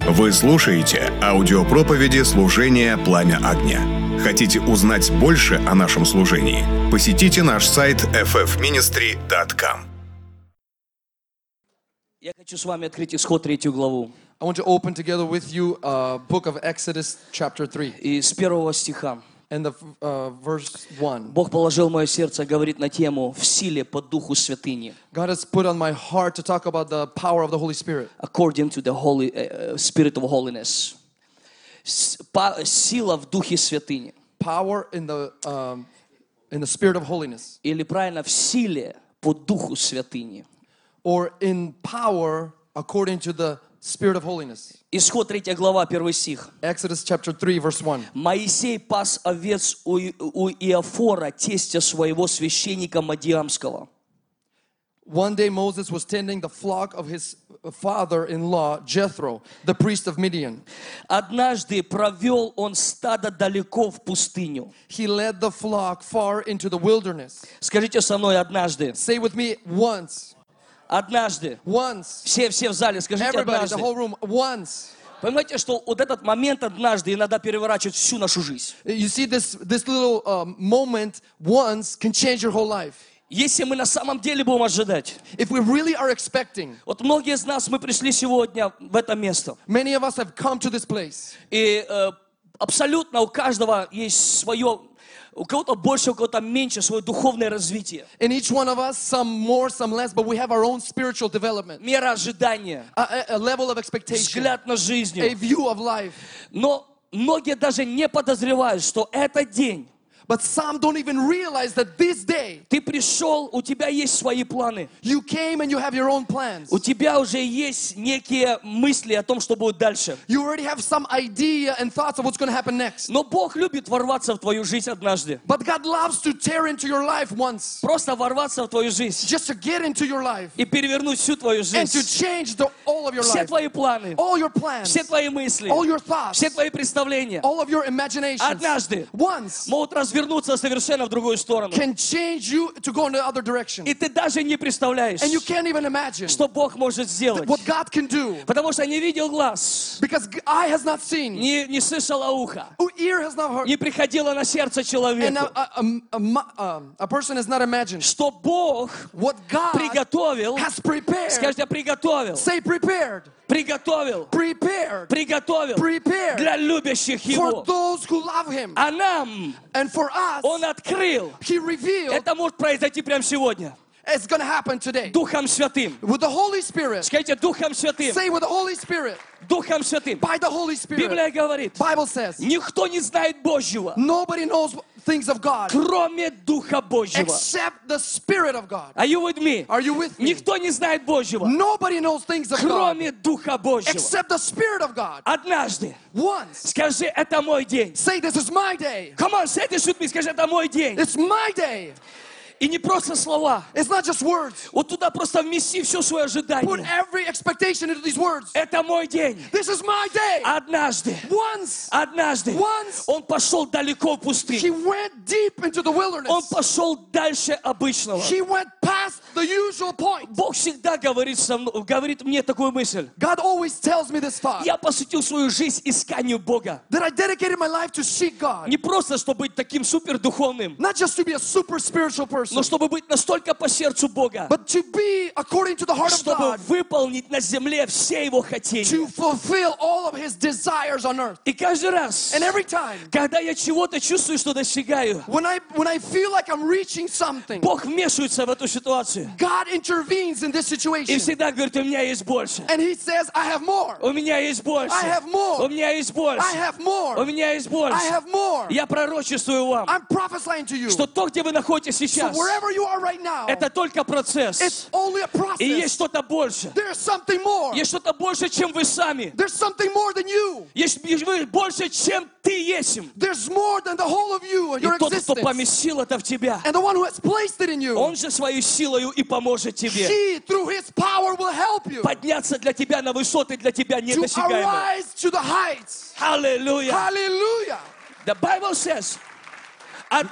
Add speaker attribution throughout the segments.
Speaker 1: Вы слушаете аудиопроповеди служения «Пламя огня». Хотите узнать больше о нашем служении? Посетите наш сайт ffministry.com.
Speaker 2: Я хочу с вами открыть исход третью главу.
Speaker 3: I want to open together with you uh, book of Exodus chapter 3
Speaker 2: И с первого стиха.
Speaker 3: and the uh, verse 1.
Speaker 2: Бог положил мое сердце, говорит на тему «В силе по духу святыни».
Speaker 3: God has put on my heart to talk about the power of the Holy Spirit
Speaker 2: According to the holy, э, э, spirit of holiness. С- па- сила в духе святыни.
Speaker 3: power in the um, in the spirit of holiness
Speaker 2: Или правильно, в силе по духу святыни.
Speaker 3: or in power according to the spirit of holiness.
Speaker 2: Исход 3 глава, первый стих.
Speaker 3: Exodus chapter 3 verse 1.
Speaker 2: Моисей пас овец у, И- у Иофора, тестя своего священника Мадиамского.
Speaker 3: One day Moses was tending the flock of his father-in-law Jethro, the priest of Midian.
Speaker 2: Однажды провел он стадо далеко в пустыню.
Speaker 3: He led the flock far into the wilderness.
Speaker 2: Скажите со мной однажды.
Speaker 3: Say with me once,
Speaker 2: Однажды.
Speaker 3: once.
Speaker 2: Все, все в зале, скажите
Speaker 3: Everybody,
Speaker 2: однажды.
Speaker 3: the whole room, once.
Speaker 2: Понимаете, что вот этот момент однажды иногда переворачивает всю нашу жизнь.
Speaker 3: You see, this this little um, moment once can change your whole life.
Speaker 2: Если мы на самом деле будем ожидать.
Speaker 3: If we really are expecting,
Speaker 2: Вот многие из нас, мы пришли сегодня в это место.
Speaker 3: many of us have come to this place,
Speaker 2: И э, абсолютно у каждого есть свое, у кого-то больше, у кого-то меньше, свое духовное развитие.
Speaker 3: and each one of us, some more, some less, but we have our own spiritual development,
Speaker 2: Мера ожидания,
Speaker 3: a, a- a level of expectation,
Speaker 2: взгляд на
Speaker 3: a
Speaker 2: жизнь.
Speaker 3: view of life.
Speaker 2: Но многие даже не подозревают, что этот день
Speaker 3: But some don't even realize that this day
Speaker 2: ты пришел, у тебя есть свои планы.
Speaker 3: you came and you have your own plans.
Speaker 2: У тебя уже есть некие мысли о том, что будет дальше.
Speaker 3: You already have some idea and thoughts of what's going to happen next.
Speaker 2: Но Бог любит ворваться в твою жизнь однажды.
Speaker 3: But God loves to tear into your life once,
Speaker 2: Просто ворваться в твою жизнь
Speaker 3: just to get into your life
Speaker 2: и перевернуть всю твою
Speaker 3: and to
Speaker 2: жизнь.
Speaker 3: change the, all of your
Speaker 2: Все
Speaker 3: life.
Speaker 2: твои планы,
Speaker 3: all your plans,
Speaker 2: все твои мысли,
Speaker 3: all your thoughts,
Speaker 2: все твои представления
Speaker 3: all of your imaginations,
Speaker 2: Однажды.
Speaker 3: once
Speaker 2: могут развернуться совершенно в другую сторону.
Speaker 3: can change you to go in the other direction.
Speaker 2: И ты даже не представляешь,
Speaker 3: And you can't even imagine
Speaker 2: что Бог может сделать.
Speaker 3: what God can do
Speaker 2: Потому что не видел глаз,
Speaker 3: because g- eye has not seen,
Speaker 2: не, не слышало ухо,
Speaker 3: o- ear has not heard,
Speaker 2: не приходило на сердце
Speaker 3: and
Speaker 2: человеку,
Speaker 3: a, a, a, a mu- um, a person has not imagined
Speaker 2: что Бог
Speaker 3: what God
Speaker 2: приготовил,
Speaker 3: has prepared.
Speaker 2: скажите, приготовил,
Speaker 3: Say prepared,
Speaker 2: приготовил,
Speaker 3: prepared,
Speaker 2: приготовил
Speaker 3: prepared
Speaker 2: для любящих
Speaker 3: for
Speaker 2: Его.
Speaker 3: those who love Him
Speaker 2: А нам
Speaker 3: and for us.
Speaker 2: Он открыл.
Speaker 3: He revealed
Speaker 2: Это может произойти прямо сегодня.
Speaker 3: it's going to happen today
Speaker 2: Духом Святым.
Speaker 3: with the Holy Spirit.
Speaker 2: Скажите, Духом Святым.
Speaker 3: Say with the Holy Spirit,
Speaker 2: Духом Святым.
Speaker 3: by the Holy Spirit.
Speaker 2: Библия говорит,
Speaker 3: Bible says,
Speaker 2: никто не знает Божьего,
Speaker 3: nobody knows things of God
Speaker 2: кроме Духа Божьего.
Speaker 3: except the Spirit of God.
Speaker 2: Are you with me?
Speaker 3: Are you with me?
Speaker 2: Никто не знает Божьего,
Speaker 3: Nobody knows things of God
Speaker 2: кроме Духа Божьего.
Speaker 3: except the Spirit of God.
Speaker 2: Однажды
Speaker 3: Once,
Speaker 2: скажи, это мой день.
Speaker 3: say, This is my day.
Speaker 2: Come on, say this with me, скажи, это мой день.
Speaker 3: It's my day.
Speaker 2: И не просто слова.
Speaker 3: It's not just words.
Speaker 2: Вот туда просто вмести все свое
Speaker 3: Put
Speaker 2: ожидание.
Speaker 3: every expectation into these words.
Speaker 2: Это мой день.
Speaker 3: This is my day.
Speaker 2: Однажды,
Speaker 3: Once,
Speaker 2: однажды
Speaker 3: Once.
Speaker 2: он пошел далеко в
Speaker 3: he
Speaker 2: пустыню.
Speaker 3: went deep into the
Speaker 2: Он
Speaker 3: wilderness,
Speaker 2: пошел дальше обычного.
Speaker 3: he went past the usual point.
Speaker 2: Бог всегда говорит, со мной, говорит мне такую мысль.
Speaker 3: God always tells me this thought
Speaker 2: Я посвятил свою жизнь исканию Бога.
Speaker 3: that I dedicated my life to seek God.
Speaker 2: Не просто, чтобы быть таким супердуховным,
Speaker 3: not just to be a super spiritual person,
Speaker 2: но чтобы быть настолько по сердцу Бога,
Speaker 3: but to be according to the heart of
Speaker 2: чтобы
Speaker 3: God,
Speaker 2: выполнить на земле все его хотения.
Speaker 3: to fulfill all of His desires on earth.
Speaker 2: И каждый раз,
Speaker 3: And every time
Speaker 2: когда я чего-то чувствую, что достигаю,
Speaker 3: when I when I feel like I'm reaching something,
Speaker 2: Бог вмешивается в эту ситуацию.
Speaker 3: God intervenes in this
Speaker 2: И
Speaker 3: situation,
Speaker 2: всегда говорит, у меня есть больше.
Speaker 3: and He says, "I have more.
Speaker 2: У меня есть больше.
Speaker 3: I have more.
Speaker 2: У меня есть
Speaker 3: I
Speaker 2: больше.
Speaker 3: have
Speaker 2: У
Speaker 3: more.
Speaker 2: меня есть
Speaker 3: I
Speaker 2: больше.
Speaker 3: have more."
Speaker 2: Я пророчествую вам,
Speaker 3: I'm prophesying to you.
Speaker 2: что
Speaker 3: So
Speaker 2: то, где вы находитесь сейчас,
Speaker 3: wherever you are right now,
Speaker 2: это только процесс.
Speaker 3: it's only a
Speaker 2: И есть
Speaker 3: process.
Speaker 2: что-то больше.
Speaker 3: There's something more.
Speaker 2: Есть что-то больше, чем вы сами.
Speaker 3: There's something more than you.
Speaker 2: Есть вы больше, чем ты есть. им.
Speaker 3: There's more than the whole of you and
Speaker 2: И
Speaker 3: your
Speaker 2: тот, кто
Speaker 3: existence.
Speaker 2: поместил это в тебя,
Speaker 3: And the one who has placed it in you.
Speaker 2: он же своей силою и поможет тебе
Speaker 3: He, through His power, will help you
Speaker 2: подняться для тебя на высоты, для тебя
Speaker 3: to
Speaker 2: недосягаемые.
Speaker 3: arise to the heights.
Speaker 2: Аллилуйя.
Speaker 3: Hallelujah.
Speaker 2: The Bible says,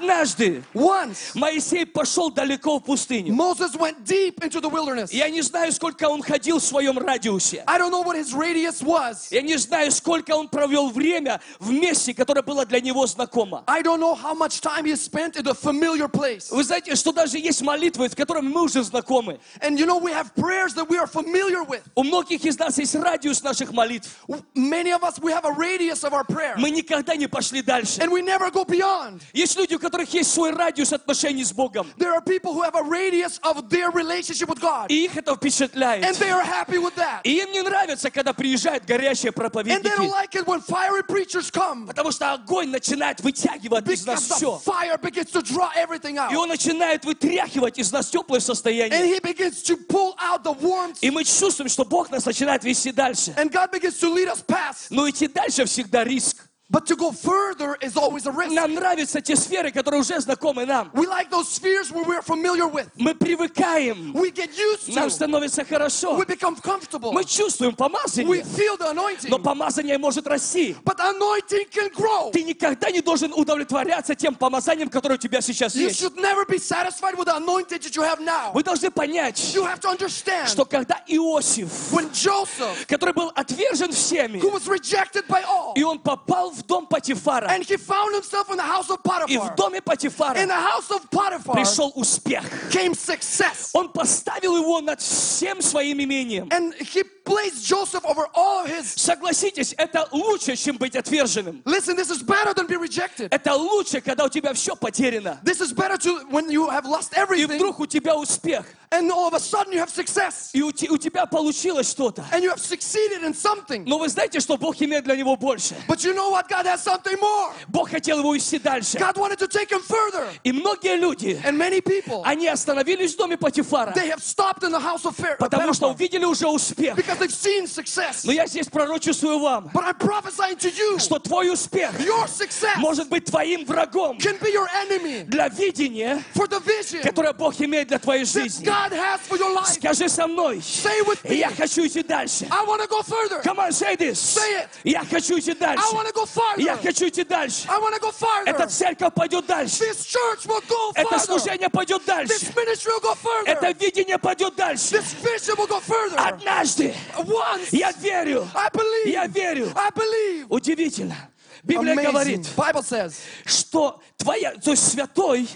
Speaker 2: Однажды
Speaker 3: Once
Speaker 2: Моисей пошел далеко в пустыню.
Speaker 3: Moses went deep into the wilderness.
Speaker 2: Я не знаю, сколько он ходил в своем радиусе.
Speaker 3: I don't know what his radius was.
Speaker 2: Я не знаю, сколько он провел время в месте, которое было для него знакомо.
Speaker 3: I don't know how much time he spent in a familiar place.
Speaker 2: Вы знаете, что даже есть молитвы, с которыми мы уже знакомы.
Speaker 3: And you know, we have prayers that we are familiar with.
Speaker 2: У многих из нас есть радиус наших молитв.
Speaker 3: W- Many of us, we have a radius of our prayer.
Speaker 2: Мы никогда не пошли дальше.
Speaker 3: And we never go beyond.
Speaker 2: Есть люди, у которых есть свой радиус отношений с Богом.
Speaker 3: There are people who have a radius of their relationship with God.
Speaker 2: И их это
Speaker 3: And
Speaker 2: впечатляет.
Speaker 3: they are happy with that.
Speaker 2: И им не нравится, когда приезжают горящие
Speaker 3: And they don't
Speaker 2: проповедники.
Speaker 3: like it when fiery preachers come.
Speaker 2: Потому что огонь начинает вытягивать из нас
Speaker 3: Because the
Speaker 2: все.
Speaker 3: fire begins to draw everything
Speaker 2: И
Speaker 3: out.
Speaker 2: он начинает вытряхивать из нас теплое
Speaker 3: And
Speaker 2: состояние.
Speaker 3: he begins to pull out the warmth.
Speaker 2: И мы чувствуем, что Бог нас начинает вести дальше.
Speaker 3: And God begins to lead us past.
Speaker 2: Но идти дальше всегда риск.
Speaker 3: But to go further is always a risk.
Speaker 2: Нам нравятся те сферы, которые уже знакомы нам.
Speaker 3: We like those spheres where we're familiar with.
Speaker 2: Мы привыкаем.
Speaker 3: We get used
Speaker 2: Нам
Speaker 3: to.
Speaker 2: становится хорошо.
Speaker 3: We become comfortable.
Speaker 2: Мы чувствуем
Speaker 3: We
Speaker 2: помазание.
Speaker 3: feel the anointing.
Speaker 2: Но помазание может расти.
Speaker 3: But anointing can grow.
Speaker 2: Ты никогда не должен удовлетворяться тем помазанием, которое у тебя сейчас
Speaker 3: You
Speaker 2: есть.
Speaker 3: should never be satisfied with the anointing that you have now.
Speaker 2: Вы должны понять,
Speaker 3: You have to understand
Speaker 2: что когда Иосиф,
Speaker 3: when Joseph,
Speaker 2: который был отвержен всеми,
Speaker 3: who was rejected by all,
Speaker 2: и он попал в дом Патифара,
Speaker 3: and he found himself in the house of
Speaker 2: и в
Speaker 3: Potiphar,
Speaker 2: доме
Speaker 3: in the
Speaker 2: Патифара
Speaker 3: house of Potiphar
Speaker 2: пришел успех.
Speaker 3: came success.
Speaker 2: Он поставил его над всем своим имением.
Speaker 3: And he placed Joseph over all his.
Speaker 2: Согласитесь, это лучше, чем быть отверженным.
Speaker 3: Listen, this is better than be rejected.
Speaker 2: Это лучше, когда у тебя все потеряно.
Speaker 3: This is better to when you have lost
Speaker 2: И
Speaker 3: everything
Speaker 2: вдруг у тебя успех.
Speaker 3: and all of a sudden you have success
Speaker 2: И у, те- у тебя получилось что-то.
Speaker 3: and you have succeeded in something.
Speaker 2: Но вы знаете, что Бог имеет для него больше.
Speaker 3: But you know what? God has something more.
Speaker 2: Бог хотел его вести дальше.
Speaker 3: God wanted to take him further.
Speaker 2: И многие люди,
Speaker 3: And many people,
Speaker 2: они остановились в доме Патифара,
Speaker 3: they have stopped in the house of Pharaoh
Speaker 2: потому что увидели уже успех.
Speaker 3: because they've seen success.
Speaker 2: Но я здесь пророчествую вам,
Speaker 3: But I'm prophesying to you,
Speaker 2: что твой успех
Speaker 3: your success
Speaker 2: может быть твоим врагом
Speaker 3: can be your enemy
Speaker 2: для видения,
Speaker 3: for the vision
Speaker 2: которое Бог имеет для твоей
Speaker 3: that
Speaker 2: жизни.
Speaker 3: God has for your life.
Speaker 2: Скажи со мной,
Speaker 3: Say with me,
Speaker 2: я хочу идти дальше.
Speaker 3: I want to go further.
Speaker 2: Come on, say this.
Speaker 3: Say it.
Speaker 2: Я хочу идти
Speaker 3: I
Speaker 2: дальше.
Speaker 3: want to go farther.
Speaker 2: Я хочу идти дальше.
Speaker 3: I want to go
Speaker 2: Эта
Speaker 3: farther.
Speaker 2: церковь пойдет дальше.
Speaker 3: This church will go
Speaker 2: Это
Speaker 3: farther.
Speaker 2: служение пойдет дальше.
Speaker 3: This ministry will go
Speaker 2: Это
Speaker 3: further.
Speaker 2: видение пойдет дальше.
Speaker 3: This vision will go further.
Speaker 2: Однажды
Speaker 3: Once,
Speaker 2: я верю,
Speaker 3: I believe.
Speaker 2: я верю.
Speaker 3: I believe.
Speaker 2: Удивительно. Библия
Speaker 3: Amazing.
Speaker 2: говорит,
Speaker 3: Bible says,
Speaker 2: что твоя, то есть святой,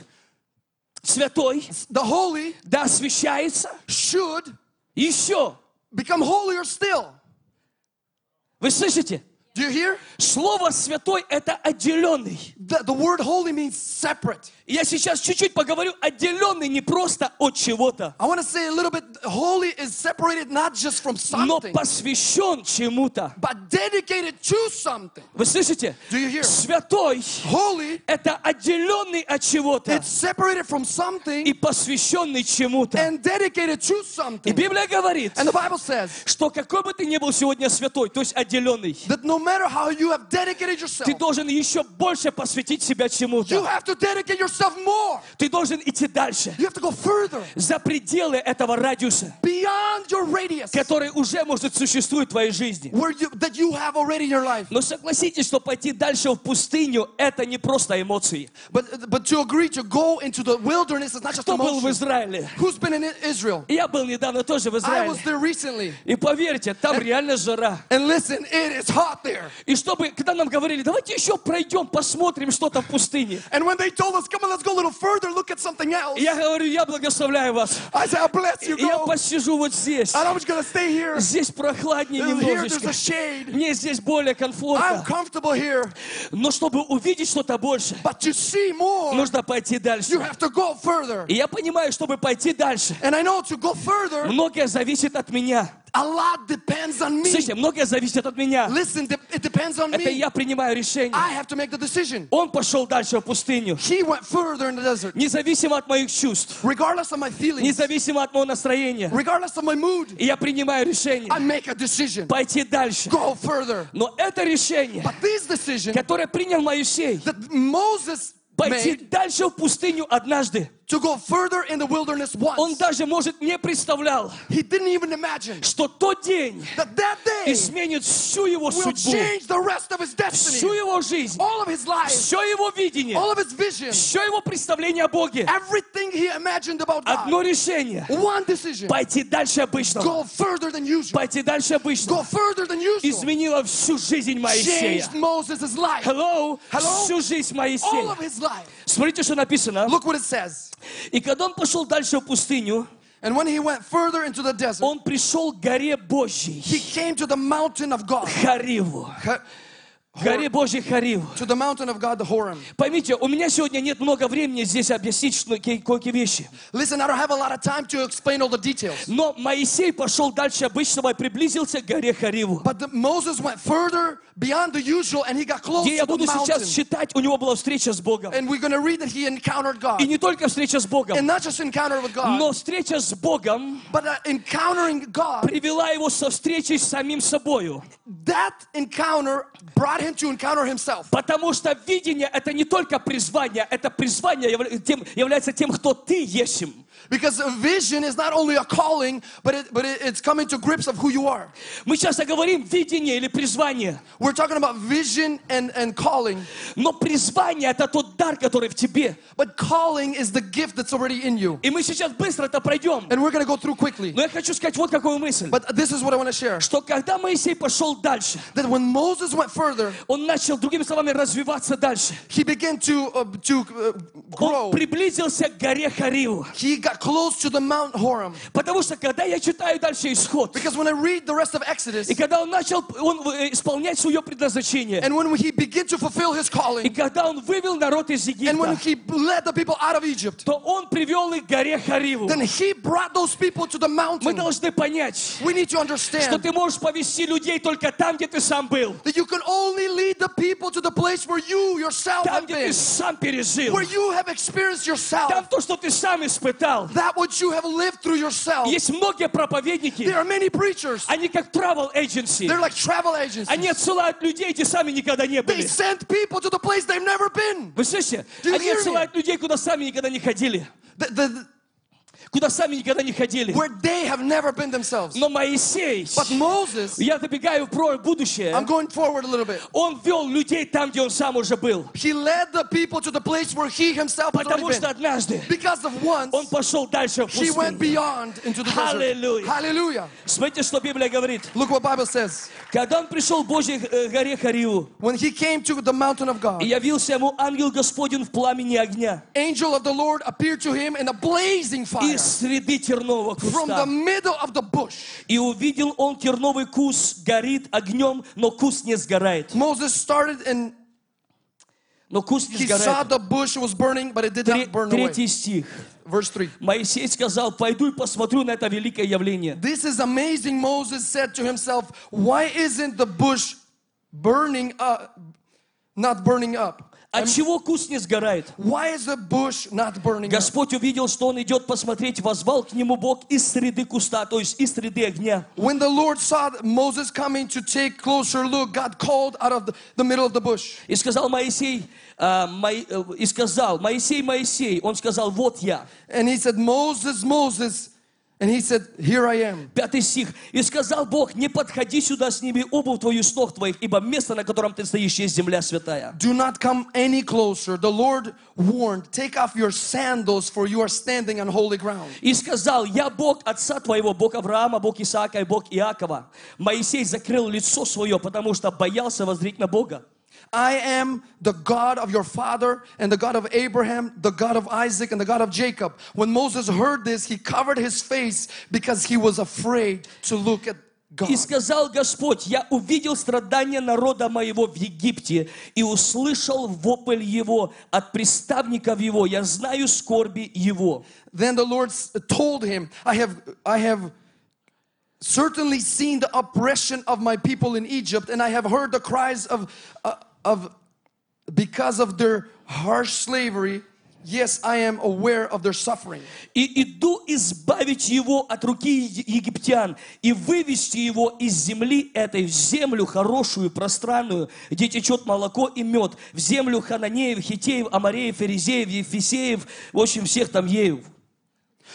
Speaker 2: святой,
Speaker 3: the holy
Speaker 2: да, освящается
Speaker 3: should
Speaker 2: еще.
Speaker 3: become holier still.
Speaker 2: Вы слышите?
Speaker 3: Do you hear?
Speaker 2: Слово святой это отделенный.
Speaker 3: The, the word holy means separate.
Speaker 2: Я сейчас чуть-чуть поговорю, отделенный не просто от чего-то,
Speaker 3: I want to say a little bit holy is separated not just from
Speaker 2: но
Speaker 3: something,
Speaker 2: посвящен чему-то.
Speaker 3: but dedicated to something.
Speaker 2: Вы слышите?
Speaker 3: Do you hear?
Speaker 2: Святой
Speaker 3: Holy,
Speaker 2: это отделенный от чего-то
Speaker 3: it's separated from
Speaker 2: и
Speaker 3: something
Speaker 2: посвященный чему-то.
Speaker 3: and dedicated to
Speaker 2: И
Speaker 3: something.
Speaker 2: Библия говорит,
Speaker 3: And the Bible says
Speaker 2: что какой бы ты ни был сегодня святой, то есть отделенный,
Speaker 3: that no matter how you have dedicated
Speaker 2: ты
Speaker 3: yourself,
Speaker 2: должен еще больше посвятить себя
Speaker 3: you
Speaker 2: чему-то.
Speaker 3: have to dedicate yourself more.
Speaker 2: Ты должен идти дальше,
Speaker 3: You have to go further
Speaker 2: за пределы этого радиуса,
Speaker 3: beyond your radius
Speaker 2: который уже, может, существует в твоей жизни.
Speaker 3: where you, that you have already in your life.
Speaker 2: Но согласитесь, что пойти дальше в пустыню – это не просто эмоции.
Speaker 3: But but to agree to go into the wilderness is not just
Speaker 2: Кто был в
Speaker 3: emotion.
Speaker 2: Израиле?
Speaker 3: Who's been in Israel?
Speaker 2: Я был недавно тоже в
Speaker 3: I
Speaker 2: Израиле.
Speaker 3: was there recently.
Speaker 2: И поверьте, там реально жара.
Speaker 3: And listen, it is hot there.
Speaker 2: И чтобы, когда нам говорили, давайте еще пройдем, посмотрим, что там в пустыне.
Speaker 3: And when they told us, come on, let's go a little further, look at something else.
Speaker 2: Я говорю, я благословляю вас.
Speaker 3: I said, I bless you,
Speaker 2: И Я
Speaker 3: go. And
Speaker 2: посижу вот здесь.
Speaker 3: I'm just going to stay here.
Speaker 2: Здесь прохладнее
Speaker 3: Here, there's
Speaker 2: немножечко.
Speaker 3: a shade.
Speaker 2: Мне здесь более
Speaker 3: I'm
Speaker 2: комфортно.
Speaker 3: comfortable here.
Speaker 2: Но чтобы увидеть что-то больше,
Speaker 3: But to see more,
Speaker 2: нужно пойти
Speaker 3: you
Speaker 2: дальше.
Speaker 3: have to go further.
Speaker 2: И я понимаю, чтобы пойти дальше,
Speaker 3: And I know to go further,
Speaker 2: многое зависит от меня.
Speaker 3: a lot depends on me.
Speaker 2: Слышите, многое зависит от меня.
Speaker 3: Listen, de- it depends on
Speaker 2: Это
Speaker 3: me.
Speaker 2: я принимаю решение.
Speaker 3: I have to make the decision.
Speaker 2: Он пошел дальше в пустыню.
Speaker 3: He went further in the desert.
Speaker 2: Независимо от моих чувств,
Speaker 3: Regardless of my feelings,
Speaker 2: независимо от моего настроения,
Speaker 3: regardless of my mood,
Speaker 2: И я принимаю решение
Speaker 3: I make a decision.
Speaker 2: пойти дальше.
Speaker 3: Go further.
Speaker 2: Но это решение,
Speaker 3: But this decision
Speaker 2: которое принял Моисей,
Speaker 3: that Moses
Speaker 2: пойти
Speaker 3: made
Speaker 2: дальше в пустыню однажды,
Speaker 3: to go further in the wilderness
Speaker 2: Он
Speaker 3: once.
Speaker 2: даже, может, не представлял,
Speaker 3: He didn't even imagine
Speaker 2: что тот день
Speaker 3: that that day
Speaker 2: изменит всю его
Speaker 3: will
Speaker 2: судьбу,
Speaker 3: change the rest of his
Speaker 2: всю
Speaker 3: destiny,
Speaker 2: его жизнь,
Speaker 3: all of his life,
Speaker 2: все его видение,
Speaker 3: all of his vision,
Speaker 2: все его представление о Боге.
Speaker 3: everything he imagined about
Speaker 2: Одно
Speaker 3: God.
Speaker 2: решение
Speaker 3: One decision.
Speaker 2: пойти дальше обычного.
Speaker 3: Go further than usual.
Speaker 2: Пойти дальше
Speaker 3: Go
Speaker 2: обычного.
Speaker 3: further than usual.
Speaker 2: Изменила всю жизнь Моисея.
Speaker 3: Changed Moses' life.
Speaker 2: Hello,
Speaker 3: Hello?
Speaker 2: всю жизнь
Speaker 3: All
Speaker 2: Моисея.
Speaker 3: of his life.
Speaker 2: Смотрите, что написано.
Speaker 3: Look what it says.
Speaker 2: И когда он пошел дальше в пустыню,
Speaker 3: And when he went further into the desert,
Speaker 2: он пришел к горе Божьей,
Speaker 3: he came to the mountain of God.
Speaker 2: Хариву.
Speaker 3: Ho-
Speaker 2: К горе Божьей Хариву.
Speaker 3: To the mountain of God, the Horem.
Speaker 2: Поймите, у меня сегодня нет много времени здесь объяснить что- ке- кое-какие вещи.
Speaker 3: Listen, I don't have a lot of time to explain all the details.
Speaker 2: Но Моисей пошел дальше обычного и приблизился к горе Хариву.
Speaker 3: But the, Moses went further beyond the usual and he got close
Speaker 2: Где я
Speaker 3: to the
Speaker 2: буду сейчас
Speaker 3: mountain.
Speaker 2: читать, у него была встреча с Богом.
Speaker 3: And we're going to read that he encountered God.
Speaker 2: И не только встреча с
Speaker 3: And
Speaker 2: Богом,
Speaker 3: not just encounter with God,
Speaker 2: но встреча с Богом
Speaker 3: but uh, encountering God,
Speaker 2: привела его со встречей с самим собою.
Speaker 3: that encounter brought him to encounter himself.
Speaker 2: Потому что видение это не только призвание, это призвание явля- тем- является тем, кто ты есть. им.
Speaker 3: Because a vision is not only a calling, but, it, but it, it's coming to grips of who you are.
Speaker 2: Мы часто говорим видение или призвание,
Speaker 3: We're talking about vision and, and calling,
Speaker 2: но призвание это тот дар, который в тебе.
Speaker 3: but calling is the gift that's already in you.
Speaker 2: И мы сейчас быстро это пройдем.
Speaker 3: And we're going to go through quickly.
Speaker 2: Но я хочу сказать вот какую мысль,
Speaker 3: But this is what I want to share.
Speaker 2: что когда Моисей пошел дальше,
Speaker 3: That when Moses went further,
Speaker 2: он начал, другими словами, развиваться дальше.
Speaker 3: he began to, uh, to uh,
Speaker 2: Он
Speaker 3: grow.
Speaker 2: приблизился к горе Хариву.
Speaker 3: He got close to the Mount Horeb.
Speaker 2: Потому что когда я читаю дальше исход,
Speaker 3: Because when I read the rest of Exodus,
Speaker 2: и когда он начал он, э, исполнять свое предназначение,
Speaker 3: and when he began to fulfill his
Speaker 2: и
Speaker 3: calling,
Speaker 2: когда он вывел народ из
Speaker 3: and when
Speaker 2: Египта,
Speaker 3: he led the people out of Egypt,
Speaker 2: то он привел их к горе Хариву.
Speaker 3: then he brought those people to the
Speaker 2: Мы
Speaker 3: mountain.
Speaker 2: должны понять,
Speaker 3: We need to
Speaker 2: что
Speaker 3: understand
Speaker 2: ты можешь повести людей только там, где ты сам был,
Speaker 3: that you can only lead the people to the place where you yourself
Speaker 2: там,
Speaker 3: have
Speaker 2: где ты
Speaker 3: been,
Speaker 2: сам пережил,
Speaker 3: where you have experienced
Speaker 2: там
Speaker 3: yourself,
Speaker 2: то, что ты сам испытал.
Speaker 3: that which you have lived through yourself.
Speaker 2: Есть многие проповедники,
Speaker 3: There are many preachers.
Speaker 2: они как travel agency.
Speaker 3: They're like travel agents.
Speaker 2: Они отсылают людей, где сами никогда не
Speaker 3: They
Speaker 2: были.
Speaker 3: send people to the place they've never been.
Speaker 2: Вы слышите?
Speaker 3: Do you
Speaker 2: Они
Speaker 3: hear me?
Speaker 2: отсылают людей, куда сами никогда не ходили.
Speaker 3: The- the-
Speaker 2: Куда сами никогда не ходили.
Speaker 3: where they have never been themselves.
Speaker 2: Но Моисей,
Speaker 3: But Moses,
Speaker 2: я забегаю в про-
Speaker 3: I'm
Speaker 2: будущее,
Speaker 3: going forward a little bit.
Speaker 2: он вел людей там, где он сам уже был.
Speaker 3: He led the people to the place where he himself had
Speaker 2: Потому
Speaker 3: already
Speaker 2: что
Speaker 3: been.
Speaker 2: однажды
Speaker 3: Because of once,
Speaker 2: он пошел дальше в
Speaker 3: he went
Speaker 2: пустыню.
Speaker 3: beyond into the
Speaker 2: Hallelujah.
Speaker 3: desert. Hallelujah.
Speaker 2: Смотрите, что Библия говорит.
Speaker 3: Look what Bible says.
Speaker 2: Когда он пришел к Божьей э, горе Хариу,
Speaker 3: When he came to the mountain of God,
Speaker 2: и явился ему ангел Господень в пламени огня
Speaker 3: angel of the Lord appeared to him in a blazing fire
Speaker 2: из среды тернового
Speaker 3: from the
Speaker 2: куста.
Speaker 3: middle of the bush.
Speaker 2: И увидел он терновый куст, горит огнем, но куст не сгорает.
Speaker 3: Moses started and
Speaker 2: Но куст не
Speaker 3: he saw
Speaker 2: сгорает.
Speaker 3: the bush was burning, but it did
Speaker 2: Тре-
Speaker 3: not burn away.
Speaker 2: третий стих.
Speaker 3: Verse 3.
Speaker 2: Моисей сказал, пойду и посмотрю на это великое явление.
Speaker 3: This is amazing. Moses said to himself, Why isn't the bush burning up? Not burning up.
Speaker 2: От «А чего куст не сгорает?
Speaker 3: Why is the bush not burning up?
Speaker 2: Господь увидел, что он идет посмотреть, возвал к нему Бог из среды куста, то есть из среды огня.
Speaker 3: When the Lord saw that Moses coming to take closer look, God called out of the, the middle of the bush.
Speaker 2: И сказал Моисей, а, Мои- э, и сказал, Моисей, Моисей, он сказал, вот я.
Speaker 3: And he said, Moses, Moses. And he said, Here I am.
Speaker 2: Пятый стих. И сказал Бог, не подходи сюда, сними обувь твою с ног твоих, ибо место, на котором ты стоишь, есть земля святая.
Speaker 3: Do not come any closer. The Lord warned, Take off your sandals, for you are standing on holy ground.
Speaker 2: И сказал, я Бог отца твоего, Бог Авраама, Бог Исаака и Бог Иакова. Моисей закрыл лицо свое, потому что боялся воззреть на Бога.
Speaker 3: I am the God of your father and the God of Abraham, the God of Isaac, and the God of Jacob. When Moses heard this, he covered his face because he was afraid to look at God.
Speaker 2: И сказал Господь, я увидел страдания народа моего в Египте и услышал вопль его от приставников его, я знаю скорби его.
Speaker 3: Then the Lord s- told him, I have, I have certainly seen the oppression of my people in Egypt, and I have heard the cries of, uh, of because of their harsh slavery. Yes, I am aware of their suffering.
Speaker 2: И иду избавить его от руки е- египтян и вывести его из земли этой в землю хорошую, пространную, где течет молоко и мед, в землю хананеев, хитеев, амареев, ферезеев, ефесеев, в общем, всех там еев.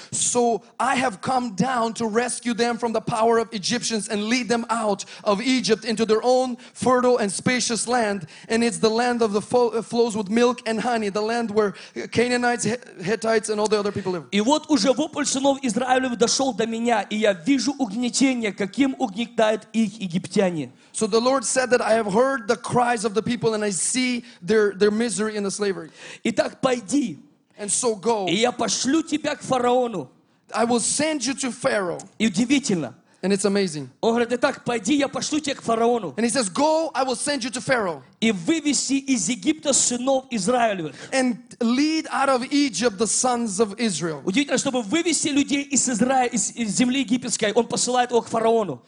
Speaker 3: So I have come down to rescue them from the power of Egyptians and lead them out of Egypt into their own fertile and spacious land. And it's the land of the fo- uh, flows with milk and honey, the land where Canaanites, Hi- Hittites, and all the other people live.
Speaker 2: И вот уже вопль сынов Израилев дошел до меня, и я вижу угнетение, каким угнетают их египтяне.
Speaker 3: So the Lord said that I have heard the cries of the people and I see their, their misery and the slavery.
Speaker 2: Итак, пойди,
Speaker 3: And so go.
Speaker 2: и я пошлю тебя к фараону.
Speaker 3: I will send you to Pharaoh.
Speaker 2: И удивительно,
Speaker 3: And it's amazing.
Speaker 2: он говорит, итак, пойди, я пошлю тебя к фараону.
Speaker 3: And he says, Go, I will send you to Pharaoh
Speaker 2: и вывести из Египта сынов Израилевых.
Speaker 3: and lead out of Egypt the sons of Israel.
Speaker 2: Удивительно, чтобы вывести людей из Израиля, из, из земли египетской, он посылает его к фараону.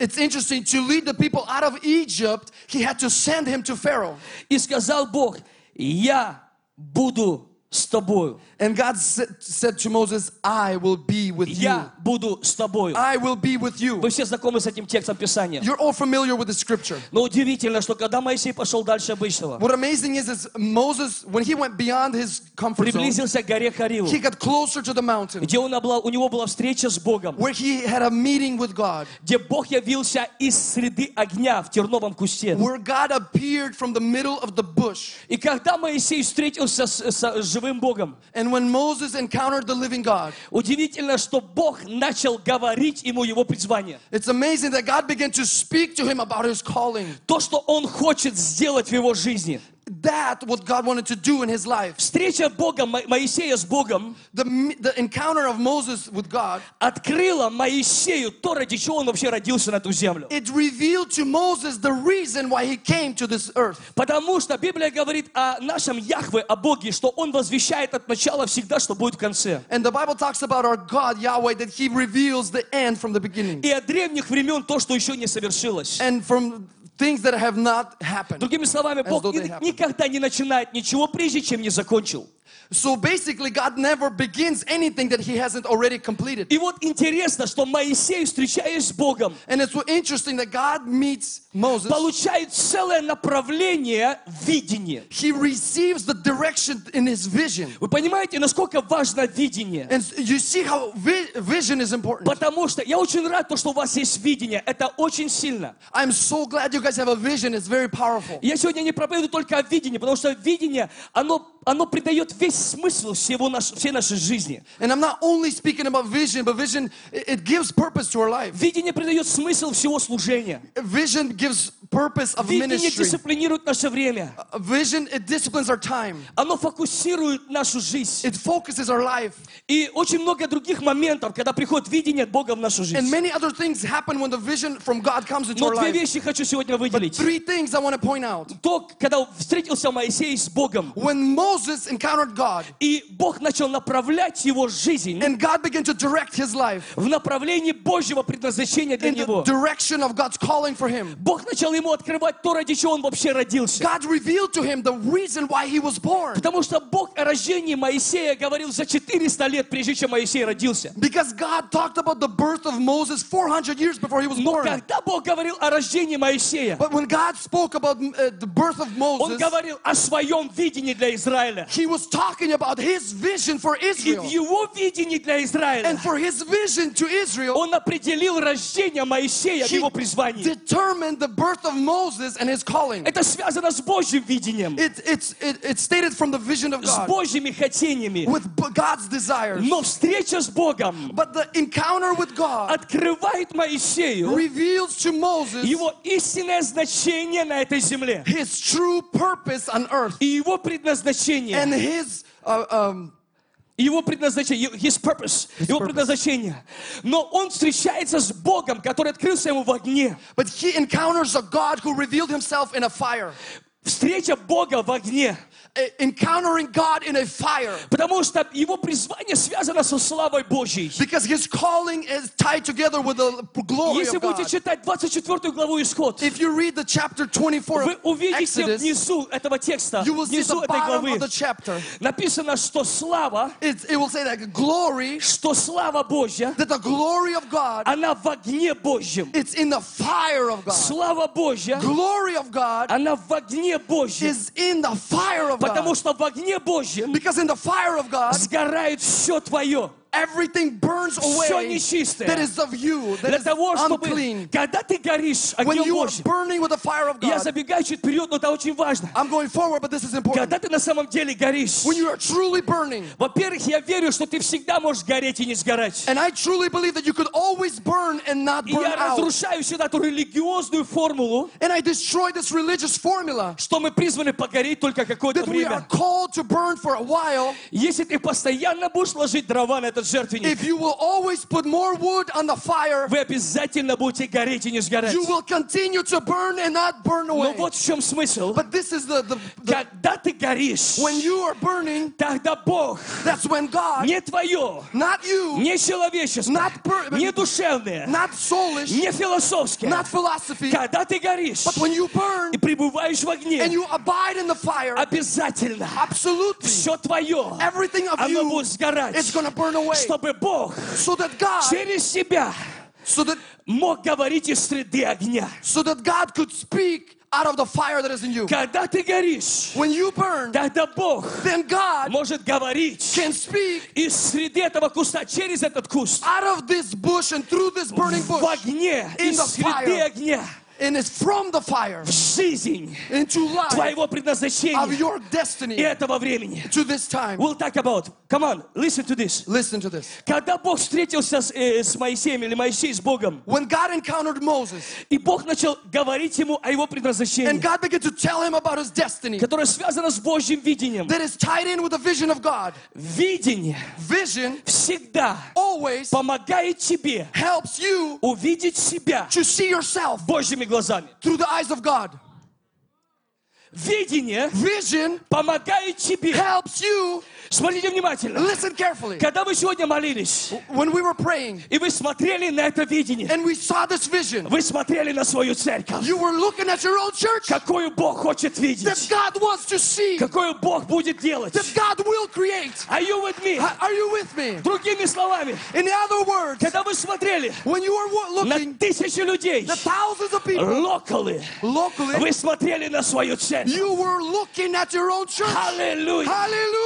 Speaker 3: It's interesting to lead the people out of Egypt, he had to send him to Pharaoh.
Speaker 2: И сказал Бог, я буду с тобою,
Speaker 3: And God said, said to Moses, I will be with you.
Speaker 2: я буду с тобою.
Speaker 3: I will be with you.
Speaker 2: Вы все знакомы с этим текстом Писания.
Speaker 3: You're all familiar with the scripture.
Speaker 2: Но удивительно, что когда Моисей пошел дальше обычного,
Speaker 3: What amazing is is Moses, when he went beyond his comfort zone,
Speaker 2: приблизился к горе Хариву,
Speaker 3: he got closer to the mountain
Speaker 2: где он обла- у него была встреча с Богом,
Speaker 3: where he had a meeting with God,
Speaker 2: где Бог явился из среды огня в терновом кусте.
Speaker 3: where God appeared from the middle of the bush.
Speaker 2: И когда Моисей встретился с- с- с живым Богом,
Speaker 3: And when Moses encountered the living God,
Speaker 2: Удивительно, что Бог начал говорить ему его призвание.
Speaker 3: it's amazing that God began to speak to him about his calling.
Speaker 2: То, что он хочет сделать в его жизни.
Speaker 3: That what God wanted to do in his life.
Speaker 2: Встреча Бога, Мо- Моисея с Богом
Speaker 3: The, the encounter of Moses with God,
Speaker 2: открыла Моисею то, ради чего он вообще родился на эту землю.
Speaker 3: it revealed to Moses the reason why he came to this earth.
Speaker 2: Потому что Библия говорит о нашем Яхве, о Боге, что Он возвещает от начала всегда, что будет в конце.
Speaker 3: And the Bible talks about our God, Yahweh, that he reveals the end from the beginning
Speaker 2: И от древних времен то, что еще не совершилось.
Speaker 3: and from things that have not happened.
Speaker 2: Другими словами, Бог
Speaker 3: though they
Speaker 2: ни-
Speaker 3: happen.
Speaker 2: никогда не начинает ничего, прежде чем не закончил.
Speaker 3: So basically, God never begins anything that he hasn't already completed.
Speaker 2: И вот интересно, что Моисей, встречаясь с Богом,
Speaker 3: And it's so interesting that God meets Moses.
Speaker 2: получает целое направление видения.
Speaker 3: He receives the direction in his vision.
Speaker 2: Вы понимаете, насколько важно видение?
Speaker 3: And you see how vi- vision is important.
Speaker 2: Потому что я очень рад, то, что у вас есть видение. Это очень сильно.
Speaker 3: I'm so glad you guys have a vision. It's very powerful.
Speaker 2: Я сегодня не проповедую только о видении, потому что видение, оно, оно придает весь смысл всего наш, всей нашей жизни.
Speaker 3: And I'm not only speaking about vision, but vision it it gives purpose to our life.
Speaker 2: Видение придает смысл всего служения.
Speaker 3: Vision gives purpose of
Speaker 2: Видение
Speaker 3: ministry. Uh,
Speaker 2: дисциплинирует наше время.
Speaker 3: Vision it disciplines our time.
Speaker 2: Оно фокусирует нашу жизнь.
Speaker 3: It focuses our life.
Speaker 2: И очень много других моментов, когда приходит видение от Бога в нашу
Speaker 3: And
Speaker 2: жизнь.
Speaker 3: many other things happen when the vision from God comes into
Speaker 2: Но
Speaker 3: our
Speaker 2: две
Speaker 3: life.
Speaker 2: вещи хочу сегодня выделить.
Speaker 3: Three things I want to point out.
Speaker 2: то, когда встретился Моисей с Богом,
Speaker 3: When Moses encountered God
Speaker 2: и Бог начал направлять его жизнь
Speaker 3: and God began to direct his life
Speaker 2: в направлении Божьего предназначения для
Speaker 3: in the
Speaker 2: него.
Speaker 3: direction of God's calling for him,
Speaker 2: Бог начал ему открывать то, ради чего он вообще родился.
Speaker 3: God revealed to him the reason why he was born.
Speaker 2: Потому что Бог о рождении Моисея говорил за 400 лет, прежде чем Моисей родился.
Speaker 3: Because God talked about the birth of Moses 400 years before he was
Speaker 2: Но
Speaker 3: born.
Speaker 2: когда Бог говорил о рождении Моисея,
Speaker 3: But when God spoke about uh, the birth of
Speaker 2: Он
Speaker 3: Moses,
Speaker 2: говорил о своем видении для Израиля.
Speaker 3: he was talking about his vision for
Speaker 2: И в
Speaker 3: Israel.
Speaker 2: его видении для Израиля
Speaker 3: And for his vision to Israel,
Speaker 2: Он определил рождение Моисея в
Speaker 3: he
Speaker 2: его призвании.
Speaker 3: determined the birth of Moses and his calling.
Speaker 2: Это связано с Божьим видением.
Speaker 3: It, it's, it, it's stated from the vision of
Speaker 2: с
Speaker 3: God,
Speaker 2: Божьими хотениями.
Speaker 3: with B- God's desires.
Speaker 2: Но встреча с Богом
Speaker 3: But the encounter with God
Speaker 2: открывает Моисею
Speaker 3: reveals to Moses
Speaker 2: его истинное значение на этой земле
Speaker 3: his true purpose on earth
Speaker 2: и его
Speaker 3: and
Speaker 2: предназначение,
Speaker 3: his uh, um,
Speaker 2: и его предназначение, his purpose, его
Speaker 3: purpose.
Speaker 2: предназначение. Но он встречается с Богом, который открылся ему в огне.
Speaker 3: But he encounters a God who revealed himself in a fire.
Speaker 2: Встреча Бога в огне.
Speaker 3: eh, encountering God in a fire.
Speaker 2: Потому что его призвание связано со славой Божьей.
Speaker 3: Because his calling is tied together with the glory
Speaker 2: Если
Speaker 3: of
Speaker 2: будете
Speaker 3: God.
Speaker 2: читать 24 главу Исход,
Speaker 3: If you read the chapter 24
Speaker 2: вы
Speaker 3: of
Speaker 2: увидите
Speaker 3: Exodus,
Speaker 2: внизу этого текста,
Speaker 3: you will see
Speaker 2: внизу
Speaker 3: the
Speaker 2: этой
Speaker 3: bottom
Speaker 2: главы,
Speaker 3: of the chapter.
Speaker 2: написано, что слава,
Speaker 3: It, it will say that glory,
Speaker 2: что слава Божья,
Speaker 3: that the glory of God,
Speaker 2: она в огне Божьем.
Speaker 3: it's in the fire of God.
Speaker 2: Слава Божья,
Speaker 3: Glory of God
Speaker 2: она в огне Божьем.
Speaker 3: is in the fire of
Speaker 2: Потому
Speaker 3: God.
Speaker 2: что в огне Божьем
Speaker 3: Because in the fire of God,
Speaker 2: сгорает все твое.
Speaker 3: everything burns
Speaker 2: Всё
Speaker 3: away
Speaker 2: нечистое.
Speaker 3: that is of you, that
Speaker 2: Для
Speaker 3: is
Speaker 2: того, чтобы...
Speaker 3: unclean.
Speaker 2: Когда ты горишь
Speaker 3: When
Speaker 2: огнем
Speaker 3: you are
Speaker 2: Божьим,
Speaker 3: burning with the fire of
Speaker 2: я
Speaker 3: God,
Speaker 2: забегаю чуть вперед, но это очень важно.
Speaker 3: I'm going forward, but this is important.
Speaker 2: Когда ты на самом деле горишь,
Speaker 3: When you are truly burning,
Speaker 2: во-первых, я верю, что ты всегда можешь гореть и не сгорать.
Speaker 3: and I truly believe that you could always burn and not
Speaker 2: И
Speaker 3: burn
Speaker 2: я
Speaker 3: out.
Speaker 2: разрушаю всю эту религиозную формулу,
Speaker 3: And I destroy this religious formula
Speaker 2: что мы призваны погореть только какое-то
Speaker 3: that we are
Speaker 2: время.
Speaker 3: called to burn for a while
Speaker 2: Если ты постоянно будешь ложить дрова на этот жертвенник,
Speaker 3: if you will always put more wood on the fire,
Speaker 2: вы обязательно будете гореть и не сгорать.
Speaker 3: you will continue to burn and not burn
Speaker 2: Но
Speaker 3: away.
Speaker 2: вот в чем смысл.
Speaker 3: But this is the, the, the
Speaker 2: Когда ты горишь,
Speaker 3: when you are burning,
Speaker 2: тогда Бог
Speaker 3: that's when God,
Speaker 2: не твое,
Speaker 3: not you,
Speaker 2: не человеческое,
Speaker 3: Not per-
Speaker 2: не душевное,
Speaker 3: not soulish,
Speaker 2: не философское.
Speaker 3: not philosophy,
Speaker 2: Когда ты горишь
Speaker 3: but when you burn
Speaker 2: и пребываешь в
Speaker 3: and
Speaker 2: огне,
Speaker 3: you abide in the fire,
Speaker 2: обязательно
Speaker 3: absolutely
Speaker 2: все твое,
Speaker 3: everything of
Speaker 2: оно
Speaker 3: you
Speaker 2: будет сгорать,
Speaker 3: is gonna burn away.
Speaker 2: чтобы Бог
Speaker 3: So that God,
Speaker 2: через себя
Speaker 3: so that
Speaker 2: мог говорить из среды огня.
Speaker 3: so that God could speak out of the fire that is in you.
Speaker 2: Когда ты горишь,
Speaker 3: When you burn,
Speaker 2: тогда Бог
Speaker 3: then God
Speaker 2: может говорить
Speaker 3: can speak
Speaker 2: из среды этого куста, через этот куст,
Speaker 3: out of this bush and through this burning
Speaker 2: в
Speaker 3: bush.
Speaker 2: огне,
Speaker 3: In
Speaker 2: из
Speaker 3: the
Speaker 2: среды
Speaker 3: fire.
Speaker 2: огня,
Speaker 3: and it's from the fire
Speaker 2: в жизнь
Speaker 3: into life
Speaker 2: твоего
Speaker 3: of
Speaker 2: предназначения
Speaker 3: your
Speaker 2: и
Speaker 3: destiny
Speaker 2: этого времени.
Speaker 3: to this time.
Speaker 2: We'll talk about. Come on, listen to this.
Speaker 3: Listen to this.
Speaker 2: Когда Бог встретился с, э, с Моисеем или Моисей с Богом,
Speaker 3: When God encountered Moses
Speaker 2: и Бог начал говорить ему о его
Speaker 3: and
Speaker 2: предназначении,
Speaker 3: God began to tell him about his destiny
Speaker 2: которое связано с Божьим видением.
Speaker 3: that is tied in with the vision of God,
Speaker 2: Видение
Speaker 3: vision
Speaker 2: всегда
Speaker 3: always
Speaker 2: помогает тебе
Speaker 3: helps you
Speaker 2: увидеть себя
Speaker 3: to see yourself
Speaker 2: Божьими глазами.
Speaker 3: through the eyes of God.
Speaker 2: Видение
Speaker 3: Vision
Speaker 2: помогает тебе.
Speaker 3: helps you,
Speaker 2: Смотрите внимательно.
Speaker 3: listen carefully.
Speaker 2: Когда вы сегодня молились,
Speaker 3: When we were praying
Speaker 2: и вы смотрели на это видение,
Speaker 3: and we saw this vision,
Speaker 2: вы смотрели на свою церковь,
Speaker 3: you were looking at your own church
Speaker 2: какую Бог хочет
Speaker 3: that
Speaker 2: видеть,
Speaker 3: God wants to see,
Speaker 2: какую Бог будет делать.
Speaker 3: that God will create.
Speaker 2: Are you with me?
Speaker 3: Are you with me?
Speaker 2: Другими словами,
Speaker 3: In other words,
Speaker 2: когда вы смотрели
Speaker 3: when you are wo-
Speaker 2: на
Speaker 3: looking,
Speaker 2: тысячи людей,
Speaker 3: the thousands of people
Speaker 2: локалы,
Speaker 3: locally,
Speaker 2: вы смотрели на свою церковь.
Speaker 3: you were looking at your own church.
Speaker 2: Аллилуйя!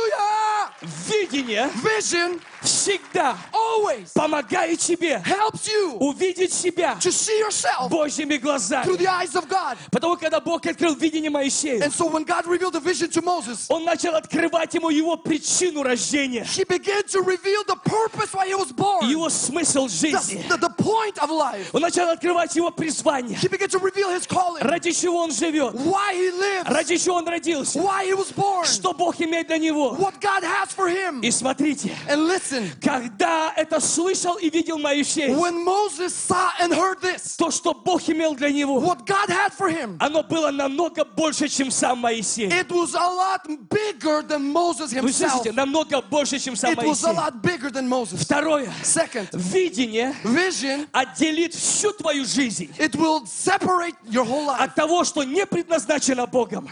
Speaker 3: Hallelujah!
Speaker 2: Видение
Speaker 3: Vision
Speaker 2: всегда
Speaker 3: always
Speaker 2: помогает тебе
Speaker 3: helps you
Speaker 2: увидеть себя
Speaker 3: to see yourself
Speaker 2: Божьими глазами.
Speaker 3: through the eyes of God.
Speaker 2: Потому когда Бог открыл видение Моисея,
Speaker 3: And so when God revealed the vision to Moses,
Speaker 2: он начал открывать ему его причину рождения,
Speaker 3: he began to reveal the purpose why he was born,
Speaker 2: его смысл
Speaker 3: the,
Speaker 2: жизни.
Speaker 3: the, the point of life.
Speaker 2: Он начал открывать его призвание,
Speaker 3: He began to reveal his calling,
Speaker 2: ради чего он живет,
Speaker 3: why he lives,
Speaker 2: ради чего он родился,
Speaker 3: why he was born,
Speaker 2: что Бог имеет для него.
Speaker 3: what God has for him.
Speaker 2: И смотрите,
Speaker 3: And listen,
Speaker 2: когда это слышал и видел Моисей,
Speaker 3: when Moses saw and heard this,
Speaker 2: то, что Бог имел для него,
Speaker 3: what God had for him,
Speaker 2: оно было намного больше, чем сам Моисей.
Speaker 3: it was a lot bigger than Moses
Speaker 2: Вы
Speaker 3: himself.
Speaker 2: слышите, намного больше, чем сам
Speaker 3: It was a
Speaker 2: Моисей.
Speaker 3: lot bigger than Moses.
Speaker 2: Второе.
Speaker 3: Second,
Speaker 2: Видение
Speaker 3: vision,
Speaker 2: отделит всю твою жизнь
Speaker 3: it will separate your whole life,
Speaker 2: от того, что не предназначено Богом,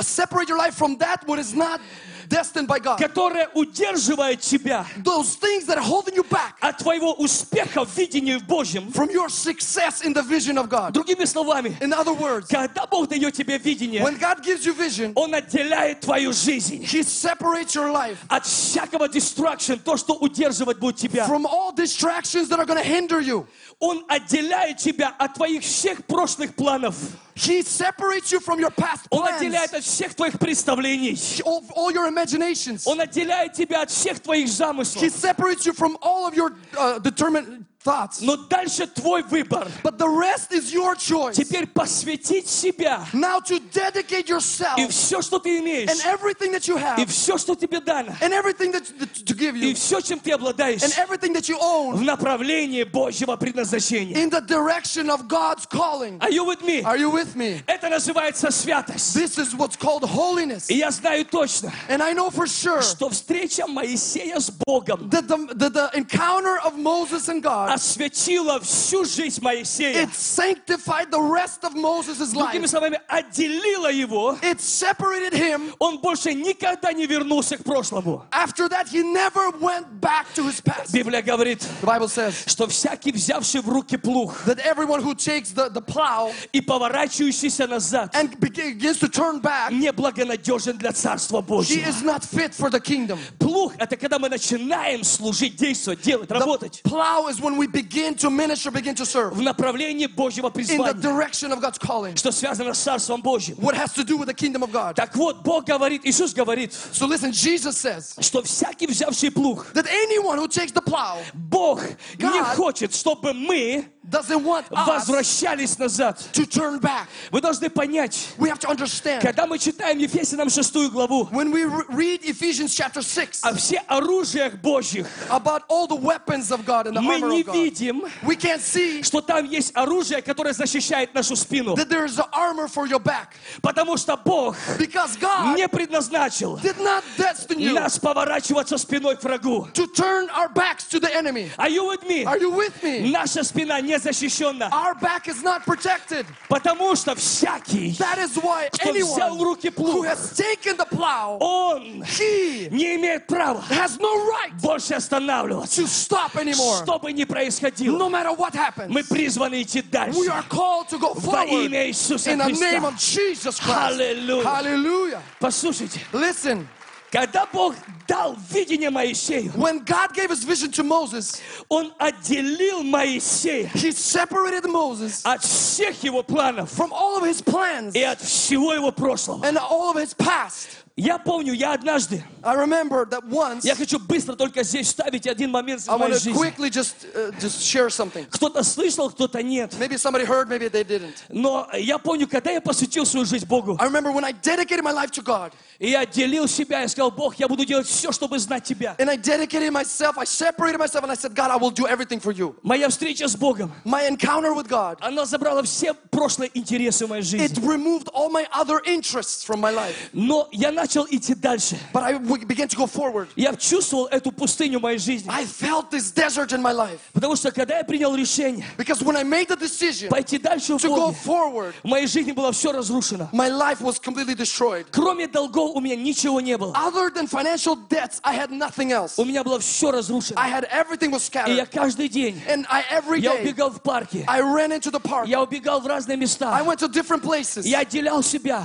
Speaker 3: separate your life from that what is not destined by God.
Speaker 2: которое удерживает тебя
Speaker 3: Those things that are holding you back
Speaker 2: от твоего успеха в видении Божьем.
Speaker 3: from your success in the vision of God.
Speaker 2: Другими словами,
Speaker 3: In other words,
Speaker 2: когда Бог дает тебе видение,
Speaker 3: when God gives you vision,
Speaker 2: Он отделяет твою жизнь
Speaker 3: He separates your life
Speaker 2: от всякого distraction, то, что удерживать будет тебя.
Speaker 3: from all distractions that are going to hinder you.
Speaker 2: Он отделяет тебя от твоих всех прошлых планов.
Speaker 3: He separates you from your past
Speaker 2: Он
Speaker 3: plans,
Speaker 2: отделяет от всех твоих представлений.
Speaker 3: all, all your imaginations.
Speaker 2: Он отделяет тебя от всех твоих
Speaker 3: He
Speaker 2: замыслов.
Speaker 3: separates you from all of your uh, determined thoughts.
Speaker 2: Но дальше твой выбор.
Speaker 3: But the rest is your choice.
Speaker 2: Теперь посвятить себя
Speaker 3: Now to dedicate yourself
Speaker 2: и все, что ты
Speaker 3: and
Speaker 2: имеешь,
Speaker 3: everything that you have
Speaker 2: и все, что тебе дано,
Speaker 3: and everything that, that to give
Speaker 2: и
Speaker 3: you
Speaker 2: все, чем ты обладаешь,
Speaker 3: and everything that you own
Speaker 2: в направлении Божьего предназначения.
Speaker 3: in the direction of God's calling.
Speaker 2: Are you with me?
Speaker 3: Are you with me?
Speaker 2: Это называется святость.
Speaker 3: This is what's called holiness.
Speaker 2: И я знаю точно,
Speaker 3: And I know for sure
Speaker 2: что встреча Моисея с Богом
Speaker 3: that the, the, the encounter of Moses and God,
Speaker 2: осветила всю жизнь Моисея.
Speaker 3: it sanctified the rest of Moses'
Speaker 2: Другими
Speaker 3: life.
Speaker 2: словами, отделила его.
Speaker 3: It separated him.
Speaker 2: Он больше никогда не вернулся к прошлому.
Speaker 3: After that, he never went back to his past. The
Speaker 2: Библия говорит,
Speaker 3: Bible says
Speaker 2: что всякий, взявший в руки плуг
Speaker 3: that everyone who takes the, the plow
Speaker 2: и поворачивающийся назад,
Speaker 3: and begins to turn back,
Speaker 2: неблагонадежен для Царства
Speaker 3: he
Speaker 2: Божьего.
Speaker 3: is not fit for the kingdom.
Speaker 2: Плуг – это когда мы начинаем служить, действовать, делать,
Speaker 3: The
Speaker 2: работать
Speaker 3: plow is when we begin to minister, begin to serve
Speaker 2: в направлении Божьего
Speaker 3: in the
Speaker 2: призвания,
Speaker 3: direction of God's calling.
Speaker 2: что связано с Царством Божьим.
Speaker 3: What has to do with the kingdom of God.
Speaker 2: Так вот, Бог говорит, Иисус говорит,
Speaker 3: So listen, Jesus says
Speaker 2: что всякий, взявший плуг,
Speaker 3: that anyone who takes the plow
Speaker 2: Бог не
Speaker 3: God-
Speaker 2: хочет, чтобы мы
Speaker 3: doesn't want us
Speaker 2: возвращались назад.
Speaker 3: to turn back.
Speaker 2: Вы должны понять,
Speaker 3: We have to understand.
Speaker 2: когда мы читаем Ефесянам 6 главу,
Speaker 3: When we re- read Ephesians chapter 6
Speaker 2: о все оружиях Божьих,
Speaker 3: about all the weapons of God and the
Speaker 2: мы
Speaker 3: armor
Speaker 2: не
Speaker 3: of God,
Speaker 2: видим,
Speaker 3: we can't see
Speaker 2: что там есть оружие, которое защищает нашу спину.
Speaker 3: that there is the armor for your back
Speaker 2: Потому что Бог
Speaker 3: because God
Speaker 2: не предназначил
Speaker 3: did not destine you
Speaker 2: нас поворачиваться спиной к врагу.
Speaker 3: to turn our backs to the enemy.
Speaker 2: Are you with me?
Speaker 3: Are you with me?
Speaker 2: Наша спина не защищена,
Speaker 3: Our back is not protected.
Speaker 2: потому что всякий,
Speaker 3: That is why
Speaker 2: кто взял в
Speaker 3: anyone
Speaker 2: руки
Speaker 3: who
Speaker 2: плуг,
Speaker 3: has taken the plow,
Speaker 2: он
Speaker 3: he
Speaker 2: не имеет права
Speaker 3: has no right
Speaker 2: больше останавливаться.
Speaker 3: to stop anymore.
Speaker 2: Что бы ни происходило,
Speaker 3: No matter what
Speaker 2: мы
Speaker 3: happens,
Speaker 2: призваны идти
Speaker 3: Ну, we
Speaker 2: дальше.
Speaker 3: are called to go
Speaker 2: Во
Speaker 3: forward
Speaker 2: имя Иисуса
Speaker 3: in the name
Speaker 2: Христа.
Speaker 3: of Jesus Christ.
Speaker 2: Аллилуйя.
Speaker 3: Hallelujah.
Speaker 2: Послушайте,
Speaker 3: Listen,
Speaker 2: когда Бог дал видение Моисею,
Speaker 3: when God gave his vision to Moses,
Speaker 2: Он отделил Моисея
Speaker 3: he separated Moses
Speaker 2: от всех его планов
Speaker 3: from all of his plans
Speaker 2: и от всего его прошлого.
Speaker 3: and all of his past.
Speaker 2: Я помню, я однажды,
Speaker 3: I remember that once
Speaker 2: я хочу быстро только здесь вставить один момент из
Speaker 3: I
Speaker 2: моей
Speaker 3: want to
Speaker 2: жизни.
Speaker 3: quickly just uh, just share something.
Speaker 2: Кто-то слышал, кто-то нет.
Speaker 3: Maybe somebody heard, maybe they didn't.
Speaker 2: Но я помню, когда я посвятил свою жизнь Богу,
Speaker 3: I remember when I dedicated my life to God
Speaker 2: и я отделил себя, я сказал, Бог, я буду делать все, чтобы знать Тебя.
Speaker 3: and I dedicated myself, I separated myself and I said, God, I will do everything for you.
Speaker 2: Моя встреча с Богом,
Speaker 3: My encounter with God,
Speaker 2: она забрала все прошлые интересы в моей
Speaker 3: it
Speaker 2: жизни.
Speaker 3: removed all my other interests from my life.
Speaker 2: Но я начал идти дальше.
Speaker 3: But I w- began to go forward.
Speaker 2: Я чувствовал эту пустыню в моей жизни.
Speaker 3: I felt this desert in my life
Speaker 2: Потому что когда я принял решение
Speaker 3: because when I made the decision
Speaker 2: пойти дальше в
Speaker 3: to go
Speaker 2: Боге,
Speaker 3: forward,
Speaker 2: в моей жизни было все разрушено.
Speaker 3: my life was completely destroyed.
Speaker 2: Кроме долгов у меня ничего не было.
Speaker 3: Other than financial debts, I had nothing else.
Speaker 2: У меня было все разрушено.
Speaker 3: I had everything was
Speaker 2: И я
Speaker 3: scattered.
Speaker 2: каждый день,
Speaker 3: And I every
Speaker 2: я
Speaker 3: day
Speaker 2: убегал в парке,
Speaker 3: I ran into the park.
Speaker 2: я убегал в разные
Speaker 3: I
Speaker 2: места,
Speaker 3: went to different places.
Speaker 2: я отделял себя,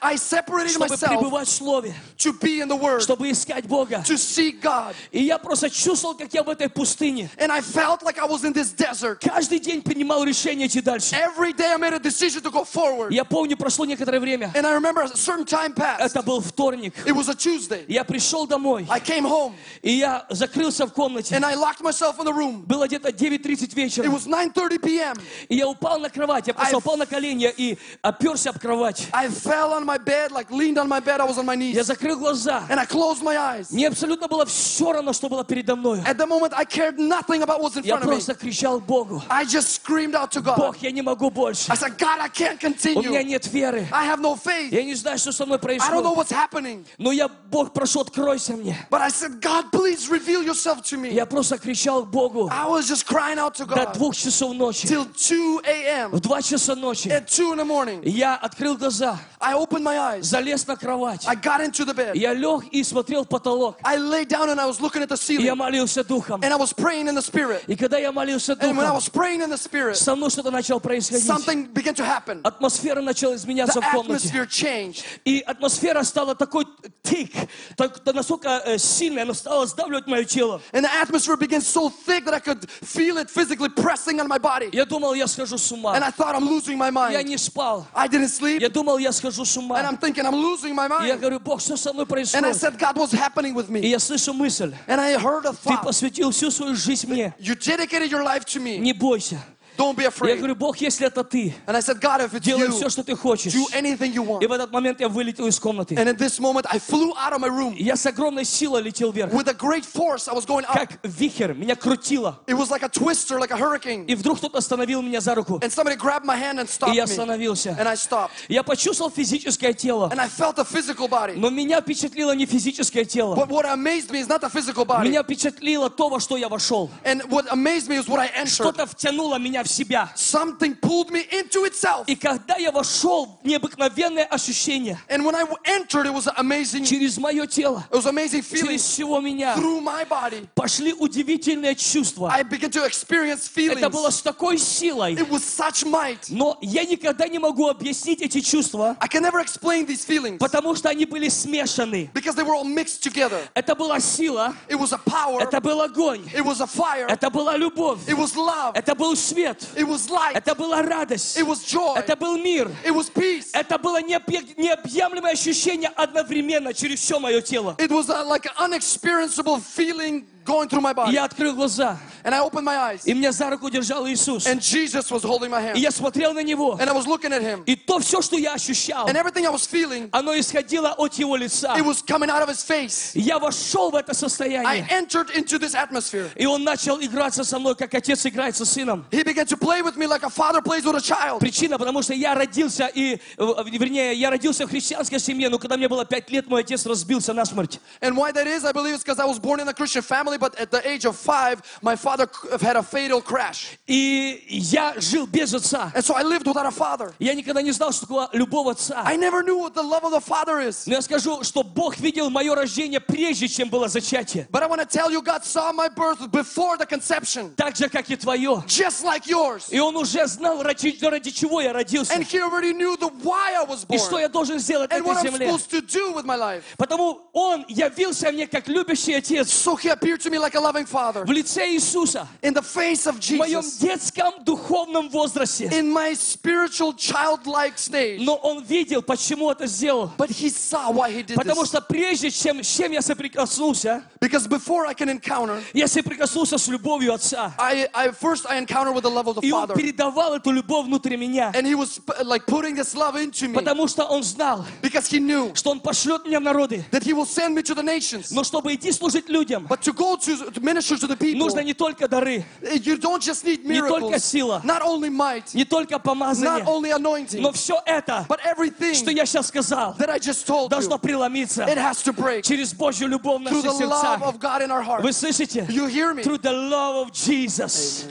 Speaker 3: I separated
Speaker 2: чтобы
Speaker 3: myself
Speaker 2: пребывать в Слове,
Speaker 3: to be in the Word,
Speaker 2: чтобы искать Бога.
Speaker 3: to seek God.
Speaker 2: И я просто чувствовал, как я в этой пустыне.
Speaker 3: And I felt like I was in this desert.
Speaker 2: Каждый день принимал решение идти дальше.
Speaker 3: Every day I made a decision to go forward.
Speaker 2: Я помню, прошло некоторое время.
Speaker 3: And I remember a certain time passed.
Speaker 2: Это был вторник.
Speaker 3: It was a Tuesday.
Speaker 2: Я пришел домой,
Speaker 3: I came home
Speaker 2: и я закрылся в комнате.
Speaker 3: and I locked myself in the room.
Speaker 2: Было где-то 9.30
Speaker 3: It
Speaker 2: вечера.
Speaker 3: was 9:30 p.m.
Speaker 2: И я упал на кровать. Я просто
Speaker 3: I-
Speaker 2: упал на колени и оперся об кровать.
Speaker 3: I fell on my bed, like leaned on my bed. I was on my
Speaker 2: Я
Speaker 3: knees
Speaker 2: закрыл глаза.
Speaker 3: and I closed my eyes.
Speaker 2: Мне абсолютно было все равно, что было передо мной.
Speaker 3: At the moment, I cared nothing about what's in
Speaker 2: Я
Speaker 3: front of me.
Speaker 2: просто кричал Богу.
Speaker 3: I just screamed out to God.
Speaker 2: Бог, я не могу больше.
Speaker 3: I said, God, I can't
Speaker 2: У меня
Speaker 3: continue.
Speaker 2: нет веры.
Speaker 3: I have no faith.
Speaker 2: Я не знаю, что со мной
Speaker 3: I don't know
Speaker 2: происходит.
Speaker 3: what's happening.
Speaker 2: Но я, Бог, прошу, откройся мне.
Speaker 3: But I said, God, please reveal yourself to me.
Speaker 2: Я просто кричал Богу
Speaker 3: I was just crying out to
Speaker 2: до
Speaker 3: God
Speaker 2: двух часов ночи.
Speaker 3: till 2
Speaker 2: В
Speaker 3: a.m.
Speaker 2: два часа ночи
Speaker 3: At 2 in the morning,
Speaker 2: я открыл глаза,
Speaker 3: I opened my eyes.
Speaker 2: залез на кровать.
Speaker 3: I got into the bed.
Speaker 2: Я лег и смотрел в потолок.
Speaker 3: I lay down and I was looking at the
Speaker 2: И я
Speaker 3: ceiling
Speaker 2: молился духом.
Speaker 3: and I was praying in the spirit.
Speaker 2: И когда я молился
Speaker 3: And when I
Speaker 2: духом,
Speaker 3: was praying in the spirit,
Speaker 2: со мной что-то начало происходить.
Speaker 3: something began
Speaker 2: Uh,
Speaker 3: to happen.
Speaker 2: Атмосфера начала
Speaker 3: The
Speaker 2: изменяться в комнате.
Speaker 3: atmosphere changed.
Speaker 2: И атмосфера стала такой thick, так, да настолько э, сильно оно стало сдавливать мое тело.
Speaker 3: And the atmosphere became so thick that I could feel it physically pressing on my body.
Speaker 2: Я думал, я схожу с
Speaker 3: And
Speaker 2: ума.
Speaker 3: I thought I'm losing my
Speaker 2: Я
Speaker 3: mind.
Speaker 2: не спал.
Speaker 3: I didn't sleep.
Speaker 2: Я думал, я схожу с
Speaker 3: And I'm
Speaker 2: ума.
Speaker 3: thinking I'm losing my
Speaker 2: И я
Speaker 3: mind.
Speaker 2: говорю, Бог, что со мной
Speaker 3: And I
Speaker 2: происходит?
Speaker 3: said, God, what's happening with
Speaker 2: И
Speaker 3: me?
Speaker 2: я слышу мысль.
Speaker 3: And I heard a
Speaker 2: Ты
Speaker 3: thought.
Speaker 2: посвятил всю свою жизнь мне.
Speaker 3: You dedicated your life to me.
Speaker 2: Не бойся.
Speaker 3: Don't be
Speaker 2: Я
Speaker 3: afraid.
Speaker 2: говорю, Бог, если это ты,
Speaker 3: And I said, God, if it's
Speaker 2: делай все,
Speaker 3: you,
Speaker 2: что ты хочешь.
Speaker 3: do anything you want.
Speaker 2: И в этот момент я вылетел из комнаты.
Speaker 3: And at this moment, I flew out of my room.
Speaker 2: И Я с огромной силой летел вверх.
Speaker 3: With a great force, I was going up.
Speaker 2: Как вихрь меня крутило.
Speaker 3: It was like a twister, like a hurricane.
Speaker 2: И вдруг кто-то остановил меня за руку.
Speaker 3: And somebody grabbed my hand and
Speaker 2: И
Speaker 3: stopped
Speaker 2: я
Speaker 3: me. And
Speaker 2: остановился.
Speaker 3: I stopped.
Speaker 2: Я почувствовал физическое тело.
Speaker 3: And I felt the physical body.
Speaker 2: Но меня впечатлило не физическое тело.
Speaker 3: But what amazed me is not the physical body.
Speaker 2: Меня впечатлило то, во что я вошел.
Speaker 3: And what amazed me is what I entered.
Speaker 2: Что-то втянуло меня в себя.
Speaker 3: Something pulled me into itself.
Speaker 2: И когда я вошел, необыкновенное ощущение
Speaker 3: And when I w- entered, it was an amazing. It
Speaker 2: через мое тело,
Speaker 3: was amazing feeling
Speaker 2: через всего меня
Speaker 3: through my body.
Speaker 2: пошли удивительные чувства.
Speaker 3: I began to experience
Speaker 2: Это было
Speaker 3: feelings.
Speaker 2: с такой силой.
Speaker 3: It was such might.
Speaker 2: Но я никогда не могу объяснить эти чувства,
Speaker 3: I can never explain these feelings
Speaker 2: потому что они были смешаны.
Speaker 3: because they were all mixed together.
Speaker 2: Это была сила,
Speaker 3: It was a power.
Speaker 2: это был огонь,
Speaker 3: It was a fire.
Speaker 2: это была любовь,
Speaker 3: It was love.
Speaker 2: это был свет,
Speaker 3: It was light.
Speaker 2: это была радость,
Speaker 3: It was joy.
Speaker 2: это был мир.
Speaker 3: It was peace.
Speaker 2: Это было необъ- необъемлемое ощущение одновременно через все мое тело.
Speaker 3: It was uh, like an unexperiencable feeling going through my
Speaker 2: И
Speaker 3: body.
Speaker 2: я открыл глаза,
Speaker 3: And I opened my eyes.
Speaker 2: и меня за руку держал Иисус.
Speaker 3: And Jesus was holding my
Speaker 2: И
Speaker 3: hand.
Speaker 2: я смотрел на Него,
Speaker 3: And I was looking at him.
Speaker 2: и то все, что я ощущал,
Speaker 3: And everything I was feeling,
Speaker 2: оно исходило от Его лица.
Speaker 3: it was coming out of his face.
Speaker 2: Я вошел в это
Speaker 3: I
Speaker 2: состояние.
Speaker 3: entered into this atmosphere.
Speaker 2: И он начал играться со мной, как отец играет со сыном.
Speaker 3: He began to play with me like a father plays with a child.
Speaker 2: Причина, потому что я родился и, э, вернее, я родился в христианской семье, но когда мне было пять лет, мой отец разбился насмерть.
Speaker 3: And why that is, I believe, is because I was born in a Christian family, but at the age of five, my father c- had a fatal crash.
Speaker 2: И я жил без отца.
Speaker 3: And so I lived without a father.
Speaker 2: Я никогда не знал, что такое любовь отца.
Speaker 3: I never knew what the love of the father is.
Speaker 2: Но я скажу, что Бог видел мое рождение прежде, чем было зачатие.
Speaker 3: But I want to tell you, God saw my birth before the conception,
Speaker 2: Так же, как и твое.
Speaker 3: just like yours.
Speaker 2: И он уже знал, ради, ради чего я родился.
Speaker 3: And he already knew the why I was
Speaker 2: И что
Speaker 3: born
Speaker 2: я должен сделать на
Speaker 3: and what
Speaker 2: этой
Speaker 3: I'm
Speaker 2: земле.
Speaker 3: supposed to do with my life.
Speaker 2: Потому он явился мне как любящий отец
Speaker 3: So he appeared to me like a loving father
Speaker 2: в лице Иисуса.
Speaker 3: in the face of
Speaker 2: в моем
Speaker 3: Jesus,
Speaker 2: детском духовном возрасте.
Speaker 3: in my spiritual childlike stage.
Speaker 2: Но он видел, почему это сделал.
Speaker 3: But he saw why he did
Speaker 2: Потому
Speaker 3: this.
Speaker 2: что прежде, чем, с чем я соприкоснулся,
Speaker 3: Because before I can encounter,
Speaker 2: я соприкоснулся с любовью Отца.
Speaker 3: I, I first I encounter with the love of the
Speaker 2: И он
Speaker 3: Father,
Speaker 2: передавал эту любовь внутри меня.
Speaker 3: and He was p- like putting this love into me
Speaker 2: Потому что он знал,
Speaker 3: because He knew
Speaker 2: что он пошлет меня в народы.
Speaker 3: that He will send me to the nations.
Speaker 2: Но чтобы идти служить людям,
Speaker 3: But to go to, to minister to the people,
Speaker 2: нужно не только дары,
Speaker 3: you don't just need
Speaker 2: Не только
Speaker 3: miracles,
Speaker 2: сила.
Speaker 3: not only might,
Speaker 2: не только
Speaker 3: not
Speaker 2: помазание,
Speaker 3: only anointing,
Speaker 2: но все это,
Speaker 3: but everything
Speaker 2: что я сейчас сказал,
Speaker 3: that I just told you,
Speaker 2: должно преломиться
Speaker 3: it has to break
Speaker 2: через Божью любовь в
Speaker 3: through
Speaker 2: наши
Speaker 3: the love
Speaker 2: сердца.
Speaker 3: of God in our heart.
Speaker 2: Вы слышите?
Speaker 3: You hear me?
Speaker 2: Through the love of Jesus.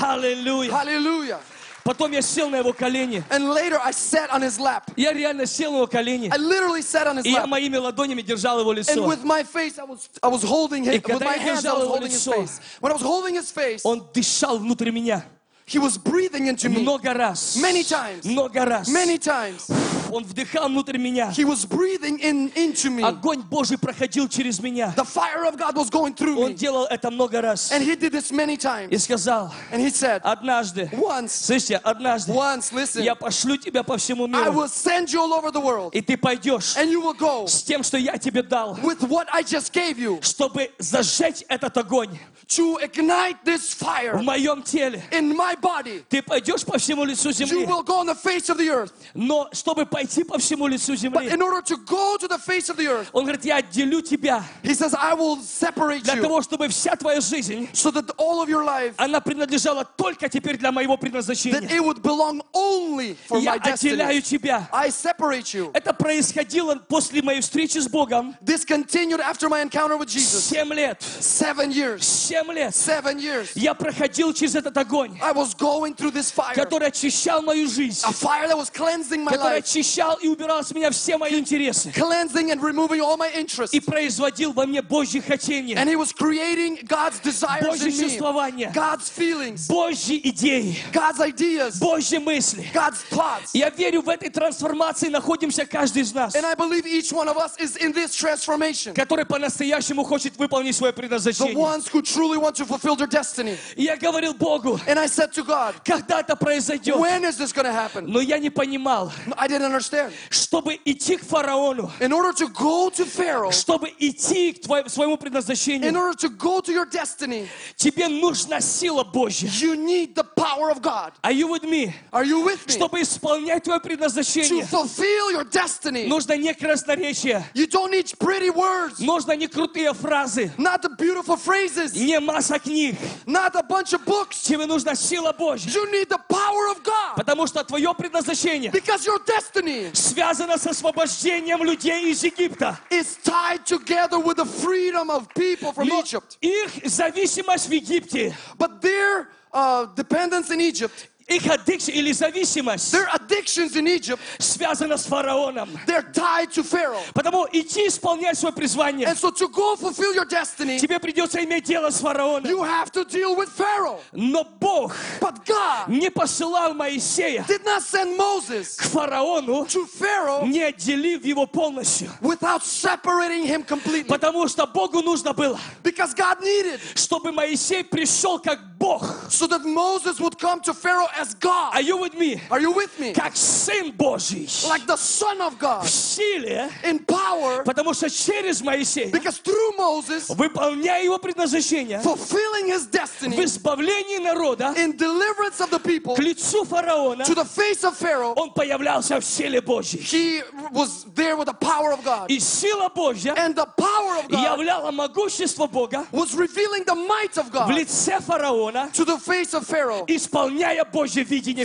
Speaker 2: Аллилуйя.
Speaker 3: Hallelujah.
Speaker 2: Потом я сел на его колени.
Speaker 3: And later I sat on his lap.
Speaker 2: Я реально сел на его колени.
Speaker 3: I literally sat on his
Speaker 2: И я
Speaker 3: lap.
Speaker 2: моими ладонями держал его
Speaker 3: And
Speaker 2: лицо.
Speaker 3: with my face, I was I was holding him.
Speaker 2: И когда
Speaker 3: With my
Speaker 2: я
Speaker 3: hands, I
Speaker 2: держал
Speaker 3: was
Speaker 2: его
Speaker 3: holding his
Speaker 2: лицо,
Speaker 3: face. When I was holding his face,
Speaker 2: Он дышал внутри меня.
Speaker 3: he was breathing into me.
Speaker 2: Много раз.
Speaker 3: Many times.
Speaker 2: Много раз.
Speaker 3: Many times,
Speaker 2: Он вдыхал внутрь меня.
Speaker 3: he was breathing in into me.
Speaker 2: Огонь Божий проходил через меня.
Speaker 3: The fire of God was going through
Speaker 2: Он
Speaker 3: me.
Speaker 2: делал это много раз.
Speaker 3: And he did this many times.
Speaker 2: И сказал,
Speaker 3: And he said,
Speaker 2: Uh, однажды,
Speaker 3: once,
Speaker 2: слышите, однажды
Speaker 3: once, listen,
Speaker 2: я пошлю тебя по всему
Speaker 3: I
Speaker 2: миру.
Speaker 3: will send you all over the world.
Speaker 2: И ты пойдешь
Speaker 3: And you will go
Speaker 2: с тем, что я тебе дал,
Speaker 3: with what I just gave you
Speaker 2: чтобы зажечь этот огонь
Speaker 3: to ignite this fire
Speaker 2: в моем теле.
Speaker 3: in my body.
Speaker 2: Ты пойдешь по всему лицу земли,
Speaker 3: You will go on the face of the earth.
Speaker 2: но чтобы пойти по всему лицу
Speaker 3: But
Speaker 2: земли,
Speaker 3: in order to go to the face of the earth,
Speaker 2: он говорит, я отделю тебя
Speaker 3: he says, I will separate
Speaker 2: для
Speaker 3: you
Speaker 2: того, чтобы вся твоя жизнь,
Speaker 3: so that all of your life,
Speaker 2: она принадлежала только теперь для моего
Speaker 3: that
Speaker 2: предназначения.
Speaker 3: it would belong only for
Speaker 2: Я
Speaker 3: my destiny.
Speaker 2: отделяю тебя.
Speaker 3: I separate you.
Speaker 2: Это происходило после моей встречи с Богом
Speaker 3: This continued after my encounter with Jesus.
Speaker 2: семь лет.
Speaker 3: Seven years.
Speaker 2: Семь лет.
Speaker 3: Seven years.
Speaker 2: Я проходил через этот огонь,
Speaker 3: I was going through this fire.
Speaker 2: который очищал мою жизнь,
Speaker 3: A fire that was cleansing my
Speaker 2: который
Speaker 3: life.
Speaker 2: очищал и убирал с меня все мои интересы.
Speaker 3: cleansing and removing all my interests.
Speaker 2: И производил во мне Божье хотение,
Speaker 3: And he was creating God's desires
Speaker 2: Божье
Speaker 3: in me,
Speaker 2: чувствование,
Speaker 3: God's feelings,
Speaker 2: Божьи идеи,
Speaker 3: God's ideas,
Speaker 2: Божьи мысли.
Speaker 3: God's plots.
Speaker 2: Я верю, в этой трансформации находимся каждый из нас,
Speaker 3: And I believe each one of us is in this transformation.
Speaker 2: который по-настоящему хочет выполнить свое
Speaker 3: The
Speaker 2: предназначение.
Speaker 3: ones who truly want to fulfill their destiny.
Speaker 2: И я говорил Богу,
Speaker 3: And I said to God,
Speaker 2: когда-то произойдет.
Speaker 3: when is this going to happen?
Speaker 2: Но я не понимал,
Speaker 3: No, I didn't understand.
Speaker 2: чтобы идти к фараону,
Speaker 3: In order to go to Pharaoh,
Speaker 2: чтобы идти к твоему, своему
Speaker 3: in
Speaker 2: предназначению,
Speaker 3: order to go to your destiny,
Speaker 2: тебе нужна сила Божья.
Speaker 3: you need the power of God.
Speaker 2: Are you with me?
Speaker 3: Are you with me?
Speaker 2: Чтобы исполнять твое
Speaker 3: To
Speaker 2: предназначение,
Speaker 3: fulfill your destiny,
Speaker 2: нужно не красноречие,
Speaker 3: you don't need pretty words,
Speaker 2: нужно не крутые фразы,
Speaker 3: not the beautiful phrases,
Speaker 2: не масса книг.
Speaker 3: not a bunch of books.
Speaker 2: Тебе нужна сила Божья,
Speaker 3: You need the power of God
Speaker 2: потому что твое предназначение
Speaker 3: because your destiny
Speaker 2: связано с освобождением людей из Египта.
Speaker 3: is tied together with the freedom of people from
Speaker 2: Но
Speaker 3: Egypt.
Speaker 2: их зависимость в Египте,
Speaker 3: But their uh, dependence in Egypt,
Speaker 2: их аддикция или зависимость
Speaker 3: their addictions in Egypt,
Speaker 2: связана с фараоном.
Speaker 3: they're tied to Pharaoh.
Speaker 2: Потому идти исполнять свое призвание.
Speaker 3: And so to go fulfill your destiny,
Speaker 2: Тебе придется иметь дело с фараоном.
Speaker 3: you have to deal with Pharaoh.
Speaker 2: Но Бог
Speaker 3: But God
Speaker 2: не посылал Моисея
Speaker 3: did not send Moses
Speaker 2: к фараону,
Speaker 3: to Pharaoh
Speaker 2: не отделив его полностью.
Speaker 3: without separating him completely
Speaker 2: Потому что Богу нужно было,
Speaker 3: because God needed
Speaker 2: чтобы Моисей пришел как Бог.
Speaker 3: so that Moses would come to Pharaoh as God.
Speaker 2: Are you with me?
Speaker 3: Are you with me?
Speaker 2: Как Сын Божий.
Speaker 3: Like the Son of
Speaker 2: В
Speaker 3: God
Speaker 2: силе,
Speaker 3: in power
Speaker 2: потому что через Моисея,
Speaker 3: because through Moses,
Speaker 2: Oh. выполняя его предназначение,
Speaker 3: fulfilling his
Speaker 2: в
Speaker 3: destiny
Speaker 2: избавлении народа
Speaker 3: in deliverance of the people
Speaker 2: к лицу фараона,
Speaker 3: to the face of Pharaoh,
Speaker 2: он появлялся в силе Божьей.
Speaker 3: he was there with the power of God.
Speaker 2: И сила Божья
Speaker 3: And the power of God
Speaker 2: являло могущество Бога
Speaker 3: was revealing the might of
Speaker 2: в
Speaker 3: God
Speaker 2: лице фараона,
Speaker 3: to the face of Pharaoh,
Speaker 2: исполняя Божье видение и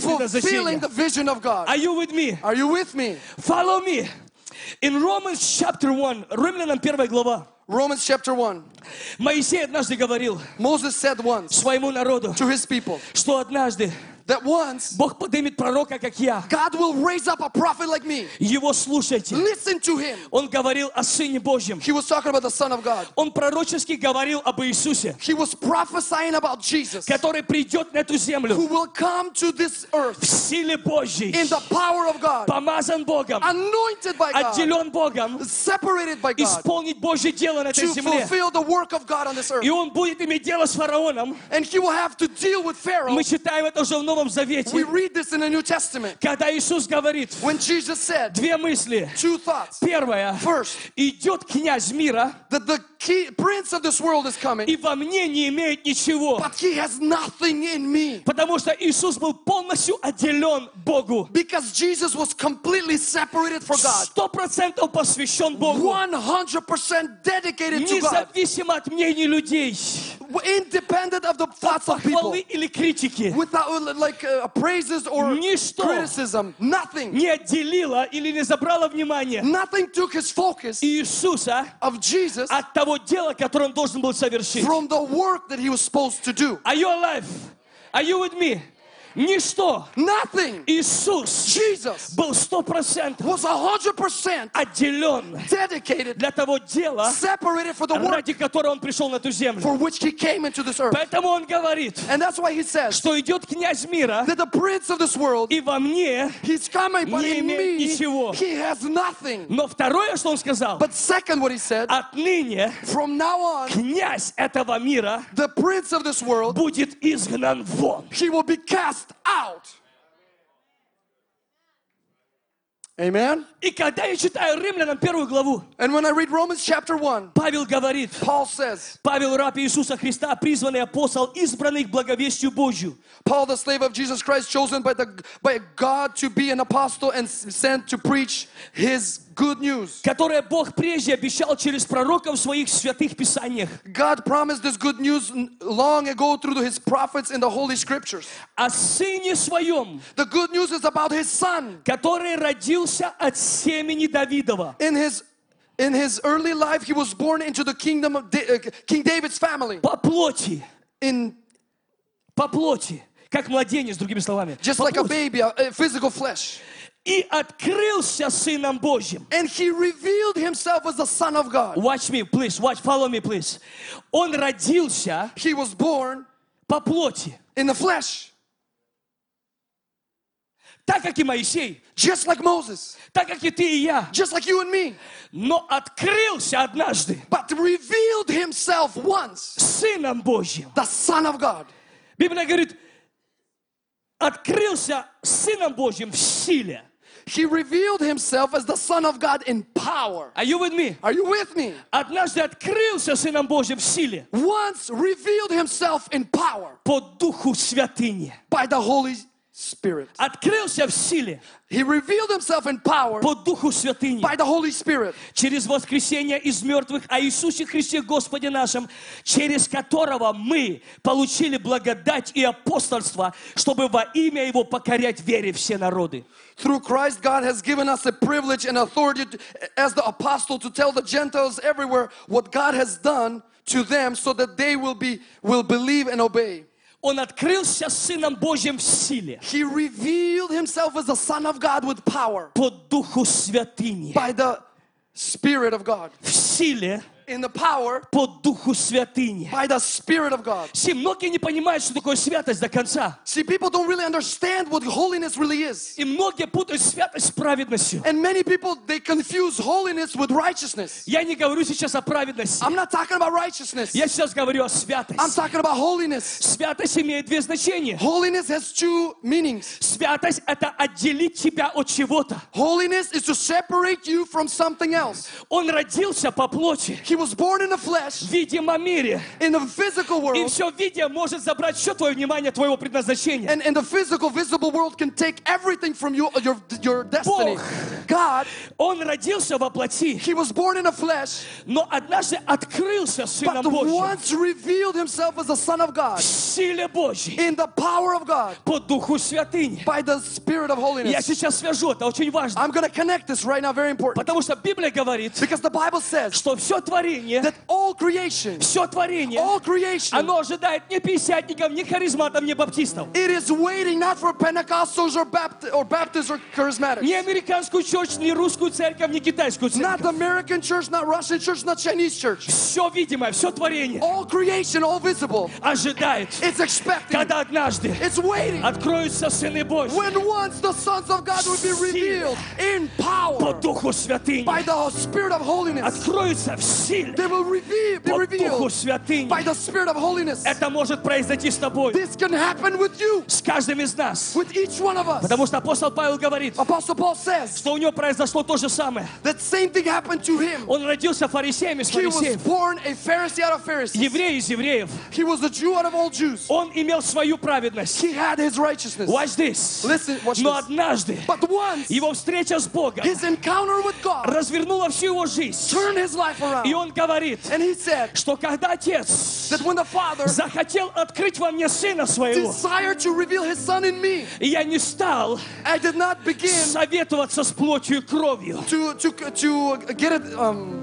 Speaker 2: предназначение.
Speaker 3: fulfilling the vision of God.
Speaker 2: Are you with me?
Speaker 3: Are you with me?
Speaker 2: Follow me. In Romans chapter 1, Римлянам 1 глава,
Speaker 3: Romans chapter 1.
Speaker 2: Моисей однажды говорил
Speaker 3: Moses said once
Speaker 2: своему народу,
Speaker 3: to his people
Speaker 2: что однажды
Speaker 3: that once
Speaker 2: Бог поднимет пророка, как я.
Speaker 3: God will raise up a prophet like me.
Speaker 2: Его слушайте.
Speaker 3: Listen to him.
Speaker 2: Он говорил о Сыне Божьем.
Speaker 3: He was talking about the Son of God.
Speaker 2: Он пророчески говорил об Иисусе,
Speaker 3: He was prophesying about Jesus
Speaker 2: который придет на эту
Speaker 3: who
Speaker 2: землю
Speaker 3: will come to this
Speaker 2: в
Speaker 3: earth
Speaker 2: силе Божьей,
Speaker 3: in the power of God,
Speaker 2: помазан Богом,
Speaker 3: anointed by God,
Speaker 2: отделен Богом,
Speaker 3: separated by God
Speaker 2: исполнить Божье дело на этой
Speaker 3: to
Speaker 2: земле.
Speaker 3: fulfill the work of God on this earth.
Speaker 2: И он будет иметь дело с фараоном.
Speaker 3: And he will have to deal with Pharaoh.
Speaker 2: Мы читаем это уже в Новом
Speaker 3: We
Speaker 2: Завете.
Speaker 3: read this in the New Testament
Speaker 2: Когда Иисус говорит
Speaker 3: when Jesus said
Speaker 2: две мысли.
Speaker 3: two thoughts.
Speaker 2: Первая.
Speaker 3: First,
Speaker 2: Идет князь мира,
Speaker 3: that the key, prince of this world is coming,
Speaker 2: и во мне не имеет ничего.
Speaker 3: but he has nothing in me.
Speaker 2: Потому что Иисус был полностью отделен Богу.
Speaker 3: Because Jesus was completely separated for Oh God,
Speaker 2: Сто процентов посвящен Богу.
Speaker 3: 100% dedicated to God,
Speaker 2: Независимо от мнений людей,
Speaker 3: independent of the thoughts of people,
Speaker 2: хвалы или критики,
Speaker 3: without like uh, praises or
Speaker 2: Ничто.
Speaker 3: criticism, nothing.
Speaker 2: не отделила или не забрала внимания
Speaker 3: Nothing took his focus
Speaker 2: Иисуса
Speaker 3: of Jesus
Speaker 2: от того дела, которое он должен был совершить.
Speaker 3: from the work that he was supposed to do.
Speaker 2: Are you alive? Are you with me? Ничто.
Speaker 3: Nothing.
Speaker 2: Иисус
Speaker 3: Jesus
Speaker 2: был сто процентов
Speaker 3: was 100%
Speaker 2: отделен
Speaker 3: dedicated,
Speaker 2: для того дела,
Speaker 3: separated for the work
Speaker 2: ради которого он пришел на эту землю.
Speaker 3: for which he came into this earth.
Speaker 2: Поэтому он говорит,
Speaker 3: And that's why he says
Speaker 2: что идет князь мира,
Speaker 3: that the prince of this world,
Speaker 2: и во мне.
Speaker 3: he's coming, but
Speaker 2: Не
Speaker 3: in
Speaker 2: имеет
Speaker 3: me,
Speaker 2: ничего.
Speaker 3: he has nothing.
Speaker 2: Но второе, что он сказал,
Speaker 3: But second, what he said,
Speaker 2: отныне
Speaker 3: from now on,
Speaker 2: князь этого мира
Speaker 3: the prince of this world,
Speaker 2: будет изгнан вон.
Speaker 3: he will be cast out. Amen.
Speaker 2: И когда я читаю Римлянам первую главу,
Speaker 3: And when I read Romans chapter 1,
Speaker 2: Павел говорит,
Speaker 3: Paul says,
Speaker 2: Павел, раб Иисуса Христа, призванный апостол, избранный к благовестию Божью,
Speaker 3: Paul, the slave of Jesus Christ, chosen by, the, by God to be an apostle and s- sent to preach his good news.
Speaker 2: которое Бог прежде обещал через пророков в своих святых писаниях,
Speaker 3: God promised this good news n- long ago through his prophets in the Holy Scriptures.
Speaker 2: о Сыне Своем,
Speaker 3: The good news is about his son.
Speaker 2: который родился от семени Давидова.
Speaker 3: In his in his early life, he was born into the kingdom of Da- uh, King David's family.
Speaker 2: По плоти,
Speaker 3: In
Speaker 2: по плоти, как младенец, другими словами.
Speaker 3: just
Speaker 2: По
Speaker 3: like a
Speaker 2: плоти.
Speaker 3: baby, a, a physical flesh.
Speaker 2: и открылся Сыном Божьим.
Speaker 3: And he revealed himself as the Son of God.
Speaker 2: Watch me, please, watch, follow me, please. Он родился
Speaker 3: He was born
Speaker 2: по плоти,
Speaker 3: in the flesh,
Speaker 2: так как и Моисей,
Speaker 3: just like Moses,
Speaker 2: так как и ты и я,
Speaker 3: just like you and me,
Speaker 2: но открылся однажды
Speaker 3: but revealed himself once,
Speaker 2: Сыном Божьим.
Speaker 3: the Son of God.
Speaker 2: Библия говорит, открылся Сыном Божьим в силе.
Speaker 3: He revealed himself as the Son of God in power.
Speaker 2: Are you with me?
Speaker 3: Are you with me?
Speaker 2: Однажды открылся Сыном Божьим в силе
Speaker 3: Once revealed himself in power
Speaker 2: по Духу Святыни.
Speaker 3: by the Holy Spirit.
Speaker 2: Открылся в силе
Speaker 3: He revealed himself in power
Speaker 2: по Духу Святыни.
Speaker 3: by the Holy Spirit.
Speaker 2: через воскресение из мертвых о Иисусе Христе Господе нашем, через которого мы получили благодать и апостольство, чтобы во имя Его покорять вере все народы.
Speaker 3: Through Christ, God has given us a privilege and authority to- as the apostle to tell the Gentiles everywhere what God has done to them so that they will be will believe and obey.
Speaker 2: Он открылся Сыном Божьим в силе,
Speaker 3: He revealed himself as the Son of God with power
Speaker 2: по Духу Святыни.
Speaker 3: by the Spirit of God.
Speaker 2: В силе,
Speaker 3: In the power
Speaker 2: по Духу Святыни.
Speaker 3: by the Spirit of God.
Speaker 2: Все многие не понимают, что такое святость до конца.
Speaker 3: See, people don't really understand what holiness really is.
Speaker 2: И многие путают святость с праведностью.
Speaker 3: And many people they confuse holiness with righteousness.
Speaker 2: Я не говорю сейчас о праведности.
Speaker 3: I'm not talking about righteousness.
Speaker 2: Я сейчас говорю о
Speaker 3: I'm
Speaker 2: святости.
Speaker 3: talking about holiness.
Speaker 2: Святость имеет две значения.
Speaker 3: Holiness has two meanings.
Speaker 2: Святость – это отделить тебя от чего-то.
Speaker 3: Holiness is to separate you from something else.
Speaker 2: Он родился по плоти,
Speaker 3: He was born in the
Speaker 2: в
Speaker 3: flesh,
Speaker 2: видимом мире.
Speaker 3: in the physical
Speaker 2: И
Speaker 3: world,
Speaker 2: все видя может забрать все твое внимание, твоего предназначения.
Speaker 3: and in the physical, visible world can take everything from you, your, your destiny. God,
Speaker 2: Он родился во плоти,
Speaker 3: He was born in the flesh,
Speaker 2: но однажды открылся
Speaker 3: but
Speaker 2: Сыном Божьим.
Speaker 3: once revealed Himself as the Son of God
Speaker 2: В силе Божьей,
Speaker 3: in the power of God
Speaker 2: по Духу Святыни.
Speaker 3: by the Spirit of
Speaker 2: Я
Speaker 3: holiness.
Speaker 2: сейчас свяжу, это очень важно.
Speaker 3: I'm going to connect this right now, very important.
Speaker 2: Потому что Библия говорит,
Speaker 3: Because the Bible says
Speaker 2: что все творение,
Speaker 3: that all creation,
Speaker 2: все творение,
Speaker 3: all creation,
Speaker 2: оно ожидает ни пятидесятников, ни харизматов, ни баптистов.
Speaker 3: it is waiting not for Pentecostals or, Bapt- or Baptists or charismatics.
Speaker 2: Ни американскую черчь, ни русскую церковь, ни китайскую церковь.
Speaker 3: Not the American church, not Russian church, not Chinese church.
Speaker 2: Все видимое, все творение
Speaker 3: All creation, all visible.
Speaker 2: ожидает,
Speaker 3: It's expecting.
Speaker 2: когда однажды
Speaker 3: It's waiting.
Speaker 2: откроются сыны Божьи
Speaker 3: When once the sons of God will be revealed in
Speaker 2: по
Speaker 3: power
Speaker 2: Духу Святыни.
Speaker 3: by the Spirit of holiness.
Speaker 2: Откроются в силе
Speaker 3: They will reveal, be
Speaker 2: по Духу
Speaker 3: revealed
Speaker 2: Святыни.
Speaker 3: by the Spirit of holiness.
Speaker 2: Это может произойти с тобой,
Speaker 3: This can happen with you,
Speaker 2: с каждым из нас.
Speaker 3: with each one of us.
Speaker 2: Потому что апостол Павел говорит,
Speaker 3: Apostle Paul says
Speaker 2: что у него произошло то же самое.
Speaker 3: that same thing happened to him.
Speaker 2: Он родился фарисеем из
Speaker 3: He was
Speaker 2: фарисеев,
Speaker 3: born a Pharisee out of Pharisees.
Speaker 2: еврей из евреев.
Speaker 3: He was a Jew out of all Jews.
Speaker 2: Он имел свою праведность.
Speaker 3: He had his righteousness.
Speaker 2: Watch this.
Speaker 3: Listen, watch
Speaker 2: Но
Speaker 3: this.
Speaker 2: однажды
Speaker 3: But once
Speaker 2: его встреча с Богом
Speaker 3: his encounter with God
Speaker 2: развернула всю его жизнь.
Speaker 3: turned his life
Speaker 2: И
Speaker 3: around.
Speaker 2: он говорит,
Speaker 3: And he said
Speaker 2: что когда отец
Speaker 3: that when the Father
Speaker 2: захотел открыть во мне сына своего,
Speaker 3: desired to reveal his Son in me,
Speaker 2: и я не стал
Speaker 3: I did not begin
Speaker 2: советоваться с плотью и кровью.
Speaker 3: to to to get it um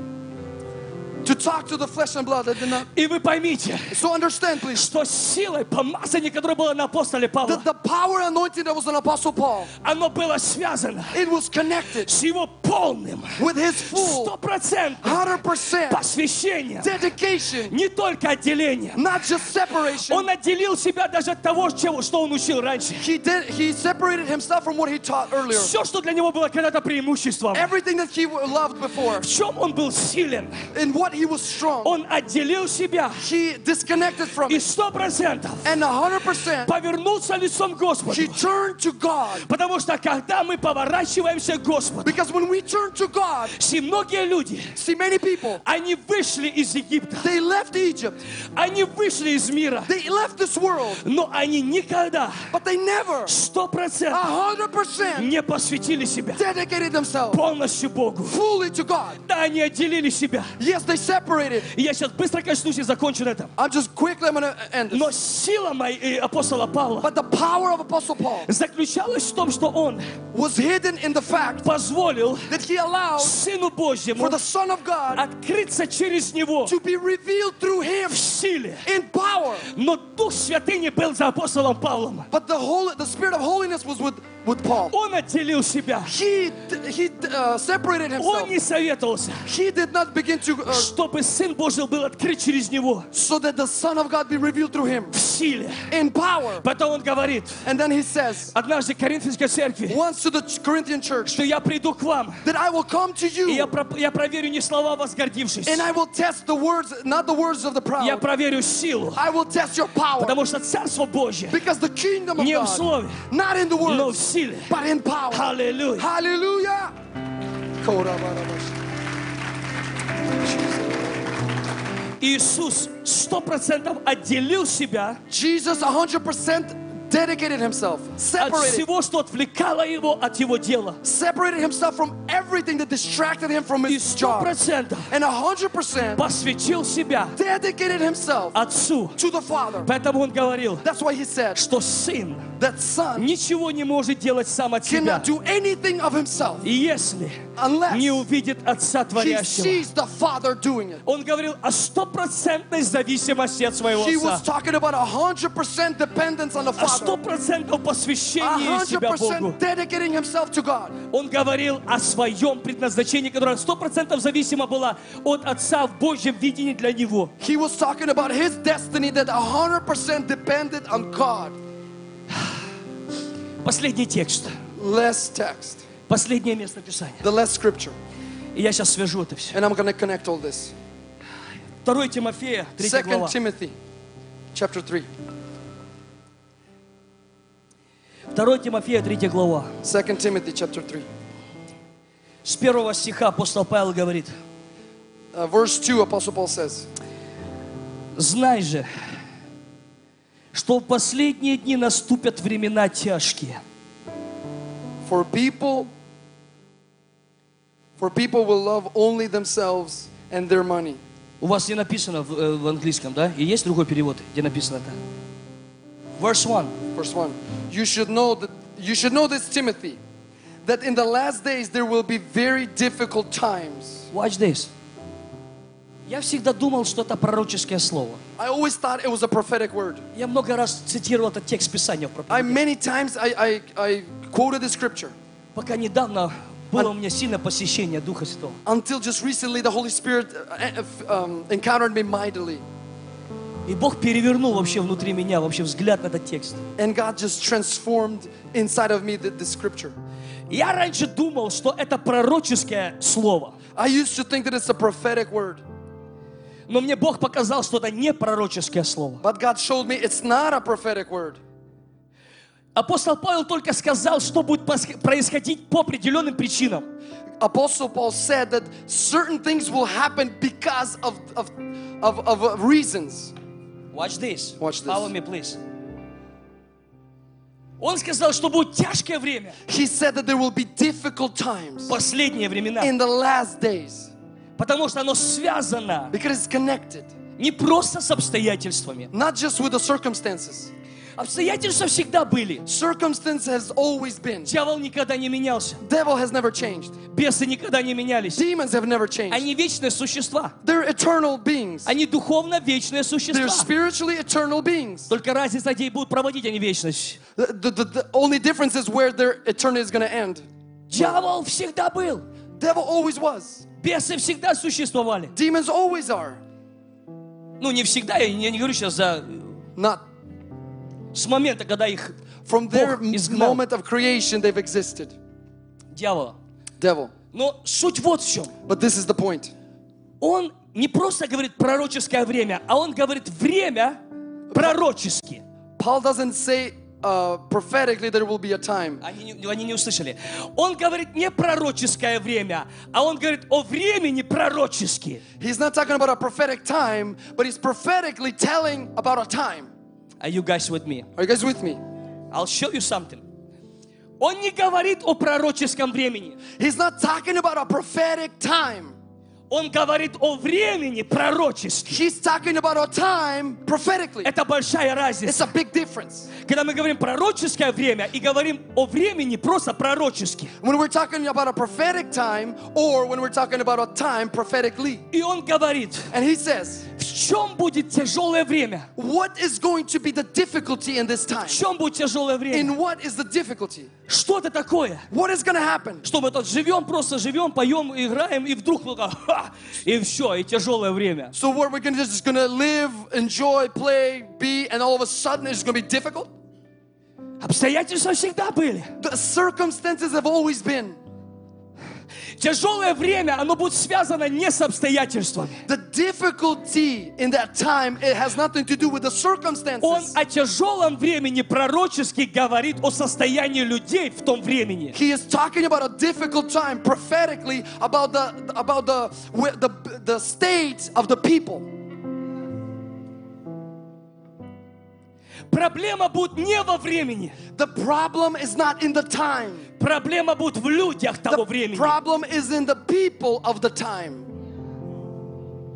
Speaker 3: to talk to the flesh and blood. I did not.
Speaker 2: И вы поймите,
Speaker 3: So understand, please.
Speaker 2: что силой помазания, которое было на апостоле Павла,
Speaker 3: That the power anointing that was on Apostle Paul,
Speaker 2: оно было связано
Speaker 3: it was connected
Speaker 2: с его полным,
Speaker 3: with his full,
Speaker 2: стопроцентным
Speaker 3: hundred percent
Speaker 2: посвящением,
Speaker 3: dedication,
Speaker 2: не только отделением.
Speaker 3: not just separation.
Speaker 2: Он отделил себя даже от того, чего, что он учил раньше.
Speaker 3: He did. He separated himself from what he taught earlier.
Speaker 2: Все, что для него было когда-то преимуществом,
Speaker 3: Everything that he loved before,
Speaker 2: в чем он был силен,
Speaker 3: in what he was strong.
Speaker 2: он отделил себя
Speaker 3: He disconnected from
Speaker 2: и
Speaker 3: it.
Speaker 2: сто процентов
Speaker 3: And 100%,
Speaker 2: повернуться лицом к Господу.
Speaker 3: he turned to God.
Speaker 2: Потому что когда мы поворачиваемся к Господу,
Speaker 3: Because when we turn to God,
Speaker 2: все многие люди,
Speaker 3: see, many people,
Speaker 2: они вышли из Египта,
Speaker 3: they left Egypt,
Speaker 2: они вышли из мира,
Speaker 3: they left this world,
Speaker 2: но они никогда
Speaker 3: but they never
Speaker 2: сто процентов
Speaker 3: 100%
Speaker 2: не посвятили себя
Speaker 3: dedicated themselves
Speaker 2: полностью Богу.
Speaker 3: fully to God.
Speaker 2: Да, они отделили себя.
Speaker 3: Yes, they separated.
Speaker 2: И я сейчас быстро коснусь и закончу на этом.
Speaker 3: I'm just quickly, I'm going to end this.
Speaker 2: Но сила моей, э, апостола Павла
Speaker 3: But the power of Apostle Paul
Speaker 2: заключалась в том, что он
Speaker 3: was hidden in the fact
Speaker 2: позволил
Speaker 3: that he allowed
Speaker 2: Сыну Божьему
Speaker 3: for the Son of God
Speaker 2: открыться через него э,
Speaker 3: to be revealed through him
Speaker 2: в силе.
Speaker 3: in power.
Speaker 2: Но Дух Святыни был за апостолом Павлом.
Speaker 3: But the, holy, the spirit of holiness was with with Paul.
Speaker 2: Он отделил себя.
Speaker 3: He he uh, separated
Speaker 2: Он
Speaker 3: himself.
Speaker 2: не советовался.
Speaker 3: He did not begin to uh,
Speaker 2: Чтобы Сын Божий был открыт через него
Speaker 3: so that the Son of God be revealed through him
Speaker 2: в силе.
Speaker 3: in power.
Speaker 2: Потом он говорит,
Speaker 3: And then he says
Speaker 2: однажды Коринфянской церкви,
Speaker 3: once to the Ch- Corinthian church
Speaker 2: что я приду к вам,
Speaker 3: that I will come to
Speaker 2: и я,
Speaker 3: you
Speaker 2: про- я проверю не слова а возгордившись,
Speaker 3: and I will test the words, not the words of the
Speaker 2: я
Speaker 3: proud.
Speaker 2: проверю силу,
Speaker 3: I will test your power
Speaker 2: потому что Царство Божье
Speaker 3: because the kingdom of
Speaker 2: не в
Speaker 3: God,
Speaker 2: слове,
Speaker 3: not in the
Speaker 2: но в
Speaker 3: words,
Speaker 2: силе.
Speaker 3: but in power.
Speaker 2: Аллилуйя.
Speaker 3: Hallelujah.
Speaker 2: Иисус сто процентов отделил себя
Speaker 3: Jesus 100% dedicated himself,
Speaker 2: от
Speaker 3: separated,
Speaker 2: всего, что отвлекало его от его дела.
Speaker 3: separated himself from everything that distracted him from
Speaker 2: И
Speaker 3: his
Speaker 2: сто
Speaker 3: job.
Speaker 2: процентов
Speaker 3: And 100%
Speaker 2: посвятил себя
Speaker 3: dedicated himself
Speaker 2: Отцу.
Speaker 3: to the Father.
Speaker 2: Поэтому он говорил,
Speaker 3: That's why he said
Speaker 2: что Сын
Speaker 3: that Son
Speaker 2: ничего не может делать сам от себя,
Speaker 3: cannot do anything of himself
Speaker 2: И если не
Speaker 3: unless
Speaker 2: увидит Отца
Speaker 3: he
Speaker 2: Творящего.
Speaker 3: sees the Father doing it.
Speaker 2: Он говорил о стопроцентной зависимости от своего
Speaker 3: He was
Speaker 2: Отца. а
Speaker 3: talking about 100% dependence on the
Speaker 2: О
Speaker 3: Father, а
Speaker 2: стопроцентном посвящении себя Богу.
Speaker 3: 100% dedicating himself to God.
Speaker 2: Он говорил о своем предназначении, которое сто процентов зависимо было от Отца в Божьем видении для него.
Speaker 3: He was talking about his destiny that 100% depended on God.
Speaker 2: Последний текст,
Speaker 3: Less text,
Speaker 2: последнее место Писания.
Speaker 3: the less scripture.
Speaker 2: И я сейчас свяжу это все.
Speaker 3: And I'm going to connect all this.
Speaker 2: 2 Тимофея, 3
Speaker 3: Second
Speaker 2: глава.
Speaker 3: Timothy chapter 3.
Speaker 2: 2 Тимофея, 3 глава.
Speaker 3: Second Timothy chapter 3.
Speaker 2: С первого стиха апостол Павел говорит,
Speaker 3: Uh, verse 2, Apostle Paul says,
Speaker 2: «Знай же, что в последние дни наступят времена тяжкие,
Speaker 3: For people, for people will love only themselves and their money.
Speaker 2: У вас не написано в, э, в английском, да? И есть другой перевод, где написано это? Verse 1.
Speaker 3: Verse 1. You should know that you should know this, Timothy, that in the last days there will be very difficult times.
Speaker 2: Watch this. Я всегда думал, что это пророческое слово.
Speaker 3: I always thought it was a prophetic word.
Speaker 2: Я много раз цитировал этот текст Писания в
Speaker 3: I
Speaker 2: проповеди. А
Speaker 3: many times I, I, I quoted the scripture
Speaker 2: Пока недавно было
Speaker 3: А-
Speaker 2: у меня сильное посещение Духа Святого.
Speaker 3: until just recently the Holy Spirit uh, uh, um, encountered me mightily.
Speaker 2: И Бог перевернул вообще внутри меня вообще взгляд на этот текст.
Speaker 3: And God just transformed inside of me the, the scripture.
Speaker 2: Я раньше думал, что это пророческое слово.
Speaker 3: I used to think that it's a prophetic word,
Speaker 2: Но мне Бог показал, что это не пророческое слово.
Speaker 3: but God showed me it's not a prophetic word.
Speaker 2: Апостол Павел только сказал, что будет пос- происходить по определенным причинам.
Speaker 3: Apostle Paul said that certain things will happen because of, of, of, of uh, reasons.
Speaker 2: Watch this.
Speaker 3: Watch this.
Speaker 2: Follow me, please. Он сказал, что будет тяжкое время,
Speaker 3: He said that there will be difficult
Speaker 2: Oh,
Speaker 3: times
Speaker 2: последние времена,
Speaker 3: in the last days
Speaker 2: потому что оно связано
Speaker 3: because it's connected,
Speaker 2: не просто с обстоятельствами.
Speaker 3: not just with the circumstances.
Speaker 2: Обстоятельства всегда были.
Speaker 3: Circumstance has always been.
Speaker 2: Дьявол никогда не менялся,
Speaker 3: Devil has never changed.
Speaker 2: бесы никогда не менялись.
Speaker 3: Demons have never changed.
Speaker 2: Они вечные существа,
Speaker 3: They're eternal beings.
Speaker 2: они духовно вечные
Speaker 3: They're
Speaker 2: существа.
Speaker 3: spiritually eternal beings.
Speaker 2: Только разница, где будут проводить они вечность.
Speaker 3: The, the, the, the only difference is where their eternity is going to end.
Speaker 2: Дьявол всегда был,
Speaker 3: Devil always was.
Speaker 2: бесы всегда существовали.
Speaker 3: Demons always are.
Speaker 2: Ну, не всегда, я не, не говорю сейчас за...
Speaker 3: Not
Speaker 2: С момента, когда их
Speaker 3: from their
Speaker 2: Бог изгнал.
Speaker 3: moment of creation they've existed.
Speaker 2: дьявола.
Speaker 3: Devil.
Speaker 2: Но суть вот в чем.
Speaker 3: But this is the point.
Speaker 2: Он не просто говорит пророческое время, а он говорит время пророчески.
Speaker 3: Paul doesn't say uh, prophetically there will be a time.
Speaker 2: Они не, они не услышали. Он говорит не пророческое время, а он говорит о времени пророчески.
Speaker 3: He's not talking about a prophetic time, but he's prophetically telling about a time.
Speaker 2: Are you guys with me?
Speaker 3: Are you guys with me?
Speaker 2: I'll show you something. Он не говорит о пророческом времени.
Speaker 3: He's not talking about a prophetic time.
Speaker 2: Он говорит о времени пророчески.
Speaker 3: He's talking about a time prophetically.
Speaker 2: Это большая разница.
Speaker 3: It's a big difference.
Speaker 2: Когда мы говорим пророческое время и говорим о времени просто пророчески.
Speaker 3: When we're talking about a prophetic time or when we're talking about a time prophetically.
Speaker 2: И он говорит,
Speaker 3: And he says,
Speaker 2: в в чем будет тяжелое время?
Speaker 3: What is going to be the difficulty in this time?
Speaker 2: В чем будет тяжелое время?
Speaker 3: In what is the difficulty?
Speaker 2: Что-то такое,
Speaker 3: What is going to happen?
Speaker 2: что мы тут живем, просто живем, поем, играем, и вдруг ну, как, ха, и все, и тяжелое время.
Speaker 3: So what we're gonna just, just gonna live, enjoy, play, be, and all of a sudden it's gonna be difficult?
Speaker 2: Обстоятельства всегда были.
Speaker 3: The circumstances have always been.
Speaker 2: Тяжелое время, оно будет связано не с обстоятельствами.
Speaker 3: The difficulty in that time, it has nothing to do with the
Speaker 2: Он
Speaker 3: circumstances.
Speaker 2: о тяжелом времени пророчески говорит о состоянии людей в том времени.
Speaker 3: He is talking about a difficult time prophetically about the about the where- the the state of the people.
Speaker 2: Проблема будет не во времени.
Speaker 3: The problem is not in the time.
Speaker 2: Проблема будет в людях того
Speaker 3: The
Speaker 2: времени.
Speaker 3: problem is in the people of the time.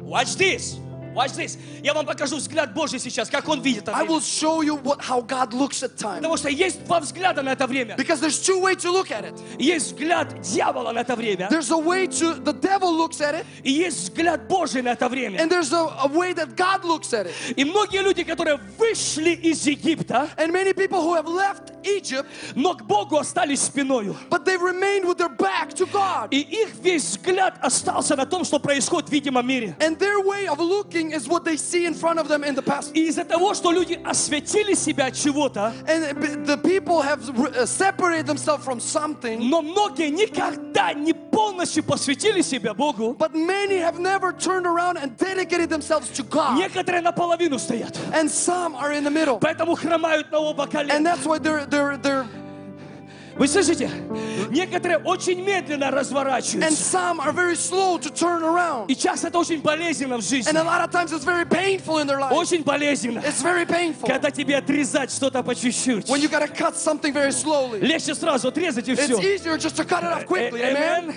Speaker 2: Watch this. Watch this. Я вам покажу взгляд Божий сейчас, как он видит это
Speaker 3: I
Speaker 2: время.
Speaker 3: will show you what how God looks at time.
Speaker 2: Потому что есть два взгляда на это время.
Speaker 3: Because there's two ways to look at it.
Speaker 2: Есть взгляд дьявола на это время.
Speaker 3: There's a way to the devil looks at it,
Speaker 2: И есть взгляд Божий на это время.
Speaker 3: and there's a, a way that God looks at it.
Speaker 2: И многие люди, которые вышли из Египта,
Speaker 3: And many people who have left Egypt,
Speaker 2: но к Богу остались спиною.
Speaker 3: but they remained with their back to God.
Speaker 2: И их весь взгляд остался на том, что происходит в видимом мире.
Speaker 3: And their way of looking is what they see in front of them in the past.
Speaker 2: И из-за того, что люди осветили себя от чего-то,
Speaker 3: And b- the people have re- uh, separated themselves from something,
Speaker 2: но многие никогда не полностью посвятили себя Богу.
Speaker 3: but many have never turned around and dedicated themselves to God.
Speaker 2: Некоторые наполовину стоят.
Speaker 3: And some are in the middle.
Speaker 2: Поэтому хромают на оба колена.
Speaker 3: And that's why they're they're they're
Speaker 2: Вы слышите? Некоторые очень медленно
Speaker 3: and
Speaker 2: разворачиваются.
Speaker 3: some are very slow to turn around.
Speaker 2: И часто это очень болезненно в
Speaker 3: And
Speaker 2: жизни.
Speaker 3: a lot of times it's very painful in their life.
Speaker 2: Очень болезненно.
Speaker 3: It's very painful.
Speaker 2: Когда тебе отрезать что-то по чуть-чуть.
Speaker 3: When you gotta cut something very slowly.
Speaker 2: Легче сразу отрезать и Э,
Speaker 3: It's
Speaker 2: все.
Speaker 3: easier just to cut it off quickly, amen?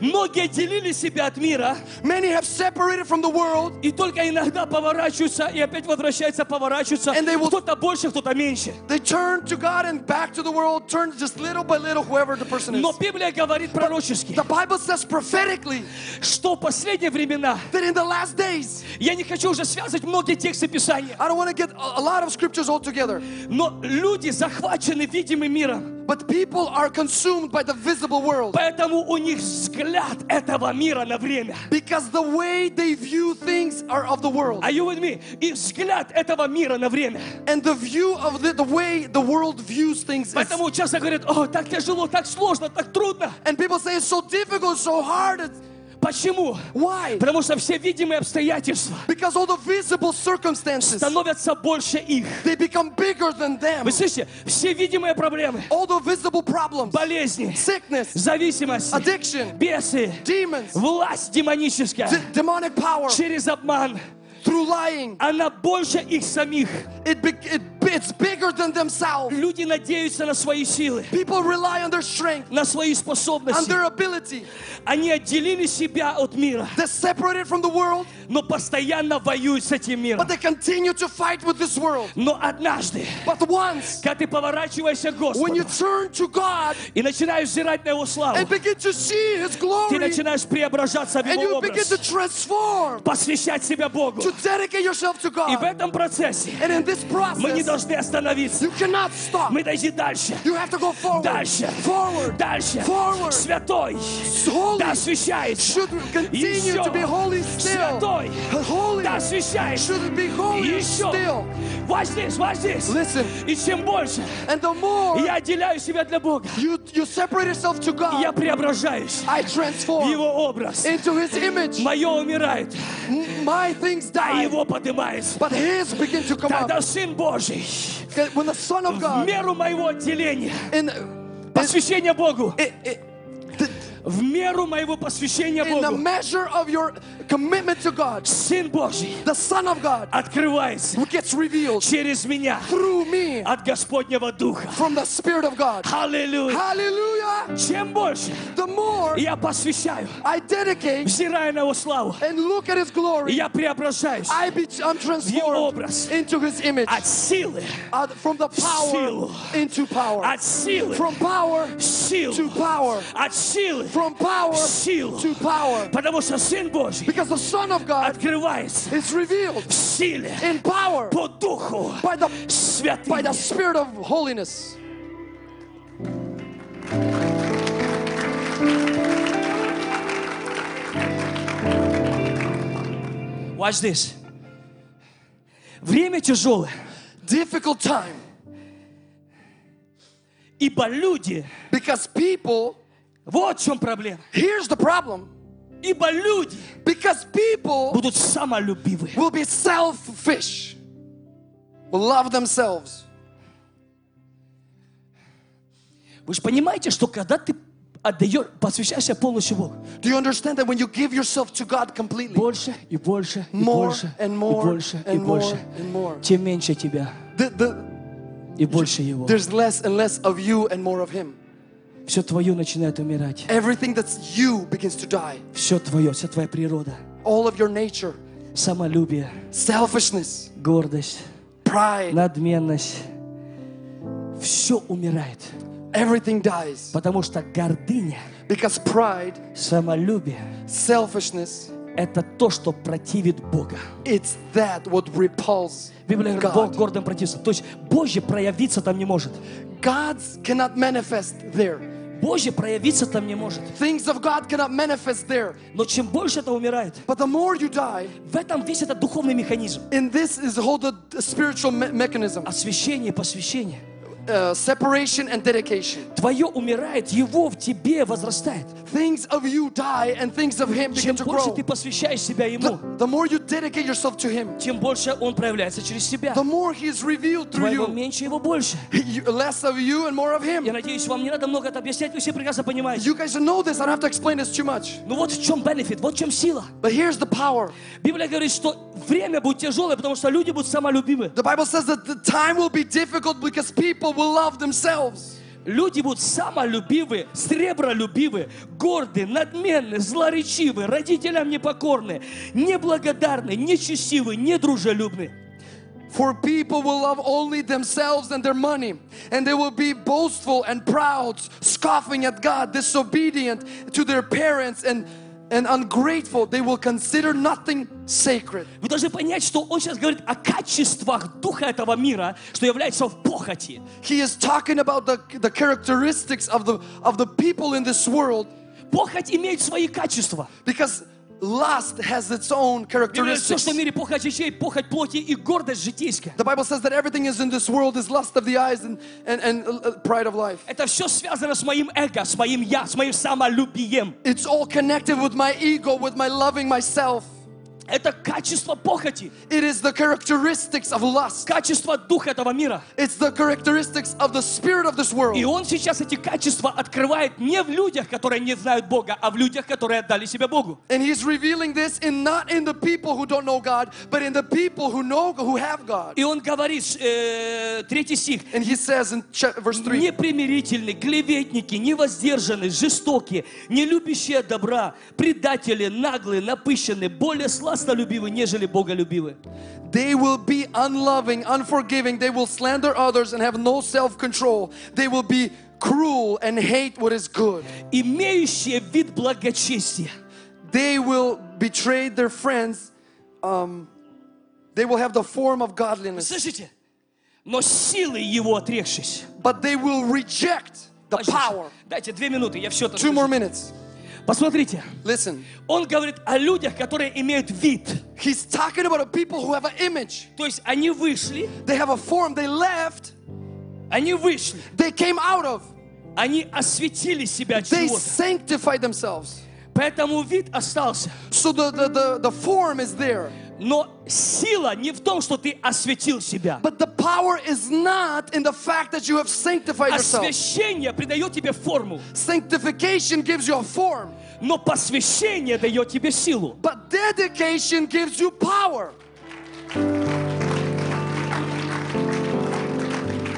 Speaker 2: Многие делили себя от мира,
Speaker 3: Many have separated from the world
Speaker 2: и только иногда поворачиваются, и опять возвращаются, поворачиваются.
Speaker 3: And they will-
Speaker 2: Кто-то больше, кто-то меньше.
Speaker 3: They turn to God and back to the world, turn just little by little, whoever the person is.
Speaker 2: Но Библия говорит пророчески,
Speaker 3: The Bible says prophetically
Speaker 2: что в последние времена,
Speaker 3: that in the last days,
Speaker 2: я не хочу уже связывать многие тексты Писания,
Speaker 3: I don't want to get a a lot of scriptures all together,
Speaker 2: но люди захвачены видимым миром.
Speaker 3: but people are consumed by the visible world
Speaker 2: Поэтому у них взгляд этого мира на время.
Speaker 3: because the way they view things are of the world.
Speaker 2: Are you with me? И взгляд этого мира на время.
Speaker 3: And the view of the, the way the world views things is
Speaker 2: Поэтому часто говорят, о, так тяжело, так сложно, так трудно.
Speaker 3: And people say it's so difficult, it's so hard. It's,
Speaker 2: Почему?
Speaker 3: why?
Speaker 2: Потому что все видимые обстоятельства
Speaker 3: Because all the visible circumstances,
Speaker 2: становятся больше их.
Speaker 3: they become bigger than them.
Speaker 2: Вы слышите? Все видимые проблемы,
Speaker 3: All the visible problems,
Speaker 2: болезни,
Speaker 3: sickness, А
Speaker 2: зависимость,
Speaker 3: addiction,
Speaker 2: бесы,
Speaker 3: demons,
Speaker 2: власть демоническая
Speaker 3: d- demonic power,
Speaker 2: через обман,
Speaker 3: through lying,
Speaker 2: она больше их самих.
Speaker 3: it, be, it it's bigger than themselves.
Speaker 2: Люди надеются на свои силы,
Speaker 3: People rely on their strength,
Speaker 2: на свои
Speaker 3: on
Speaker 2: способности.
Speaker 3: their ability.
Speaker 2: Они отделили себя от мира,
Speaker 3: They're separated from the world,
Speaker 2: но постоянно воюют с этим
Speaker 3: but
Speaker 2: миром.
Speaker 3: they continue to fight with this world.
Speaker 2: Но однажды,
Speaker 3: But once,
Speaker 2: когда ты поворачиваешься к
Speaker 3: when
Speaker 2: Господу
Speaker 3: you turn to God
Speaker 2: и начинаешь взирать на Его славу,
Speaker 3: and begin to see His
Speaker 2: ты
Speaker 3: glory,
Speaker 2: начинаешь преображаться в
Speaker 3: and
Speaker 2: Его
Speaker 3: you begin to
Speaker 2: образ,
Speaker 3: transform,
Speaker 2: посвящать себя Богу.
Speaker 3: to dedicate yourself to
Speaker 2: И в
Speaker 3: God.
Speaker 2: этом процессе
Speaker 3: And in this
Speaker 2: мы не
Speaker 3: process,
Speaker 2: должны остановиться.
Speaker 3: you cannot stop.
Speaker 2: Мы должны дальше,
Speaker 3: You have to go forward.
Speaker 2: дальше,
Speaker 3: Forward.
Speaker 2: дальше.
Speaker 3: Forward.
Speaker 2: Святой
Speaker 3: Holy
Speaker 2: да освящается.
Speaker 3: should continue
Speaker 2: Еще.
Speaker 3: to be holy still.
Speaker 2: Святой
Speaker 3: Holy
Speaker 2: да освящается.
Speaker 3: should be holy
Speaker 2: Еще.
Speaker 3: still.
Speaker 2: Watch this, watch this.
Speaker 3: Listen.
Speaker 2: И чем больше
Speaker 3: And the more
Speaker 2: я отделяю себя для Бога,
Speaker 3: you, you separate yourself to
Speaker 2: я
Speaker 3: God,
Speaker 2: преображаюсь
Speaker 3: I
Speaker 2: в
Speaker 3: transform
Speaker 2: Его образ.
Speaker 3: into His image.
Speaker 2: Мое умирает,
Speaker 3: M- My things
Speaker 2: а
Speaker 3: die,
Speaker 2: Его поднимается.
Speaker 3: but His begin to come up.
Speaker 2: Тогда Сын Божий
Speaker 3: And When the Son of
Speaker 2: в
Speaker 3: God,
Speaker 2: меру моего отделения,
Speaker 3: in, Э,
Speaker 2: посвящения Богу,
Speaker 3: it, it, the-
Speaker 2: в меру моего посвящения
Speaker 3: in the
Speaker 2: Богу,
Speaker 3: measure of your commitment to God,
Speaker 2: Сын Божий
Speaker 3: the Son of God
Speaker 2: открывается
Speaker 3: who gets revealed
Speaker 2: через меня
Speaker 3: through me
Speaker 2: от Господнего Духа.
Speaker 3: from the Spirit of God.
Speaker 2: Аллилуйя!
Speaker 3: Hallelujah!
Speaker 2: Чем больше
Speaker 3: The more
Speaker 2: я посвящаю,
Speaker 3: I dedicate
Speaker 2: взирая на Его славу,
Speaker 3: and look at His glory,
Speaker 2: я преображаюсь
Speaker 3: I be, I'm
Speaker 2: Его
Speaker 3: transformed
Speaker 2: образ.
Speaker 3: into His image.
Speaker 2: от силы,
Speaker 3: Uh, from the power
Speaker 2: силу.
Speaker 3: into power.
Speaker 2: от силы,
Speaker 3: From power
Speaker 2: в силу,
Speaker 3: to power.
Speaker 2: от силы
Speaker 3: from power
Speaker 2: силу.
Speaker 3: to power.
Speaker 2: Потому что Сын Божий
Speaker 3: Because the Son of God
Speaker 2: открывается
Speaker 3: is revealed
Speaker 2: в силе,
Speaker 3: in power
Speaker 2: по духу
Speaker 3: by the, by
Speaker 2: святыни.
Speaker 3: the Spirit of holiness.
Speaker 2: Watch this. Время тяжелое,
Speaker 3: Difficult time
Speaker 2: ибо люди,
Speaker 3: because people,
Speaker 2: вот в чем проблема,
Speaker 3: here's the problem,
Speaker 2: ибо люди
Speaker 3: because people
Speaker 2: будут самолюбивы.
Speaker 3: will be selfish, will love themselves.
Speaker 2: Вы же понимаете, что когда ты отдаешь, посвящаешься полностью Богу,
Speaker 3: Do you understand that when you give yourself to God completely,
Speaker 2: больше и больше и
Speaker 3: More
Speaker 2: больше
Speaker 3: and
Speaker 2: и
Speaker 3: more
Speaker 2: больше и
Speaker 3: and
Speaker 2: больше,
Speaker 3: more and more.
Speaker 2: тем меньше тебя
Speaker 3: the, the,
Speaker 2: и больше его.
Speaker 3: there's less and less of you and more of Him?
Speaker 2: Все твое начинает умирать.
Speaker 3: Everything that's you begins to die.
Speaker 2: Все твое, вся твоя природа,
Speaker 3: All of your nature,
Speaker 2: самолюбие,
Speaker 3: selfishness,
Speaker 2: гордость,
Speaker 3: pride,
Speaker 2: надменность. Все умирает,
Speaker 3: everything dies.
Speaker 2: потому что гордыня,
Speaker 3: Because pride,
Speaker 2: самолюбие
Speaker 3: selfishness,
Speaker 2: – это то, что противит Бога.
Speaker 3: it's that what repulses
Speaker 2: Библия говорит, Бог
Speaker 3: God.
Speaker 2: гордым противится. То есть Божье проявиться там не может.
Speaker 3: God's cannot manifest there.
Speaker 2: Божье проявиться там не может.
Speaker 3: Things of God cannot manifest there.
Speaker 2: Но чем больше это умирает,
Speaker 3: But the more you die,
Speaker 2: в этом весь этот духовный механизм.
Speaker 3: and this is all the spiritual me- mechanism,
Speaker 2: Освящение, посвящение.
Speaker 3: uh, separation and dedication.
Speaker 2: Твое умирает, его в тебе возрастает.
Speaker 3: Things of you die and things of Him
Speaker 2: Чем
Speaker 3: begin to
Speaker 2: больше
Speaker 3: grow.
Speaker 2: ты посвящаешь себя
Speaker 3: The,
Speaker 2: ему,
Speaker 3: the more you dedicate yourself to Him,
Speaker 2: тем больше он проявляется через себя.
Speaker 3: the more He is revealed through
Speaker 2: Твоего
Speaker 3: you.
Speaker 2: меньше, его больше.
Speaker 3: You- Less of you and more of
Speaker 2: Я
Speaker 3: Him.
Speaker 2: надеюсь, вам не надо много это объяснять, вы все прекрасно понимаете.
Speaker 3: You guys know this, I don't have to explain this too much.
Speaker 2: Ну вот в чем бенефит, вот в чем сила.
Speaker 3: But here's the power.
Speaker 2: Библия говорит, что время будет тяжелое, потому что люди будут самолюбивы.
Speaker 3: The Bible says that the time will be difficult because people will love themselves.
Speaker 2: Люди будут самолюбивы, сребролюбивы, горды, надменны, злоречивы, родителям непокорны, неблагодарны, нечестивы, недружелюбны.
Speaker 3: For people will love only themselves and their money, and they will be boastful and proud, scoffing at God, disobedient to their parents, and, and ungrateful. They will consider nothing sacred.
Speaker 2: Вы должны понять, что он сейчас говорит о качествах духа этого мира, что является в похоти.
Speaker 3: He is talking about the, the characteristics of the, of the people in this world
Speaker 2: Похоть имеет свои качества.
Speaker 3: because lust has its own
Speaker 2: Все,
Speaker 3: characteristics.
Speaker 2: что в мире похоть речей, похоть плоти и гордость житейская.
Speaker 3: The Bible says that everything is in this world is lust of the eyes and, and, and uh, pride of life.
Speaker 2: Это все связано с моим эго, с моим я, с моим самолюбием.
Speaker 3: It's all connected with my ego, with my loving myself.
Speaker 2: Это качество похоти,
Speaker 3: It is the characteristics of lust.
Speaker 2: качество духа этого мира.
Speaker 3: It's the characteristics of the spirit of this
Speaker 2: И
Speaker 3: world.
Speaker 2: он сейчас эти качества открывает не в людях, которые не знают Бога, а в людях, которые отдали себя Богу.
Speaker 3: And he's revealing this in not in the people who don't know God, but in the people who know who have God.
Speaker 2: И он говорит, э, третий стих,
Speaker 3: And he says in cha- verse 3,
Speaker 2: непримирительны, клеветники, невоздержанные, жестокие, не любящие добра, предатели, наглые, напыщенные, более сластолюбивы, нежели боголюбивы.
Speaker 3: they will be unloving, unforgiving, they will slander others and have no self-control. They will be cruel and hate what is good.
Speaker 2: Имеющие вид благочестия,
Speaker 3: they will betray their friends um, they will have the form of godliness
Speaker 2: Слышите? Но силы его отрекшись.
Speaker 3: but they will reject the
Speaker 2: Watch this.
Speaker 3: power
Speaker 2: Дайте две минуты, я все это
Speaker 3: two
Speaker 2: скажу.
Speaker 3: more minutes
Speaker 2: Посмотрите,
Speaker 3: listen
Speaker 2: он говорит о людях, которые имеют вид.
Speaker 3: he's talking about a people who have an image
Speaker 2: То есть они вышли,
Speaker 3: they have a form they left
Speaker 2: они вышли,
Speaker 3: they came out of
Speaker 2: они осветили себя от
Speaker 3: they
Speaker 2: чего-то.
Speaker 3: sanctified themselves
Speaker 2: Поэтому вид остался.
Speaker 3: so the, the, the, the form is there
Speaker 2: Но сила не в том, что ты осветил себя.
Speaker 3: but the power is not in the fact that you have sanctified yourself
Speaker 2: Освящение придает тебе форму,
Speaker 3: sanctification gives you a form
Speaker 2: но посвящение дает тебе силу.
Speaker 3: but dedication gives you power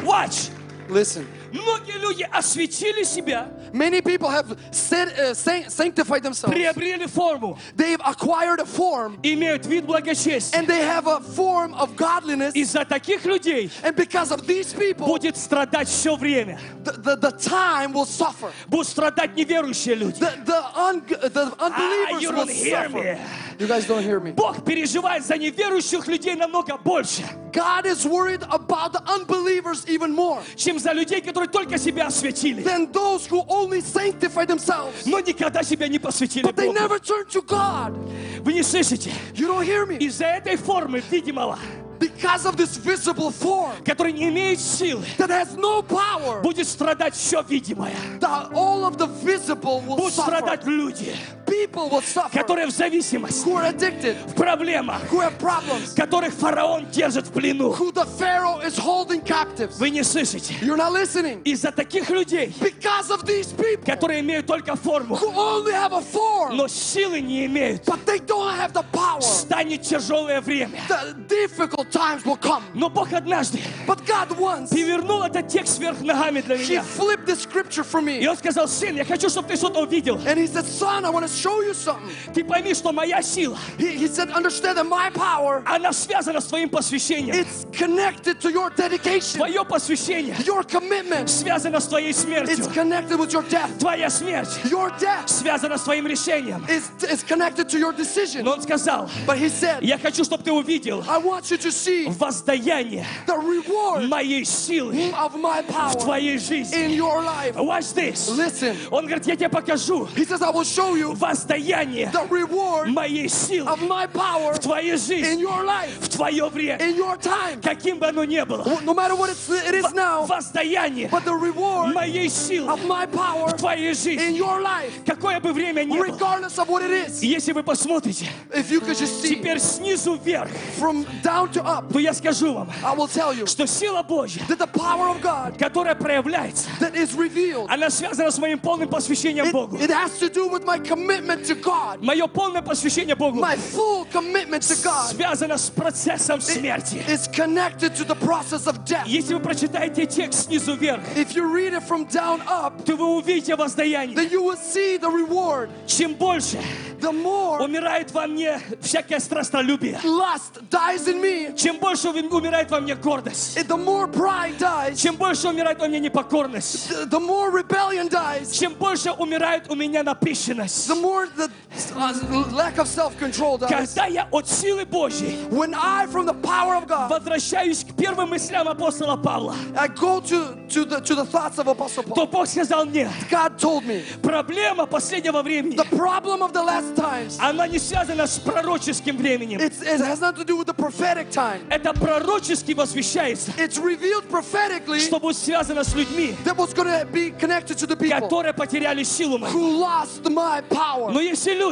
Speaker 2: Watch!
Speaker 3: listen
Speaker 2: Многие люди осветили себя,
Speaker 3: Many people have san- uh, san- sanctified themselves.
Speaker 2: приобрели форму,
Speaker 3: They've acquired a form
Speaker 2: имеют вид благочестия.
Speaker 3: and they have a form of godliness.
Speaker 2: Из-за таких людей
Speaker 3: And because of these people,
Speaker 2: будет страдать все время.
Speaker 3: the, the, the time will suffer.
Speaker 2: Будут страдать неверующие люди.
Speaker 3: The, the, un- the
Speaker 2: Ah,
Speaker 3: unbelievers
Speaker 2: you
Speaker 3: will
Speaker 2: don't hear
Speaker 3: suffer.
Speaker 2: me.
Speaker 3: You guys don't hear me.
Speaker 2: Бог переживает за неверующих людей намного больше,
Speaker 3: God is worried about the unbelievers even more
Speaker 2: чем за людей, которые только себя осветили,
Speaker 3: than those who only sanctify themselves.
Speaker 2: но никогда себя не посвятили
Speaker 3: But they
Speaker 2: Богу.
Speaker 3: never turn to God.
Speaker 2: Вы не слышите?
Speaker 3: You don't hear me.
Speaker 2: Из-за этой формы видимого,
Speaker 3: Because of this visible form
Speaker 2: который не имеет силы,
Speaker 3: that has no power,
Speaker 2: будет stradать все видимое.
Speaker 3: that all of the visible will
Speaker 2: Будут
Speaker 3: suffer.
Speaker 2: страдать люди,
Speaker 3: People will suffer
Speaker 2: которые в зависимости,
Speaker 3: who are addicted,
Speaker 2: в проблемах,
Speaker 3: who have problems,
Speaker 2: которых фараон держит в плену.
Speaker 3: who the Pharaoh is holding captive.
Speaker 2: Вы не слышите?
Speaker 3: You're not listening.
Speaker 2: Из-за таких людей,
Speaker 3: Because of these people
Speaker 2: которые имеют только форму,
Speaker 3: who only have a form,
Speaker 2: но силы не имеют,
Speaker 3: but they don't have the power,
Speaker 2: станет тяжелое время.
Speaker 3: the difficult times will come.
Speaker 2: Но Бог однажды
Speaker 3: But God once,
Speaker 2: перевернул этот текст вверх ногами для
Speaker 3: He
Speaker 2: меня.
Speaker 3: flipped the scripture for
Speaker 2: И
Speaker 3: me.
Speaker 2: он сказал, сын, я хочу, чтобы ты что-то увидел.
Speaker 3: And He said, Son, I want to show you something.
Speaker 2: Ты пойми, что моя сила,
Speaker 3: He, he said, Understand that my power,
Speaker 2: она связана с твоим посвящением.
Speaker 3: it's connected to your dedication,
Speaker 2: Твое посвящение
Speaker 3: your commitment,
Speaker 2: связано с твоей смертью.
Speaker 3: it's connected with your death.
Speaker 2: Твоя смерть
Speaker 3: Your death
Speaker 2: связана с твоим решением.
Speaker 3: is, is connected to your decision.
Speaker 2: Но он сказал,
Speaker 3: But He said,
Speaker 2: я хочу, чтобы ты увидел
Speaker 3: I want you to see
Speaker 2: воздаяние
Speaker 3: the reward
Speaker 2: моей силы
Speaker 3: of my
Speaker 2: в
Speaker 3: power
Speaker 2: твоей жизни.
Speaker 3: in your life.
Speaker 2: Watch this.
Speaker 3: Listen.
Speaker 2: Он говорит, я тебе покажу
Speaker 3: He says, I will show you
Speaker 2: воздаяние
Speaker 3: the reward
Speaker 2: моей силы
Speaker 3: of my power
Speaker 2: в твоей
Speaker 3: А in
Speaker 2: жизни,
Speaker 3: your life,
Speaker 2: в твое время,
Speaker 3: in your time.
Speaker 2: каким бы оно ни было.
Speaker 3: No matter what it's, it is now,
Speaker 2: Воздаяние
Speaker 3: but the reward
Speaker 2: моей силы
Speaker 3: of my power
Speaker 2: в твоей
Speaker 3: in
Speaker 2: жизни,
Speaker 3: your life,
Speaker 2: какое бы время ни было.
Speaker 3: regardless of what it
Speaker 2: И
Speaker 3: is.
Speaker 2: Если вы посмотрите,
Speaker 3: If you could just see
Speaker 2: теперь снизу вверх,
Speaker 3: from down to up,
Speaker 2: то я скажу вам,
Speaker 3: I will tell you
Speaker 2: что сила Божья,
Speaker 3: that the power of God
Speaker 2: которая проявляется,
Speaker 3: that is revealed,
Speaker 2: она связана с моим полным посвящением
Speaker 3: it,
Speaker 2: Богу.
Speaker 3: it has to do with my commitment to God,
Speaker 2: Мое полное посвящение Богу
Speaker 3: my full commitment to God.
Speaker 2: связано с процессом смерти.
Speaker 3: It's connected to the process of death.
Speaker 2: Если вы прочитаете текст снизу вверх,
Speaker 3: If you read it from down up,
Speaker 2: то вы увидите воздаяние.
Speaker 3: then you will see the reward.
Speaker 2: Чем больше
Speaker 3: The more
Speaker 2: умирает во мне всякое страстолюбие,
Speaker 3: lust dies in me,
Speaker 2: чем больше уви- умирает во мне гордость,
Speaker 3: and the more pride dies,
Speaker 2: чем больше умирает во мне непокорность,
Speaker 3: the, the more rebellion dies,
Speaker 2: чем больше умирает у меня напыщенность.
Speaker 3: the more the uh, lack of self-control dies.
Speaker 2: Когда я от силы Божьей
Speaker 3: When I, from the power of God,
Speaker 2: возвращаюсь к первым мыслям апостола Павла,
Speaker 3: I go to, to, the, to the thoughts of Apostle Paul,
Speaker 2: то Бог сказал мне,
Speaker 3: God told me,
Speaker 2: проблема последнего времени,
Speaker 3: the problem of the last times,
Speaker 2: она не связана с пророческим временем.
Speaker 3: it's, it has nothing to do with the prophetic time.
Speaker 2: Это пророчески возвещается,
Speaker 3: It's revealed prophetically
Speaker 2: что будет связано с людьми,
Speaker 3: that was going to be connected to the people
Speaker 2: которые потеряли силу мою.
Speaker 3: who lost my power.
Speaker 2: Но если люди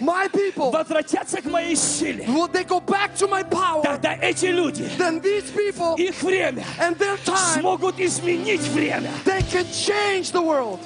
Speaker 3: My people,
Speaker 2: возвратятся к моей силе,
Speaker 3: will they go back to my power?
Speaker 2: тогда эти люди,
Speaker 3: Then these people
Speaker 2: их время
Speaker 3: and their time
Speaker 2: смогут изменить время.
Speaker 3: They can change the world.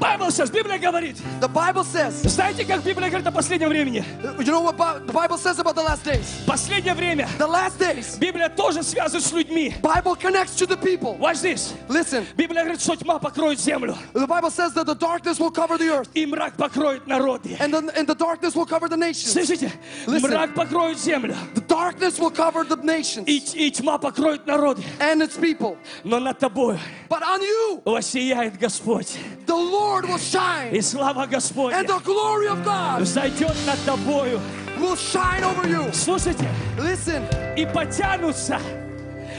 Speaker 2: Bible says, Библия говорит,
Speaker 3: The Bible says,
Speaker 2: знаете, как Библия говорит о последнем времени?
Speaker 3: you know what Bi- the Bible says about the last days?
Speaker 2: Последнее время
Speaker 3: The last days,
Speaker 2: Библия тоже связывает с людьми.
Speaker 3: Bible connects to the people.
Speaker 2: Watch this.
Speaker 3: Listen,
Speaker 2: Библия говорит, что тьма покроет землю,
Speaker 3: the Bible says that the darkness will cover the earth,
Speaker 2: и мрак покроет народы.
Speaker 3: and the, and the darkness will cover the nations.
Speaker 2: Слышите?
Speaker 3: Listen.
Speaker 2: Мрак покроет землю,
Speaker 3: The darkness will cover the nations
Speaker 2: и, т- и тьма покроет народы.
Speaker 3: and its people.
Speaker 2: Но над тобой
Speaker 3: But on you,
Speaker 2: воссияет Господь,
Speaker 3: the Lord will shine,
Speaker 2: и слава Господня
Speaker 3: and the glory of God
Speaker 2: взойдет над тобою.
Speaker 3: will shine over you.
Speaker 2: Слушайте,
Speaker 3: Listen,
Speaker 2: и потянутся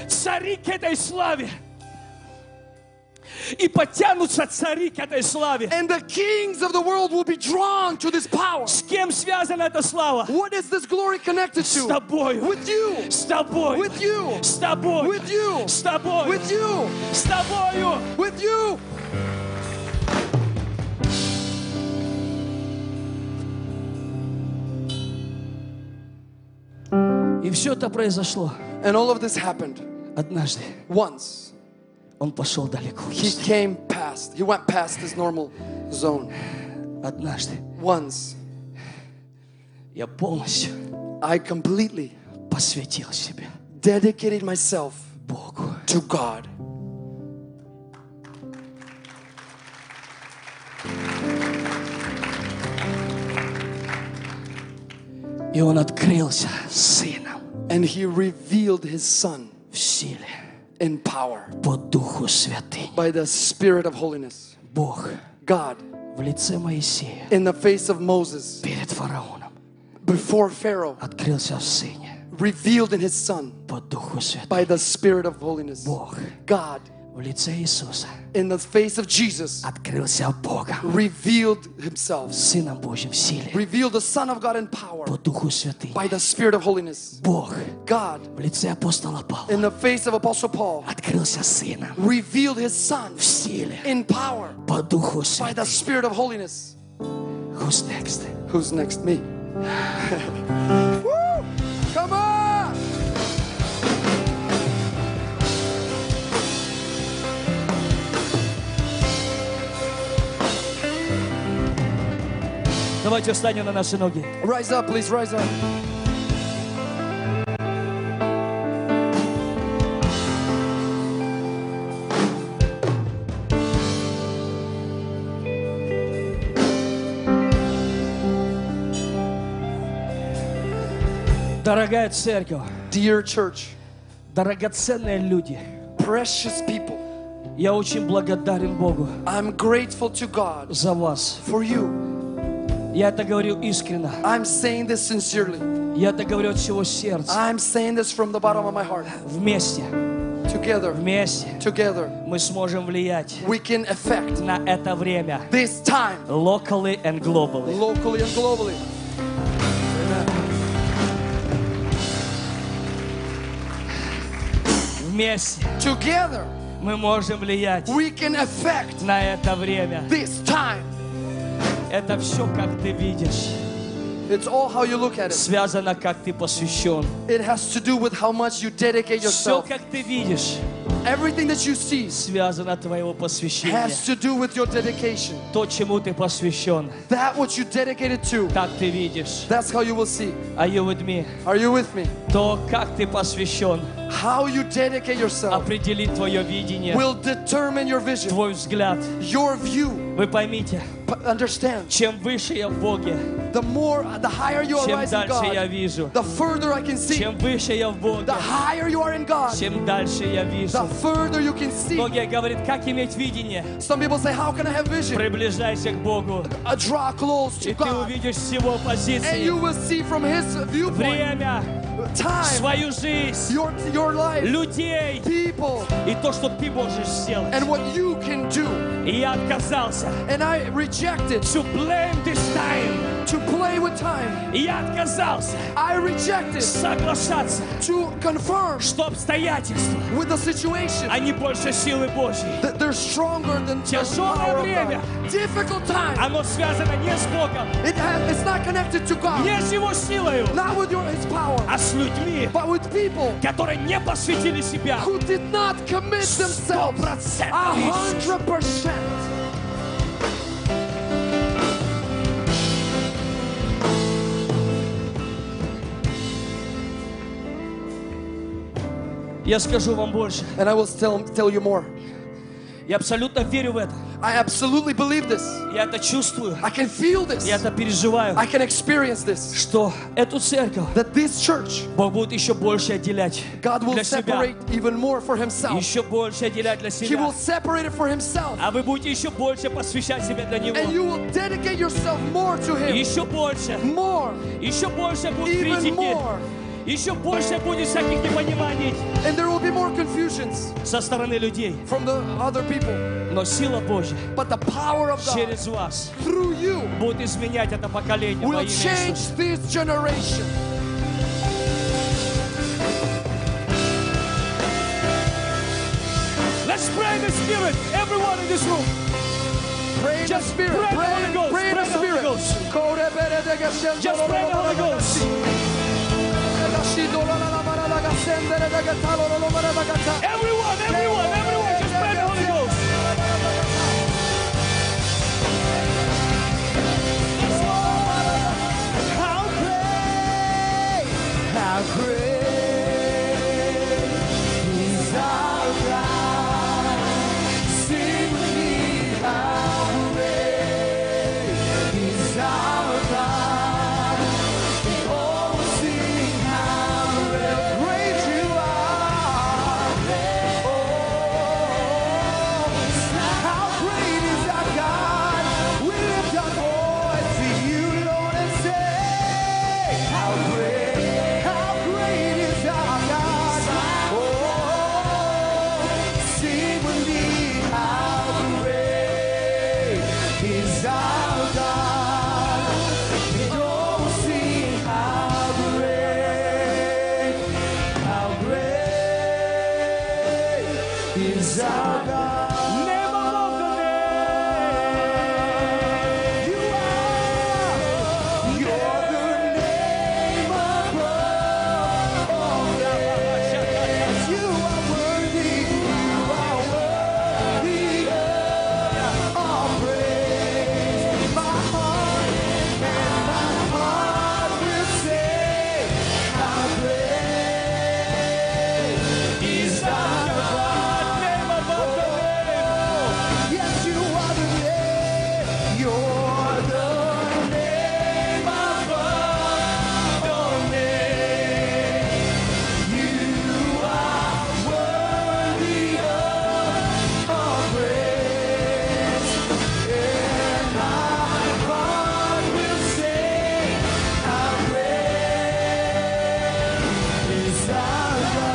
Speaker 2: цари к этой славе. И потянутся цари к этой славе.
Speaker 3: and the kings of the world will be drawn to this power.
Speaker 2: С кем связана эта слава?
Speaker 3: What is this glory connected
Speaker 2: С
Speaker 3: to?
Speaker 2: тобою.
Speaker 3: With you.
Speaker 2: С тобою.
Speaker 3: With you.
Speaker 2: С тобою.
Speaker 3: With you.
Speaker 2: С тобою.
Speaker 3: With you.
Speaker 2: С тобою.
Speaker 3: With you.
Speaker 2: И все это произошло
Speaker 3: And all of this happened
Speaker 2: однажды.
Speaker 3: once.
Speaker 2: Он пошел далеко.
Speaker 3: He came past. He went past his normal zone.
Speaker 2: Однажды
Speaker 3: Once.
Speaker 2: я полностью
Speaker 3: I completely
Speaker 2: посвятил себя
Speaker 3: dedicated myself
Speaker 2: Богу.
Speaker 3: to God.
Speaker 2: И он открылся сыном
Speaker 3: And he revealed his son
Speaker 2: в силе
Speaker 3: in power
Speaker 2: по Духу Святым.
Speaker 3: by the spirit of holiness.
Speaker 2: Бог
Speaker 3: God
Speaker 2: в лице Моисея
Speaker 3: in the face of Moses
Speaker 2: перед фараоном
Speaker 3: before Pharaoh
Speaker 2: открылся в сыне
Speaker 3: revealed in his son
Speaker 2: по Духу Святым.
Speaker 3: by the spirit of holiness.
Speaker 2: Бог
Speaker 3: God
Speaker 2: в лице Иисуса
Speaker 3: in the face of Jesus
Speaker 2: открылся Богом,
Speaker 3: revealed himself,
Speaker 2: Сыном Божьим в силе
Speaker 3: revealed the son of God in power
Speaker 2: по Духу Святым.
Speaker 3: by the spirit of holiness.
Speaker 2: Бог
Speaker 3: God
Speaker 2: в лице апостола Павла
Speaker 3: in the face of apostle Paul
Speaker 2: открылся Сыном
Speaker 3: revealed his son
Speaker 2: в силе
Speaker 3: in power
Speaker 2: по Духу
Speaker 3: by
Speaker 2: Святым.
Speaker 3: the spirit of holiness.
Speaker 2: Who's next?
Speaker 3: Who's next? Me. Woo! Come on!
Speaker 2: Давайте встанем на наши ноги.
Speaker 3: Rise up, please, rise up.
Speaker 2: Дорогая церковь,
Speaker 3: Dear church,
Speaker 2: дорогоценные люди,
Speaker 3: precious people,
Speaker 2: я очень благодарен Богу
Speaker 3: I'm grateful to God
Speaker 2: за вас.
Speaker 3: for you.
Speaker 2: Я это говорю искренно.
Speaker 3: I'm saying this sincerely.
Speaker 2: Я это говорю от всего сердца.
Speaker 3: I'm saying this from the bottom of my heart.
Speaker 2: Вместе,
Speaker 3: Together,
Speaker 2: вместе
Speaker 3: together,
Speaker 2: мы сможем влиять
Speaker 3: we can affect
Speaker 2: на это время.
Speaker 3: this time
Speaker 2: Locally and globally.
Speaker 3: locally and globally.
Speaker 2: Вместе
Speaker 3: Together,
Speaker 2: мы можем влиять
Speaker 3: we can affect
Speaker 2: на это время.
Speaker 3: this time.
Speaker 2: Это все, как ты видишь,
Speaker 3: It's all how you look at it.
Speaker 2: связано, как ты посвящен.
Speaker 3: It has to do with how much you dedicate
Speaker 2: Все,
Speaker 3: yourself.
Speaker 2: как ты видишь,
Speaker 3: Everything that you see
Speaker 2: связано от твоего посвящения.
Speaker 3: has to do with your dedication.
Speaker 2: То, чему ты посвящен,
Speaker 3: That what you dedicated to,
Speaker 2: так ты видишь.
Speaker 3: that's how you will see.
Speaker 2: Are you with me?
Speaker 3: Are you with me?
Speaker 2: То, как ты посвящен,
Speaker 3: How you dedicate yourself
Speaker 2: определит твое видение,
Speaker 3: will determine your vision,
Speaker 2: твой взгляд.
Speaker 3: your view.
Speaker 2: Вы поймите,
Speaker 3: P- Understand,
Speaker 2: чем выше я в Боге,
Speaker 3: the more, the higher you
Speaker 2: чем
Speaker 3: are in
Speaker 2: дальше я
Speaker 3: God,
Speaker 2: вижу,
Speaker 3: the further I can see.
Speaker 2: чем выше я в
Speaker 3: The
Speaker 2: Боге,
Speaker 3: higher you are in God,
Speaker 2: чем дальше я
Speaker 3: the
Speaker 2: вижу.
Speaker 3: further you can see.
Speaker 2: Многие говорят, как иметь видение?
Speaker 3: Some people say, how can I have vision?
Speaker 2: Приближайся к Богу,
Speaker 3: I draw close to
Speaker 2: и ты
Speaker 3: God.
Speaker 2: увидишь с его
Speaker 3: And you
Speaker 2: позиции
Speaker 3: will see from His viewpoint,
Speaker 2: время,
Speaker 3: time,
Speaker 2: свою жизнь,
Speaker 3: your, your life,
Speaker 2: людей
Speaker 3: people,
Speaker 2: и то, что ты можешь сделать.
Speaker 3: and what you can do.
Speaker 2: И я отказался
Speaker 3: And I rejected
Speaker 2: to blame this time.
Speaker 3: to play with time.
Speaker 2: И я отказался
Speaker 3: I rejected
Speaker 2: соглашаться,
Speaker 3: to confirm
Speaker 2: что обстоятельства,
Speaker 3: with the situation
Speaker 2: они больше силы Божьей.
Speaker 3: that they're stronger than the
Speaker 2: Тяжелое
Speaker 3: power of
Speaker 2: время.
Speaker 3: God. Difficult time.
Speaker 2: Оно связано не с Богом,
Speaker 3: It has, it's not connected to God,
Speaker 2: не с Его силою,
Speaker 3: not with your, His power,
Speaker 2: а с людьми,
Speaker 3: but with people
Speaker 2: которые не посвятили себя.
Speaker 3: who did not commit themselves a
Speaker 2: 100%.
Speaker 3: hundred percent.
Speaker 2: Я скажу вам больше.
Speaker 3: And I will tell, tell you more.
Speaker 2: Я абсолютно верю в это.
Speaker 3: I absolutely believe this.
Speaker 2: Я это чувствую.
Speaker 3: I can feel this.
Speaker 2: Я это переживаю.
Speaker 3: I can experience this.
Speaker 2: Что эту церковь
Speaker 3: That this church,
Speaker 2: Бог будет еще больше отделять
Speaker 3: God will
Speaker 2: для себя.
Speaker 3: separate even more for Himself.
Speaker 2: Еще больше отделять для
Speaker 3: He will
Speaker 2: себя.
Speaker 3: separate it for Himself.
Speaker 2: А вы будете еще больше посвящать себя для
Speaker 3: And
Speaker 2: Него.
Speaker 3: you will dedicate yourself more to Him.
Speaker 2: Еще больше.
Speaker 3: More.
Speaker 2: Еще больше будет
Speaker 3: Even
Speaker 2: критики.
Speaker 3: more.
Speaker 2: Еще больше будет всяких непониманий
Speaker 3: And there will be more confusions
Speaker 2: со стороны людей.
Speaker 3: from the other people.
Speaker 2: Но сила Божья
Speaker 3: But the power of God
Speaker 2: через вас
Speaker 3: through you
Speaker 2: будет изменять это поколение во
Speaker 3: will
Speaker 2: имя
Speaker 3: change
Speaker 2: Иисуса.
Speaker 3: this generation.
Speaker 2: Let's pray in the Spirit, everyone in this room.
Speaker 3: Pray in the
Speaker 2: Just
Speaker 3: Spirit.
Speaker 2: pray the
Speaker 3: Pray,
Speaker 2: Holy Ghost.
Speaker 3: pray in
Speaker 2: Pray the
Speaker 3: the
Speaker 2: Holy
Speaker 3: Spirit.
Speaker 2: Ghost. Just pray the Holy Ghost. Everyone, everyone, everyone, just pray the Holy Ghost. How great, how great
Speaker 3: Oh, Oh, is our God. Never walk alone. You are. You're the name above all names. You are worthy. You are worthy of all praise. My heart and my heart will say, How great is Thy God. Yes, You are the name. You're the name above all names. You are worthy of all praise. And my heart will sing, How great is Thy love.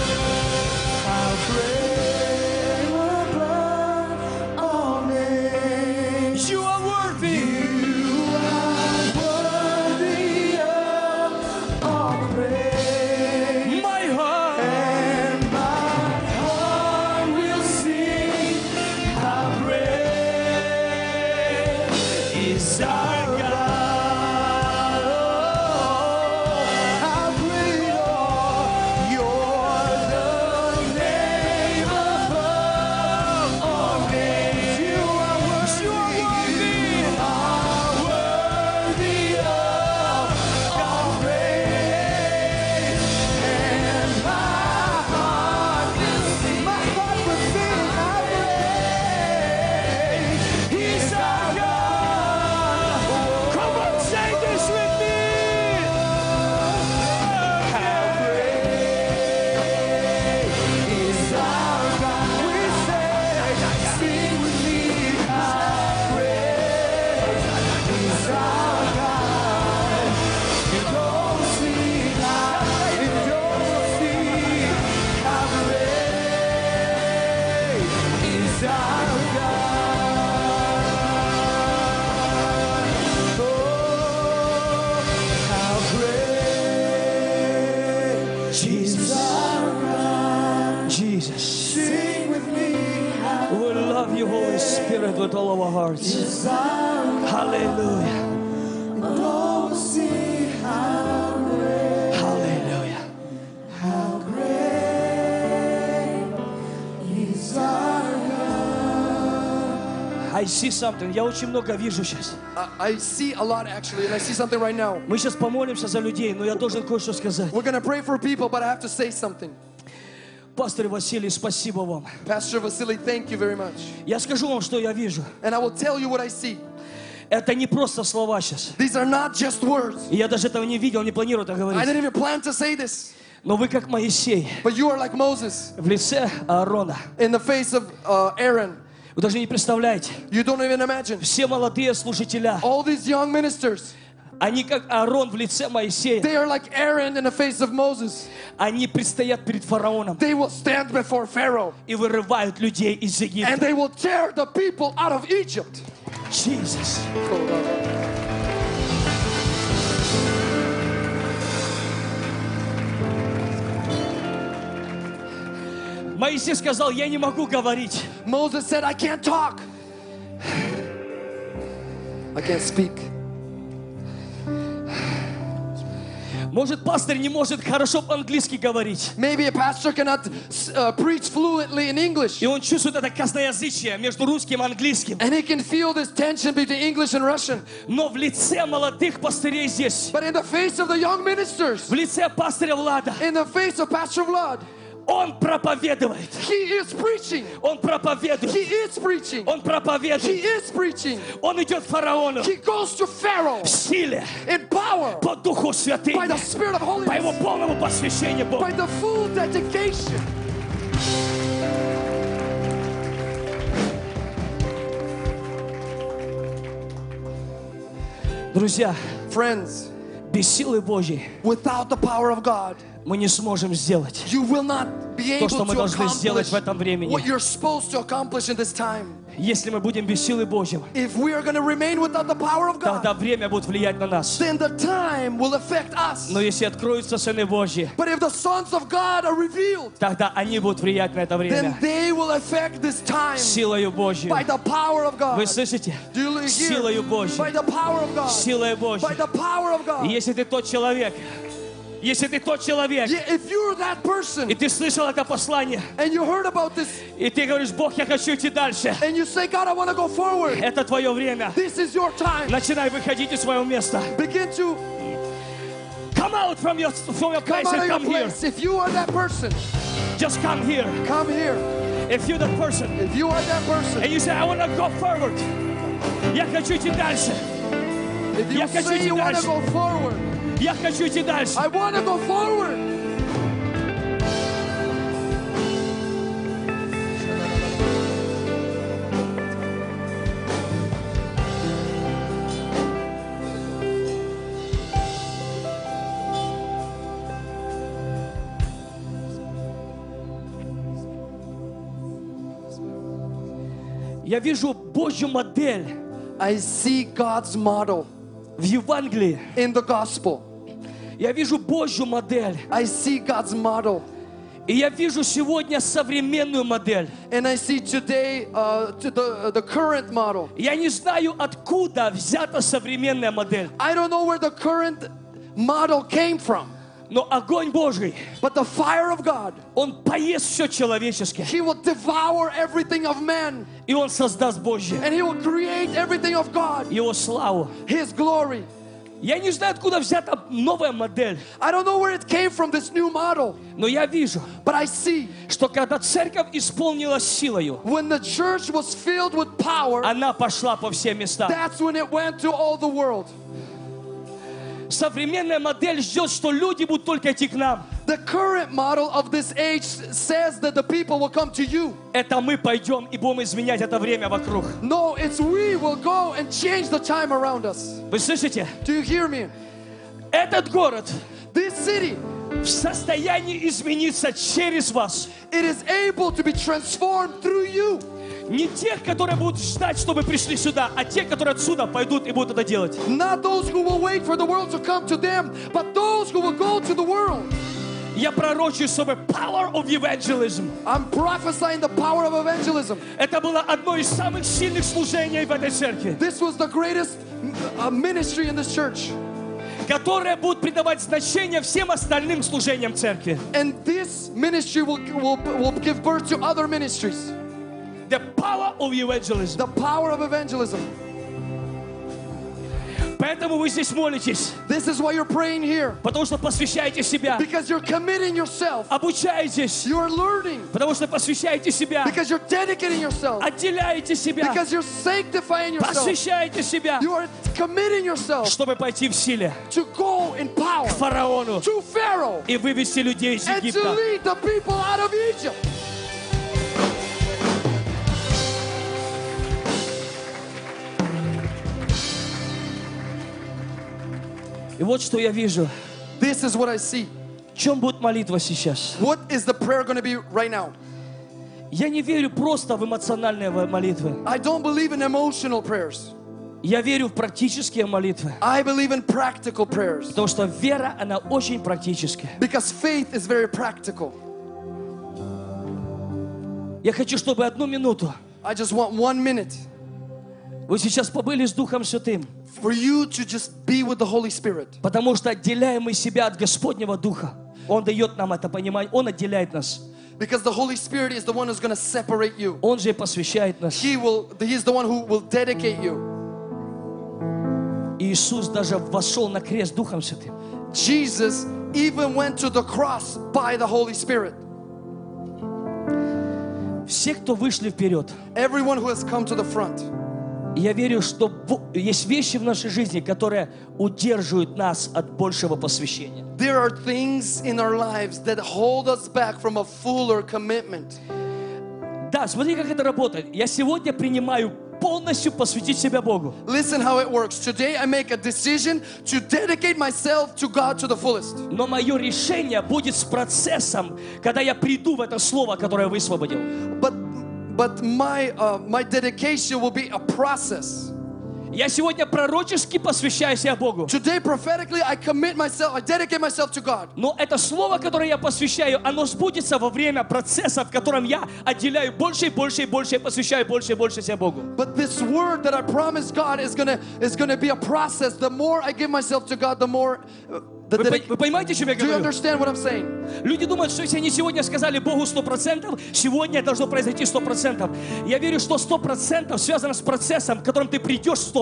Speaker 3: How great above all names. You are worthy. You are worthy of all praise. My heart and my heart will sing. How great is our God. Oh, how great are You're the name above all names. You are worthy. You are worthy of all praise. And my heart will sing. My heart will sing. How great is our God. Come on, say this with me. How great is our God. We say, sing with me. How great is our God. You don't see how, you don't see how great is our God. Oh, how great Jesus, Jesus, sing with me. We love you, Holy Spirit, with all our hearts. Hallelujah. Hallelujah. I see something. Я очень много вижу сейчас.
Speaker 4: I, I see a lot actually, and I see something right now.
Speaker 3: Мы сейчас помолимся за людей, но я должен кое-что сказать.
Speaker 4: We're gonna pray for people, but I have to say something.
Speaker 3: Пастор Василий, спасибо вам.
Speaker 4: Pastor Vasily, thank you very much.
Speaker 3: Я скажу вам, что я вижу.
Speaker 4: And I will tell you what I see.
Speaker 3: Это не просто слова сейчас.
Speaker 4: These are not just words.
Speaker 3: И я даже этого не видел, не планирую это
Speaker 4: I
Speaker 3: говорить.
Speaker 4: didn't even plan to say this,
Speaker 3: Но вы как Моисей
Speaker 4: but you are like Moses
Speaker 3: в лице Аарона.
Speaker 4: in the face of uh, Aaron.
Speaker 3: Вы даже не представляете.
Speaker 4: You don't even imagine.
Speaker 3: Все молодые служителя,
Speaker 4: All these young ministers,
Speaker 3: они как Аарон в лице Моисея.
Speaker 4: they are like Aaron in the face of Moses.
Speaker 3: Они предстоят перед фараоном
Speaker 4: They will stand before Pharaoh
Speaker 3: и вырывают людей из Египта.
Speaker 4: and they will tear the people out of Egypt.
Speaker 3: Jesus. Моисей сказал, я не могу говорить.
Speaker 4: Moses said, I can't talk. I can't speak.
Speaker 3: Может, пастор не может хорошо по-английски говорить.
Speaker 4: Maybe a pastor cannot uh, preach fluently in English.
Speaker 3: И он чувствует это косноязычие между русским и английским.
Speaker 4: And he can feel this tension between English and Russian.
Speaker 3: Но в лице молодых пастырей здесь,
Speaker 4: But in the face of the young ministers,
Speaker 3: в лице пастыря Влада,
Speaker 4: in the face of Pastor Vlad,
Speaker 3: он проповедует.
Speaker 4: he is preaching.
Speaker 3: Он
Speaker 4: He
Speaker 3: проповедует.
Speaker 4: is preaching.
Speaker 3: Он
Speaker 4: He
Speaker 3: проповедует.
Speaker 4: is preaching.
Speaker 3: Он идет к фараону
Speaker 4: He goes to Pharaoh
Speaker 3: в силе,
Speaker 4: in power
Speaker 3: по Духу
Speaker 4: by the
Speaker 3: Святым,
Speaker 4: Spirit of
Speaker 3: по его
Speaker 4: Holiness,
Speaker 3: полному посвящению Богу.
Speaker 4: by the full dedication.
Speaker 3: Друзья,
Speaker 4: Friends,
Speaker 3: без силы Божьей
Speaker 4: without the power of God,
Speaker 3: мы не сможем сделать.
Speaker 4: you will not be
Speaker 3: То,
Speaker 4: able
Speaker 3: что мы
Speaker 4: to
Speaker 3: должны сделать
Speaker 4: accomplish
Speaker 3: в этом времени.
Speaker 4: what you're supposed to accomplish in this time.
Speaker 2: Если мы будем без силы Божьего,
Speaker 4: If we are going to remain without the power of
Speaker 2: тогда
Speaker 4: God,
Speaker 2: время будет влиять на нас.
Speaker 4: then the time will affect us.
Speaker 2: Но если откроются сыны Божьи,
Speaker 4: But if the sons of God are revealed,
Speaker 2: тогда они будут влиять на это
Speaker 4: then
Speaker 2: время.
Speaker 4: they will affect this time
Speaker 2: Силою Божьей.
Speaker 4: by the power of
Speaker 2: Вы
Speaker 4: God.
Speaker 2: слышите?
Speaker 4: Do you hear?
Speaker 2: Силою
Speaker 4: By
Speaker 2: Божьей.
Speaker 4: the power of God.
Speaker 2: Силой
Speaker 4: By
Speaker 2: Божьей.
Speaker 4: the power of
Speaker 2: И
Speaker 4: God.
Speaker 2: Если ты тот человек, если ты тот человек,
Speaker 4: Yeah, if you're that
Speaker 2: и
Speaker 4: person
Speaker 2: ты слышал это послание,
Speaker 4: and you heard about this
Speaker 2: и ты говоришь, Бог, я хочу идти дальше,
Speaker 4: and you say, God, I want to go forward,
Speaker 2: это твое время.
Speaker 4: this is your time.
Speaker 2: Начинай выходить из своего места.
Speaker 4: Begin to
Speaker 2: Come out from your, from your
Speaker 4: come
Speaker 2: place
Speaker 4: out of
Speaker 2: and
Speaker 4: your
Speaker 2: come here.
Speaker 4: place. If you are that person,
Speaker 2: Just come here.
Speaker 4: come here.
Speaker 2: If you're the person,
Speaker 4: If you are that person,
Speaker 2: And you say, I want to go forward. Я хочу идти дальше.
Speaker 4: if you
Speaker 2: я хочу
Speaker 4: say
Speaker 2: идти
Speaker 4: you want to
Speaker 2: дальше.
Speaker 4: go forward,
Speaker 2: Я хочу идти дальше.
Speaker 4: I want to go forward.
Speaker 2: Я вижу Божью модель
Speaker 4: I see God's model
Speaker 2: в Евангелии.
Speaker 4: in the gospel.
Speaker 2: Я вижу Божью модель.
Speaker 4: I see God's model.
Speaker 2: И я вижу сегодня современную модель.
Speaker 4: And I see today uh, to the, the current model.
Speaker 2: Я не знаю, откуда взята современная модель.
Speaker 4: I don't know where the current model came from,
Speaker 2: Но огонь Божий,
Speaker 4: but the fire of God,
Speaker 2: он поест все человеческое.
Speaker 4: He will devour everything of man
Speaker 2: И он создаст Божье.
Speaker 4: and He will create everything of God,
Speaker 2: Его славу.
Speaker 4: His glory.
Speaker 2: Я не знаю, откуда взята новая модель.
Speaker 4: I don't know where it came from, this new model,
Speaker 2: Но я вижу,
Speaker 4: but I see
Speaker 2: что когда церковь исполнилась силою,
Speaker 4: when the church was filled with power,
Speaker 2: она пошла по всем местам.
Speaker 4: that's when it went to all the world.
Speaker 2: Современная модель ждет, что люди будут только идти к нам.
Speaker 4: The current model of this age says that the people will come to you.
Speaker 2: Это мы пойдем и будем изменять это время вокруг.
Speaker 4: No, it's we will go and change the time around us.
Speaker 2: Вы слышите?
Speaker 4: Do you hear me?
Speaker 2: Этот город
Speaker 4: This city,
Speaker 2: в состоянии измениться через вас.
Speaker 4: it is able to be transformed through you.
Speaker 2: Не тех, которые будут ждать, чтобы пришли сюда, а те, которые отсюда пойдут и будут это делать.
Speaker 4: Not those who will wait for the world to come to them, but those who will go to the world.
Speaker 2: Я пророчу sobre power of evangelism.
Speaker 4: I'm prophesying the power of evangelism.
Speaker 2: Это было одно из самых сильных служений в этой церкви,
Speaker 4: This was the greatest uh, ministry in this church.
Speaker 2: которое будет придавать значение всем остальным служениям церкви.
Speaker 4: And this ministry will, will, will give birth to other ministries.
Speaker 2: The power of evangelism.
Speaker 4: The power of evangelism.
Speaker 2: Поэтому вы здесь молитесь.
Speaker 4: This is why you're praying here.
Speaker 2: Потому что посвящаете себя.
Speaker 4: Because you're committing yourself.
Speaker 2: Обучаетесь.
Speaker 4: You're learning.
Speaker 2: Потому что посвящаете себя.
Speaker 4: Because you're dedicating yourself.
Speaker 2: Отделяете себя.
Speaker 4: Because you're sanctifying yourself.
Speaker 2: Посвящаете себя.
Speaker 4: You are committing yourself
Speaker 2: Чтобы пойти в силе
Speaker 4: to go in power
Speaker 2: к фараону
Speaker 4: to Pharaoh
Speaker 2: и вывести людей из
Speaker 4: and to
Speaker 2: Египта.
Speaker 4: lead the people out of Egypt.
Speaker 2: И вот что я вижу.
Speaker 4: This is what I see.
Speaker 2: В чем будет молитва сейчас?
Speaker 4: What is the prayer going to be right now?
Speaker 2: Я не верю просто в эмоциональные во- молитвы.
Speaker 4: I don't believe in emotional prayers.
Speaker 2: Я верю в практические молитвы.
Speaker 4: I believe in practical prayers
Speaker 2: Потому что вера, она очень практическая.
Speaker 4: because faith is very practical.
Speaker 2: Я хочу, чтобы одну минуту
Speaker 4: I just want one minute
Speaker 2: вы сейчас побыли с Духом Святым.
Speaker 4: for you to just be with the Holy Spirit
Speaker 2: Потому что отделяем мы себя от Господнего Духа. Он дает нам это понимание. Он отделяет нас.
Speaker 4: because the Holy Spirit is the one who's going to separate you.
Speaker 2: Он же и посвящает нас.
Speaker 4: He will he's the one who will dedicate you.
Speaker 2: И Иисус даже вошел на крест Духом Святым.
Speaker 4: Jesus even went to the cross by the Holy Spirit.
Speaker 2: Все, кто вышли вперед,
Speaker 4: Everyone who has come to the front.
Speaker 2: я верю, что бо- есть вещи в нашей жизни, которые удерживают нас от большего посвящения.
Speaker 4: There are things in our lives that hold us back from a fuller commitment.
Speaker 2: Да, смотри, как это работает. Я сегодня принимаю полностью посвятить себя Богу.
Speaker 4: Listen how it works. Today I make a decision to dedicate myself to God to the fullest.
Speaker 2: Но мое решение будет с процессом, когда я приду в это слово, которое я высвободил.
Speaker 4: But but my uh, my dedication will be a process.
Speaker 2: Я сегодня пророчески посвящаю себя Богу.
Speaker 4: Today, prophetically, I commit myself, I dedicate myself to God.
Speaker 2: Но это слово, которое я посвящаю, оно сбудется во время процесса, в котором я отделяю больше и больше и больше, и посвящаю больше и больше себя Богу.
Speaker 4: But this word that I promised God is gonna is gonna be a process. The more I give myself to God, the more uh, the
Speaker 2: Вы, пон-
Speaker 4: dedic-
Speaker 2: вы понимаете, о чем я
Speaker 4: Do you
Speaker 2: говорю?
Speaker 4: understand what I'm saying?
Speaker 2: Люди думают, что если они сегодня сказали Богу 100%, сегодня должно произойти 100%. Я верю, что 100% связано с процессом, к которому ты придешь 100%.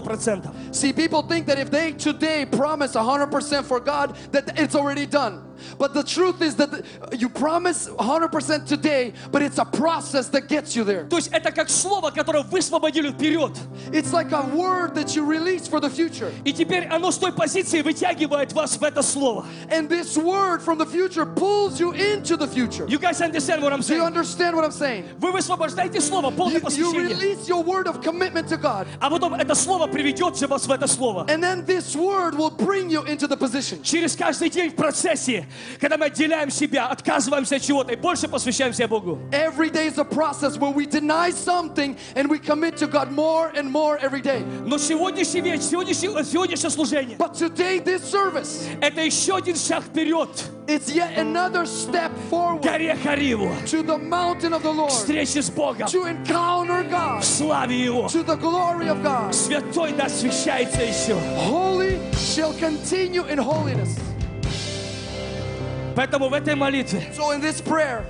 Speaker 4: See, people think that if they today promise 100% for God, that it's already done. But the truth is that you promise 100% today, but it's a process that gets you there.
Speaker 2: То есть это как слово, которое высвободили вперед.
Speaker 4: It's like a word that you release for the future.
Speaker 2: И теперь оно с той позиции вытягивает вас в это слово.
Speaker 4: And this word from the future pulls you into the future.
Speaker 2: You guys understand what I'm
Speaker 4: Do you
Speaker 2: saying?
Speaker 4: understand what I'm saying?
Speaker 2: Вы высвобождаете слово, полное
Speaker 4: You, you
Speaker 2: посвящение.
Speaker 4: release your word of commitment to God,
Speaker 2: А потом это слово приведет вас в это слово.
Speaker 4: and then this word will bring you into the position.
Speaker 2: Через каждый день в процессе, когда мы отделяем себя, отказываемся от чего-то и больше посвящаем себя Богу.
Speaker 4: Every day is a process where we deny something and we commit to God more and more every day.
Speaker 2: Но сегодняшний вечер, сегодняшний- сегодняшнее служение,
Speaker 4: But today, this service,
Speaker 2: это еще один шаг вперед
Speaker 4: it's yet another step
Speaker 2: к
Speaker 4: forward
Speaker 2: горе Хариву,
Speaker 4: to the mountain of the Lord,
Speaker 2: встречи с Богом,
Speaker 4: to encounter God,
Speaker 2: в славе Его.
Speaker 4: to the glory of God.
Speaker 2: Святой да освящается еще.
Speaker 4: Holy shall continue in holiness.
Speaker 2: Поэтому в этой молитве
Speaker 4: So, in this prayer,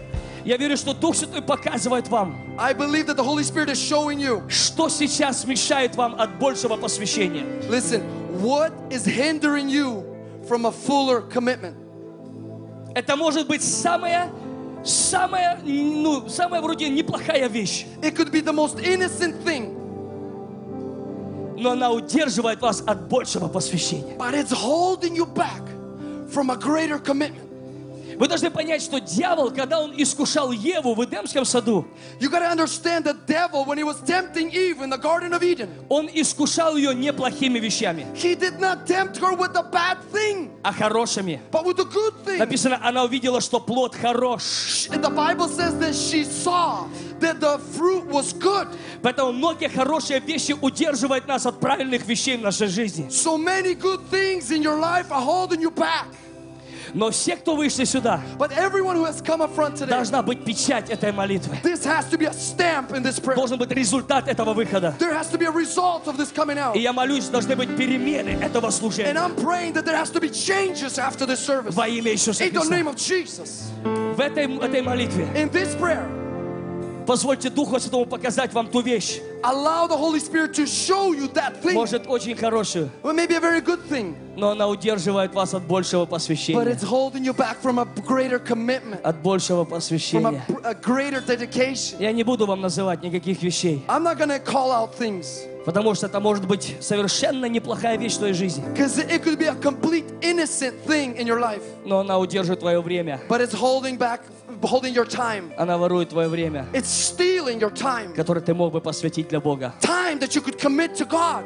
Speaker 2: я верю, что Дух Святой показывает вам,
Speaker 4: I believe that the Holy Spirit is showing you
Speaker 2: что сейчас мешает вам от большего посвящения.
Speaker 4: Listen, what is hindering you from a fuller commitment?
Speaker 2: Это может быть самая, самая, ну, самая вроде неплохая вещь,
Speaker 4: It could be the most innocent thing,
Speaker 2: но она удерживает вас от большего посвящения.
Speaker 4: but it's holding you back from a greater commitment.
Speaker 2: Вы должны понять, что дьявол, когда он искушал Еву в Эдемском саду,
Speaker 4: You got to understand the devil, when he was tempting Eve in the Garden of Eden,
Speaker 2: он искушал ее неплохими вещами,
Speaker 4: he did not tempt her with the bad thing,
Speaker 2: а хорошими.
Speaker 4: but with the good thing.
Speaker 2: Написано, она увидела, что плод хорош.
Speaker 4: And the Bible says that she saw that the fruit was good.
Speaker 2: Поэтому многие хорошие вещи удерживают нас от правильных вещей в нашей жизни.
Speaker 4: So many good things in your life are holding you back.
Speaker 2: Но все, кто вышли сюда,
Speaker 4: But everyone who has come up front today,
Speaker 2: должна быть печать этой молитвы.
Speaker 4: this has to be a stamp in this prayer.
Speaker 2: Должен быть результат этого выхода.
Speaker 4: There has to be a result of this coming out.
Speaker 2: И я молюсь, должны быть перемены этого
Speaker 4: And
Speaker 2: служения.
Speaker 4: I'm praying that there has to be changes after this service.
Speaker 2: Во имя Иисуса
Speaker 4: In the
Speaker 2: Христа.
Speaker 4: name of Jesus.
Speaker 2: В этой, этой молитве
Speaker 4: In this prayer,
Speaker 2: позвольте Духу Святому показать вам ту вещь.
Speaker 4: allow the Holy Spirit to show you that thing.
Speaker 2: Может, очень хорошую,
Speaker 4: Well, maybe a very good thing,
Speaker 2: но она удерживает вас от большего
Speaker 4: but
Speaker 2: посвящения.
Speaker 4: it's holding you back from a greater commitment,
Speaker 2: От большего
Speaker 4: from a,
Speaker 2: посвящения.
Speaker 4: a greater dedication.
Speaker 2: Я не буду вам называть никаких вещей,
Speaker 4: I'm not gonna call out things
Speaker 2: потому что это может быть совершенно неплохая вещь в твоей жизни,
Speaker 4: because it could be a complete innocent thing in your life,
Speaker 2: но она удержит твое время.
Speaker 4: but it's holding back, holding your time.
Speaker 2: Она ворует твое время,
Speaker 4: It's stealing your time,
Speaker 2: которое ты мог бы посвятить для Бога.
Speaker 4: time that you could commit to God.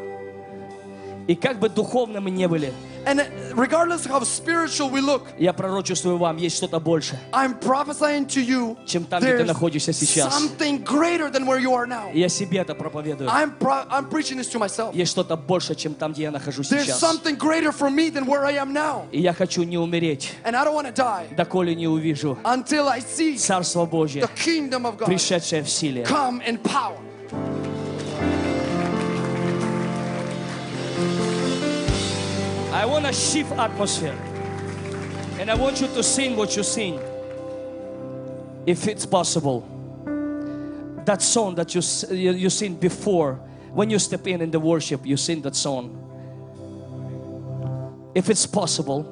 Speaker 2: И как бы духовно мы не были,
Speaker 4: And uh, regardless how spiritual we look,
Speaker 2: я пророчествую вам, есть что-то больше.
Speaker 4: I'm prophesying to you
Speaker 2: Чем там, где ты
Speaker 4: there's
Speaker 2: находишься сейчас.
Speaker 4: something greater than where you are now.
Speaker 2: Я себе это проповедую.
Speaker 4: I'm, pro- I'm preaching this to myself.
Speaker 2: Есть что-то больше, чем там, где я нахожусь
Speaker 4: There's
Speaker 2: сейчас.
Speaker 4: something greater for me than where I am now.
Speaker 2: И я хочу не умереть,
Speaker 4: And I don't want to die
Speaker 2: доколе не увижу
Speaker 4: until I see
Speaker 2: Царство Божье,
Speaker 4: the kingdom of God
Speaker 2: пришедшее в силе.
Speaker 4: come in power.
Speaker 2: I want to shift atmosphere. And I want you to sing what you sing. If it's possible. That song that you, s- you, you sing before, when you step in in the worship, you sing that song. If it's possible.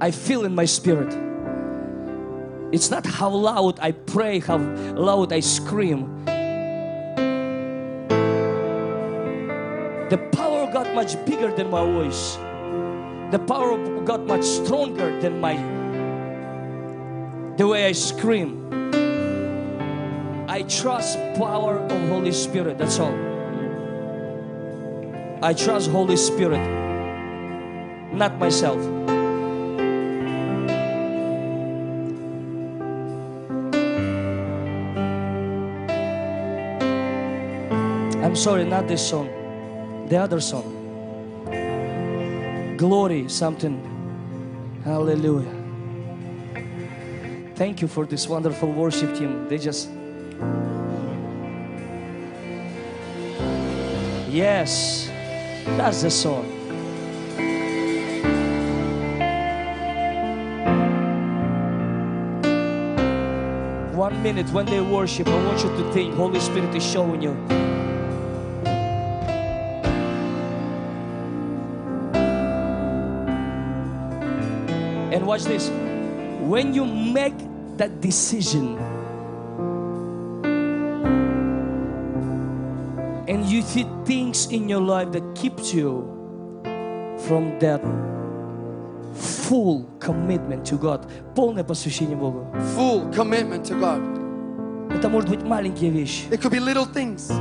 Speaker 2: I feel in my spirit. It's not how loud I pray, how loud I scream. The power of God much bigger than my voice. The power of God much stronger than my the way I scream. I trust power of Holy Spirit. That's all. I trust Holy Spirit, not myself. I'm sorry, not this song. The other song. Glory, something. Hallelujah. Thank you for this wonderful worship team. They just. Yes, that's the song. One minute when they worship, I want you to think Holy Spirit is showing you. And watch this. When you make that decision and you see things in your life that keeps you from that full commitment to God, полное посвящение Богу.
Speaker 4: Full commitment to God.
Speaker 2: Это может быть маленькие вещи.
Speaker 4: It could be little things.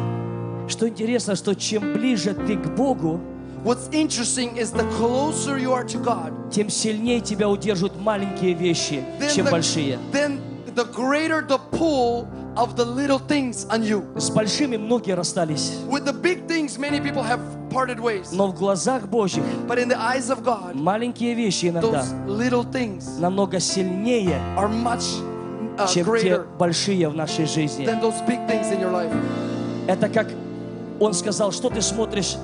Speaker 2: Что интересно, что чем ближе ты к Богу,
Speaker 4: What's interesting is the closer you are to God,
Speaker 2: тем сильнее тебя удерживают маленькие вещи, чем большие.
Speaker 4: the, then the greater the pull of the little things on you.
Speaker 2: С большими многие расстались,
Speaker 4: With the big things, many people have parted ways.
Speaker 2: но в глазах Божьих
Speaker 4: But in the eyes of God,
Speaker 2: маленькие вещи иногда
Speaker 4: those little things
Speaker 2: намного сильнее,
Speaker 4: are much uh,
Speaker 2: чем те
Speaker 4: greater
Speaker 2: большие в нашей жизни.
Speaker 4: than those big things in your life.
Speaker 2: Это как он сказал, что ты смотришь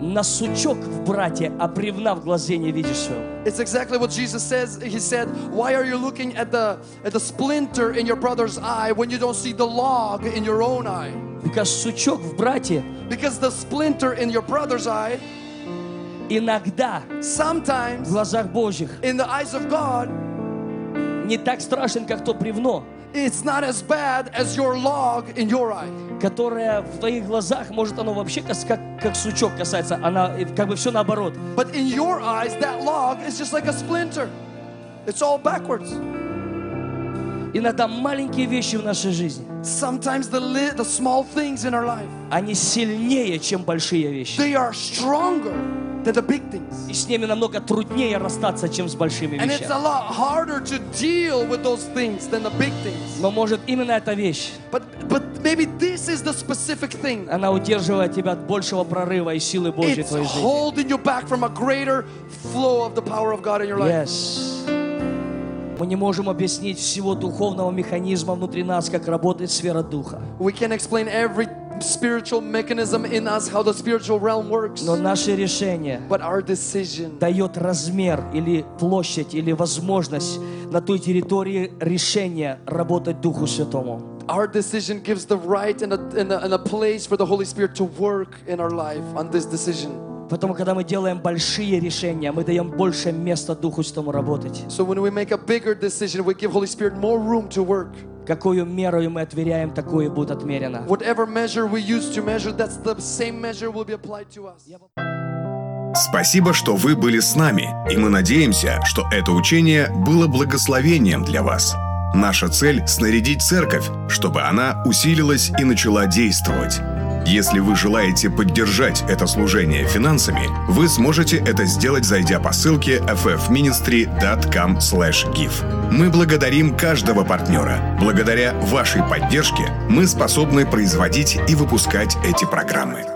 Speaker 2: на сучок в брате, а бревна в глазе не видишь своем.
Speaker 4: It's exactly what Jesus says. He said, "Why are you looking at the at the splinter in your brother's eye when you don't see the log in your own eye?"
Speaker 2: Because сучок в брате
Speaker 4: Because the splinter in your brother's eye
Speaker 2: иногда в
Speaker 4: sometimes
Speaker 2: глазах Божьих
Speaker 4: in the eyes of God
Speaker 2: не так страшен, как то бревно,
Speaker 4: it's not as bad as your log in your eye.
Speaker 2: которое в твоих глазах, может, оно вообще кас- как, как сучок касается, она э, как бы все наоборот.
Speaker 4: But in your eyes, that log is just like a splinter. It's all backwards.
Speaker 2: Иногда маленькие вещи в нашей жизни,
Speaker 4: Sometimes the li- the small things in our life,
Speaker 2: они сильнее, чем большие вещи.
Speaker 4: they are stronger than the big things.
Speaker 2: И с ними намного труднее расстаться, чем с большими
Speaker 4: And it's a
Speaker 2: вещами.
Speaker 4: lot harder to deal with those things than the big things.
Speaker 2: Но может именно эта вещь,
Speaker 4: But but maybe this is the specific thing.
Speaker 2: она удерживает тебя от большего прорыва и силы Божьей в
Speaker 4: It's
Speaker 2: твоей жизни.
Speaker 4: holding you back from a greater flow of the power of God in your life.
Speaker 2: Yes. Мы не можем объяснить всего духовного механизма внутри нас, как работает сфера духа.
Speaker 4: We can explain every spiritual mechanism in us, how the spiritual realm works.
Speaker 2: Но наше решение
Speaker 4: But our decision
Speaker 2: дает размер или площадь или возможность на той территории решения работать Духу Святому.
Speaker 4: Our decision gives the right and a, and, a, and a place for the Holy Spirit to work in our life on this decision.
Speaker 2: Поэтому, когда мы делаем большие решения, мы даем больше места Духу Святому работать.
Speaker 4: So when we make a bigger decision, we give Holy Spirit more room to work.
Speaker 2: Какую меру мы отверяем, такое и будет отмерено.
Speaker 4: Whatever measure we use to measure, that's the same measure will be applied to us.
Speaker 1: Спасибо, что вы были с нами, и мы надеемся, что это учение было благословением для вас. Наша цель – снарядить церковь, чтобы она усилилась и начала действовать. Если вы желаете поддержать это служение финансами, вы сможете это сделать, зайдя по ссылке ffministry.com/give. Мы благодарим каждого партнера. Благодаря вашей поддержке мы способны производить и выпускать эти программы.